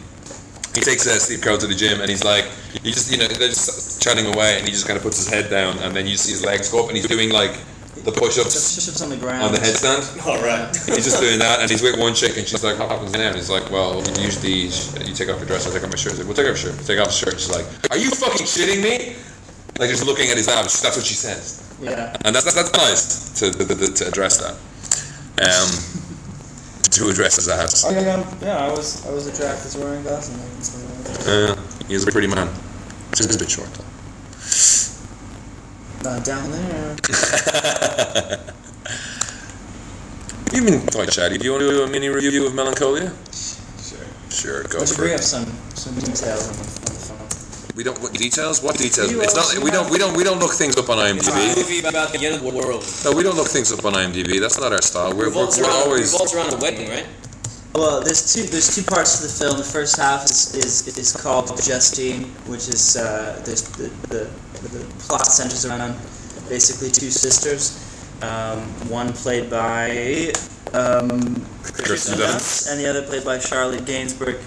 Speaker 1: he takes uh, Steve Carroll to the gym, and he's like, you just you know they're just chatting away, and he just kind of puts his head down, and then you see his legs go up, and he's doing like the push-ups
Speaker 3: Just on the ground.
Speaker 1: on the headstand.
Speaker 7: All right.
Speaker 1: He's just doing that, and he's with one chick, and she's like, "What happens now?" And he's like, "Well, usually you take off your dress. I take off my shirt." He's like, "We'll take off your shirt. Take off your shirt." She's like, "Are you fucking shitting me?" Like just looking at his abs. That's what she says,
Speaker 3: Yeah.
Speaker 1: and that's that's nice to to, to, to address that. Um, to address his abs.
Speaker 3: Oh, yeah, yeah, yeah, I was I was attracted to Ryan Gosling. I can say that.
Speaker 1: Uh, he's a pretty man. Just a bit short though.
Speaker 3: Not Uh, down there.
Speaker 1: You've been quite chatty. Do you want to do a mini review of Melancholia?
Speaker 3: Sure.
Speaker 1: Sure, go
Speaker 3: Let's
Speaker 1: for
Speaker 3: bring
Speaker 1: it.
Speaker 3: up some some details on the, on the phone.
Speaker 1: We don't what details. What details?
Speaker 3: You
Speaker 1: It's
Speaker 3: also
Speaker 1: not. We don't.
Speaker 3: have-
Speaker 1: We don't. We don't look things up on
Speaker 2: It's
Speaker 1: IMDb.
Speaker 2: a movie about the end of the world.
Speaker 1: No, we don't look things up on IMDb. That's not our style. We're, we're,
Speaker 2: Revolves
Speaker 1: we're
Speaker 2: around,
Speaker 1: always.
Speaker 2: revolves around a wedding, right?
Speaker 3: Well, there's two there's two parts to the film. The first half is is, is called Justine, which is uh, there's the, the the plot centers around basically two sisters, um, one played by um,
Speaker 1: Kirsten
Speaker 3: Kirsten
Speaker 1: Dunst.
Speaker 3: Dunst and the other played by Charlotte Gainsbourg,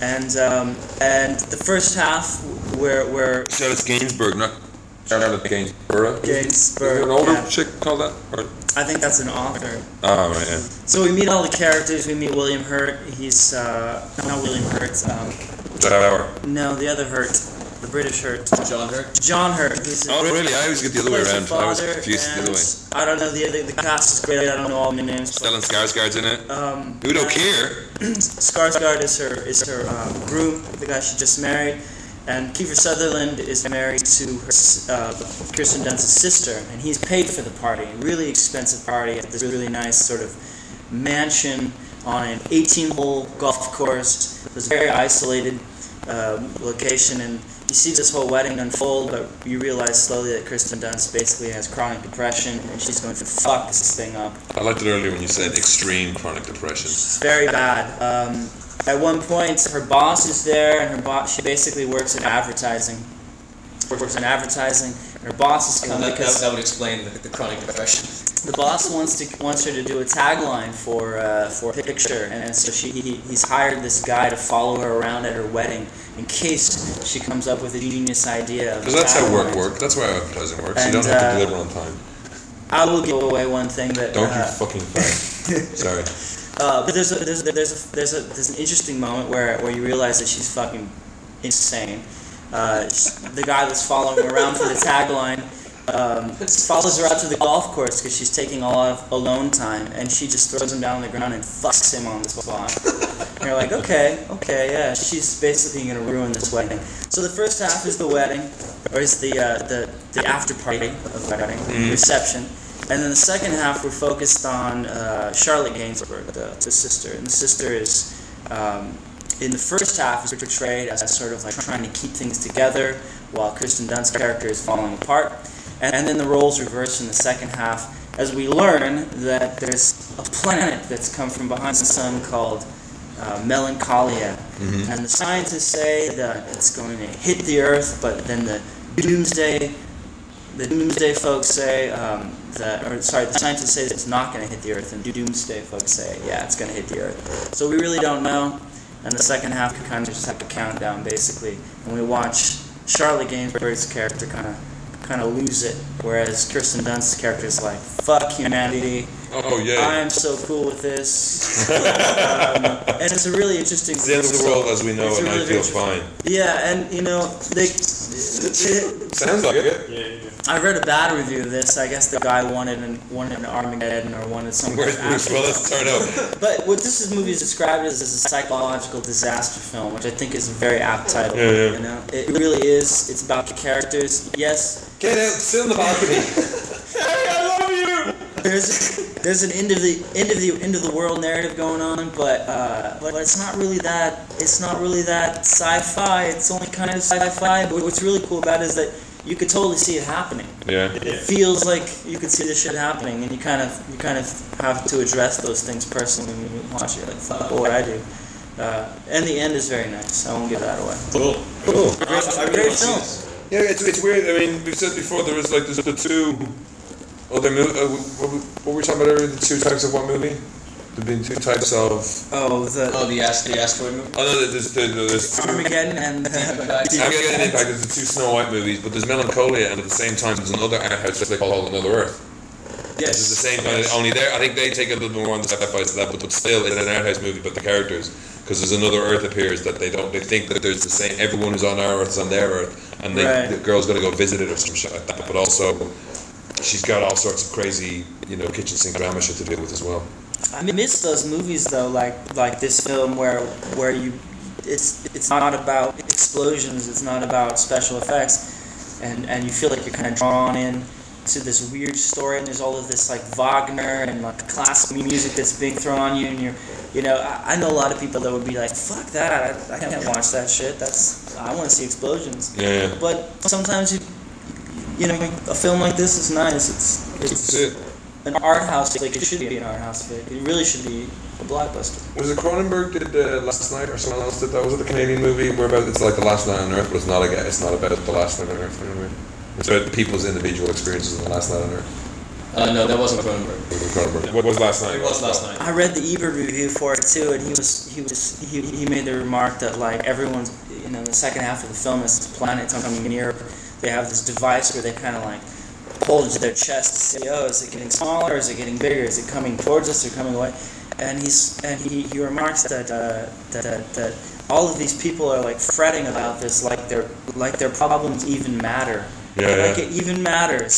Speaker 3: and um, and the first half where where
Speaker 1: Charlotte Gainsbourg, not Charlotte Gainsborough. Is there
Speaker 3: Gainsbourg,
Speaker 1: an older
Speaker 3: yeah,
Speaker 1: chick called that? Or,
Speaker 3: I think that's an author.
Speaker 1: oh, right, yeah.
Speaker 3: So we meet all the characters. We meet William Hurt. He's uh, not William Hurt. Um,
Speaker 1: Trevor.
Speaker 3: No, the other hurt. The British hurt.
Speaker 2: John Hurt.
Speaker 3: John Hurt. He's a-
Speaker 1: Oh, really? I always get the other way
Speaker 3: plays the
Speaker 1: around. I was
Speaker 3: father,
Speaker 1: confused the other way.
Speaker 3: and I don't know. The, other the cast is great. I don't know all the names. but,
Speaker 1: Stellan Skarsgård's in it.
Speaker 3: um,
Speaker 1: Udo
Speaker 3: uh,
Speaker 1: Kier.
Speaker 3: Skarsgård is her is her um, groom, the guy she just married, and Kiefer Sutherland is married to her s- uh, Kirsten Dunst's sister, and he's paid for the party, a really expensive party at this really nice sort of mansion on an 18-hole golf course. It was a very isolated um, location, and you see this whole wedding unfold, but you realize slowly that Kirsten Dunst basically has chronic depression, and she's going to fuck this thing up.
Speaker 1: I liked it earlier when you said extreme chronic depression.
Speaker 3: It's very bad. Um, at one point, her boss is there, and her boss she basically works in advertising. Works in advertising, and her boss is
Speaker 2: That,
Speaker 3: coming
Speaker 2: that,
Speaker 3: because
Speaker 2: that would explain the, the chronic depression.
Speaker 3: the boss wants to wants her to do a tagline for uh, for a picture, and, and so she he, he's hired this guy to follow her around at her wedding in case she comes up with a genius idea. of
Speaker 1: Because that's how work
Speaker 3: tagline.
Speaker 1: works. That's why advertising works. you
Speaker 3: And,
Speaker 1: don't have to
Speaker 3: uh,
Speaker 1: deliver on time.
Speaker 3: I will give away one thing that
Speaker 1: Don't you
Speaker 3: uh,
Speaker 1: fucking fag. Sorry.
Speaker 3: Uh, but there's a, there's a, there's a, there's a, there's an interesting moment where where you realize that she's fucking insane. Uh, sh- the guy that's following her around for the tagline um, follows her out to the golf course because she's taking a lot of alone time, and she just throws him down on the ground and fucks him on the spot. And you're like, okay, okay, yeah, she's basically gonna ruin this wedding. So the first half is the wedding, or is the uh, the the after party of the wedding reception, and then the second half we're focused on uh, Charlotte Gainsbourg, the, the sister, and the sister is. Um, in the first half is portrayed as sort of like trying to keep things together while Kristen Dunst's character is falling apart. And, and then the roles reverse in the second half as we learn that there's a planet that's come from behind the sun called uh, Melancholia. And the scientists say that it's going to hit the Earth, but then the doomsday the doomsday folks say um, that, or sorry, the scientists say that it's not going to hit the Earth, and the doomsday folks say, yeah, it's going to hit the Earth. So we really don't know, and the second half we kind of just have to count down basically, and we watch Charlotte Gainsbourg's character kind of kind of lose it, whereas Kirsten Dunst's character is like, fuck humanity,
Speaker 1: Oh
Speaker 3: I
Speaker 1: yeah.
Speaker 3: am so cool with this, um, and it's a really interesting.
Speaker 1: It's the end of the world as we know
Speaker 3: It's
Speaker 1: it, and I
Speaker 3: really
Speaker 1: feel
Speaker 3: rich.
Speaker 1: fine.
Speaker 3: Yeah, and you know they.
Speaker 1: Sounds like it.
Speaker 3: I read a bad review of this. I guess the guy wanted an wanted an Armageddon or wanted some.
Speaker 1: Where's Bruce Willis turned up?
Speaker 3: But what this is- movie is described as is a psychological disaster film, which I think is a very apt title.
Speaker 1: Yeah, yeah.
Speaker 3: You know, it really is. It's about the characters. Yes,
Speaker 1: Get out, sit on the balcony.
Speaker 3: there's there's an end of the end of the end of the world narrative going on, but uh, but it's not really that it's not really that sci-fi. It's only kind of sci-fi. But what's really cool about it is that you could totally see it happening.
Speaker 1: Yeah.
Speaker 3: it feels like you could see this shit happening, and you kind of you kind of have to address those things personally when you watch it. Like fuck, what would I do? Uh, and the end is very nice. I won't give that away.
Speaker 7: Cool.
Speaker 1: Cool.
Speaker 7: I, I really want
Speaker 3: Great
Speaker 7: to see
Speaker 3: film.
Speaker 7: this.
Speaker 1: Yeah, it's, it's weird. I mean, we've said before there was like there's the two other mo- uh, what, we- what were we talking about earlier? The two types of what movie? There've been two types of.
Speaker 7: Uh,
Speaker 3: Oh, the
Speaker 2: Oh, the, ast- the asteroid movie?
Speaker 1: Oh no, there's the, there's two.
Speaker 3: Armageddon and
Speaker 2: Impact.
Speaker 1: I'm gonna get an impact. There's the two Snow White movies, but there's Melancholia, and at the same time there's another art house they call Another Earth. This is the same kind of only there. I think they take a little bit more on the sci-fi to that, but, but still it's an art house movie. But the characters, because there's another Earth appears that they don't. They think that there's the same. Everyone who's on our Earth is on their Earth, and they,
Speaker 3: Right.
Speaker 1: the girl's gonna go visit it or some shit like that. But also, she's got all sorts of crazy, you know, kitchen sink drama shit to deal with as well.
Speaker 3: I miss those movies though, like like this film where where you it's it's not about explosions, it's not about special effects, and and you feel like you're kind of drawn in to this weird story, and there's all of this like Wagner and like classical music that's being thrown on you, and you're you know I, I know a lot of people that would be like fuck that I, I can't watch that shit that's I want to see explosions,
Speaker 1: Yeah, yeah.
Speaker 3: but sometimes you you know a film like this is nice it's
Speaker 1: That's
Speaker 3: it's
Speaker 1: it.
Speaker 3: an art house flick. It should be an art house flick. It really should be a blockbuster.
Speaker 1: Was it Cronenberg did uh, last night, or someone else did that? Was it the Canadian movie where about it's like the last night on Earth, but it's not a, it's not about the last night on Earth. Anyway. It's about people's individual experiences in the last night on Earth.
Speaker 2: Uh, no, that wasn't Cronenberg.
Speaker 1: It was Cronenberg. What was last night?
Speaker 7: It was last night.
Speaker 3: I read the Ebert review for it too, and he was he was he, he made the remark that like everyone's you know in the second half of the film is this planet something in Europe. They have this device where they kind of like pull into their chest to see oh is it getting smaller is it getting bigger is it coming towards us or coming away, and he's and he, he remarks that, uh, that that that all of these people are like fretting about this like their like their problems even matter.
Speaker 1: Yeah, yeah.
Speaker 3: like it even matters.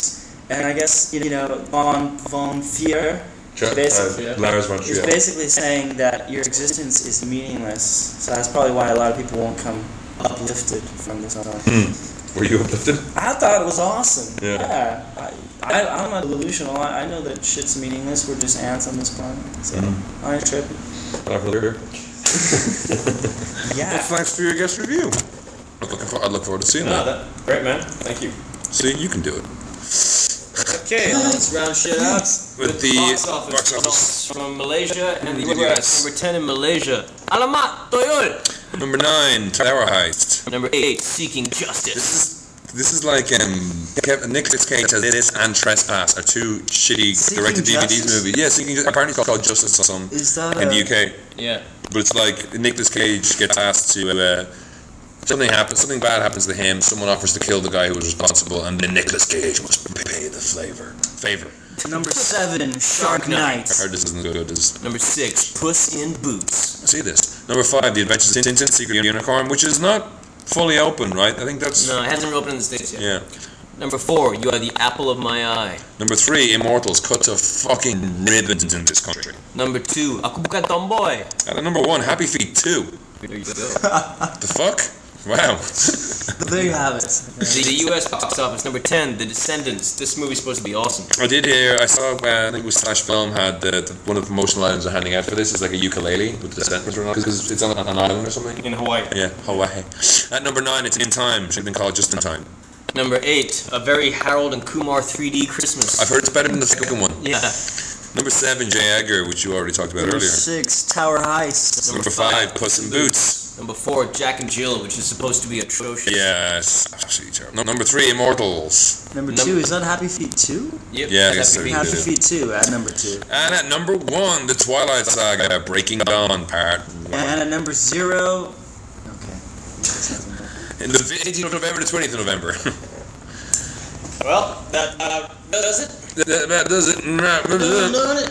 Speaker 3: And I guess you know von von Fear
Speaker 1: Ch-
Speaker 3: Basically,
Speaker 1: uh,
Speaker 2: yeah.
Speaker 1: Lars von
Speaker 3: is
Speaker 1: Trier.
Speaker 3: basically saying that your existence is meaningless. So that's probably why a lot of people won't come uplifted from this. Song.
Speaker 1: Were you uplifted?
Speaker 3: I thought it was awesome.
Speaker 1: Yeah.
Speaker 3: I, I, I'm not delusional. I, I know that shit's meaningless. We're just ants on this planet. So I ain't tripping.
Speaker 1: Not for the beer.
Speaker 3: Yeah.
Speaker 1: Well, thanks for your guest review. I'm looking for, I look forward to seeing
Speaker 7: No,
Speaker 1: that.
Speaker 7: that great man. Thank you.
Speaker 1: See, you can do it.
Speaker 7: Okay,
Speaker 2: Uh,
Speaker 3: Let's round shit up.
Speaker 1: With the
Speaker 7: box office,
Speaker 1: box office.
Speaker 7: results from Malaysia and the US.
Speaker 1: Yes.
Speaker 7: Number ten in Malaysia. Alamat Toyol.
Speaker 1: Number nine, Tower Heist.
Speaker 7: Number eight, Seeking Justice.
Speaker 1: This is like um, Kev- Nicolas Cage has this and Trespass are two shitty
Speaker 3: Seeking
Speaker 1: directed DVDs
Speaker 3: Justice?
Speaker 1: movies. Yeah, Seeking Ju- apparently it's called Justice or something
Speaker 3: Is that
Speaker 1: in
Speaker 3: a,
Speaker 1: the UK.
Speaker 7: Yeah.
Speaker 1: But it's like Nicolas Cage gets asked to uh, something happens, something bad happens to him. Someone offers to kill the guy who was responsible, and then Nicolas Cage must pay the flavor favor.
Speaker 3: number seven? Shark Knight.
Speaker 1: I heard this isn't good. This,
Speaker 7: Number six, Puss in Boots.
Speaker 1: see this number five, The Adventures of Tintin, Secret Unicorn, which is not fully open, right? I think that's
Speaker 7: No, it hasn't opened in the states yet.
Speaker 1: yeah.
Speaker 7: Number four, You Are the Apple of My Eye.
Speaker 1: Number three, Immortals cut to fucking ribbons in this country.
Speaker 7: Number two, Aku Bukan Tomboy.
Speaker 1: And at number one, Happy Feet two.
Speaker 7: There you go.
Speaker 1: The fuck? Wow.
Speaker 3: There you have it.
Speaker 7: The U.S. box office number ten, The Descendants. This movie's supposed to be awesome.
Speaker 1: I did hear. I saw. Uh, I think it was Slash Film had uh, the, the one of the promotional items they're handing out for this is like a ukulele with the sentence or not because it's on an island or something.
Speaker 7: In Hawaii.
Speaker 1: Yeah, Hawaii. At number nine, it's In Time. Should have been called Just in Time.
Speaker 7: Number eight, A Very Harold and Kumar 3D Christmas.
Speaker 1: I've heard it's better than the second one.
Speaker 7: Yeah.
Speaker 1: Number seven, J. Edgar, which you already talked about
Speaker 3: Number
Speaker 1: earlier.
Speaker 3: six, Tower Heist.
Speaker 1: Number five, Puss in Boots.
Speaker 7: Number four, Jack and Jill, which is supposed to be atrocious.
Speaker 1: Yes, absolutely terrible. No, number three, Immortals.
Speaker 3: Number
Speaker 7: Num-
Speaker 3: two is Unhappy Feet two.
Speaker 7: Yep.
Speaker 1: Yeah, I guess
Speaker 7: Happy
Speaker 1: so.
Speaker 7: Feet.
Speaker 1: Yeah.
Speaker 3: Happy Feet two at number two,
Speaker 1: And at number one, The Twilight Saga, Breaking Dawn Part One.
Speaker 3: and at number zero. Okay. This hasn't
Speaker 1: In
Speaker 3: been-
Speaker 1: the 18th of November to 20th of November.
Speaker 2: Well, that uh, that does it.
Speaker 1: that, that does it.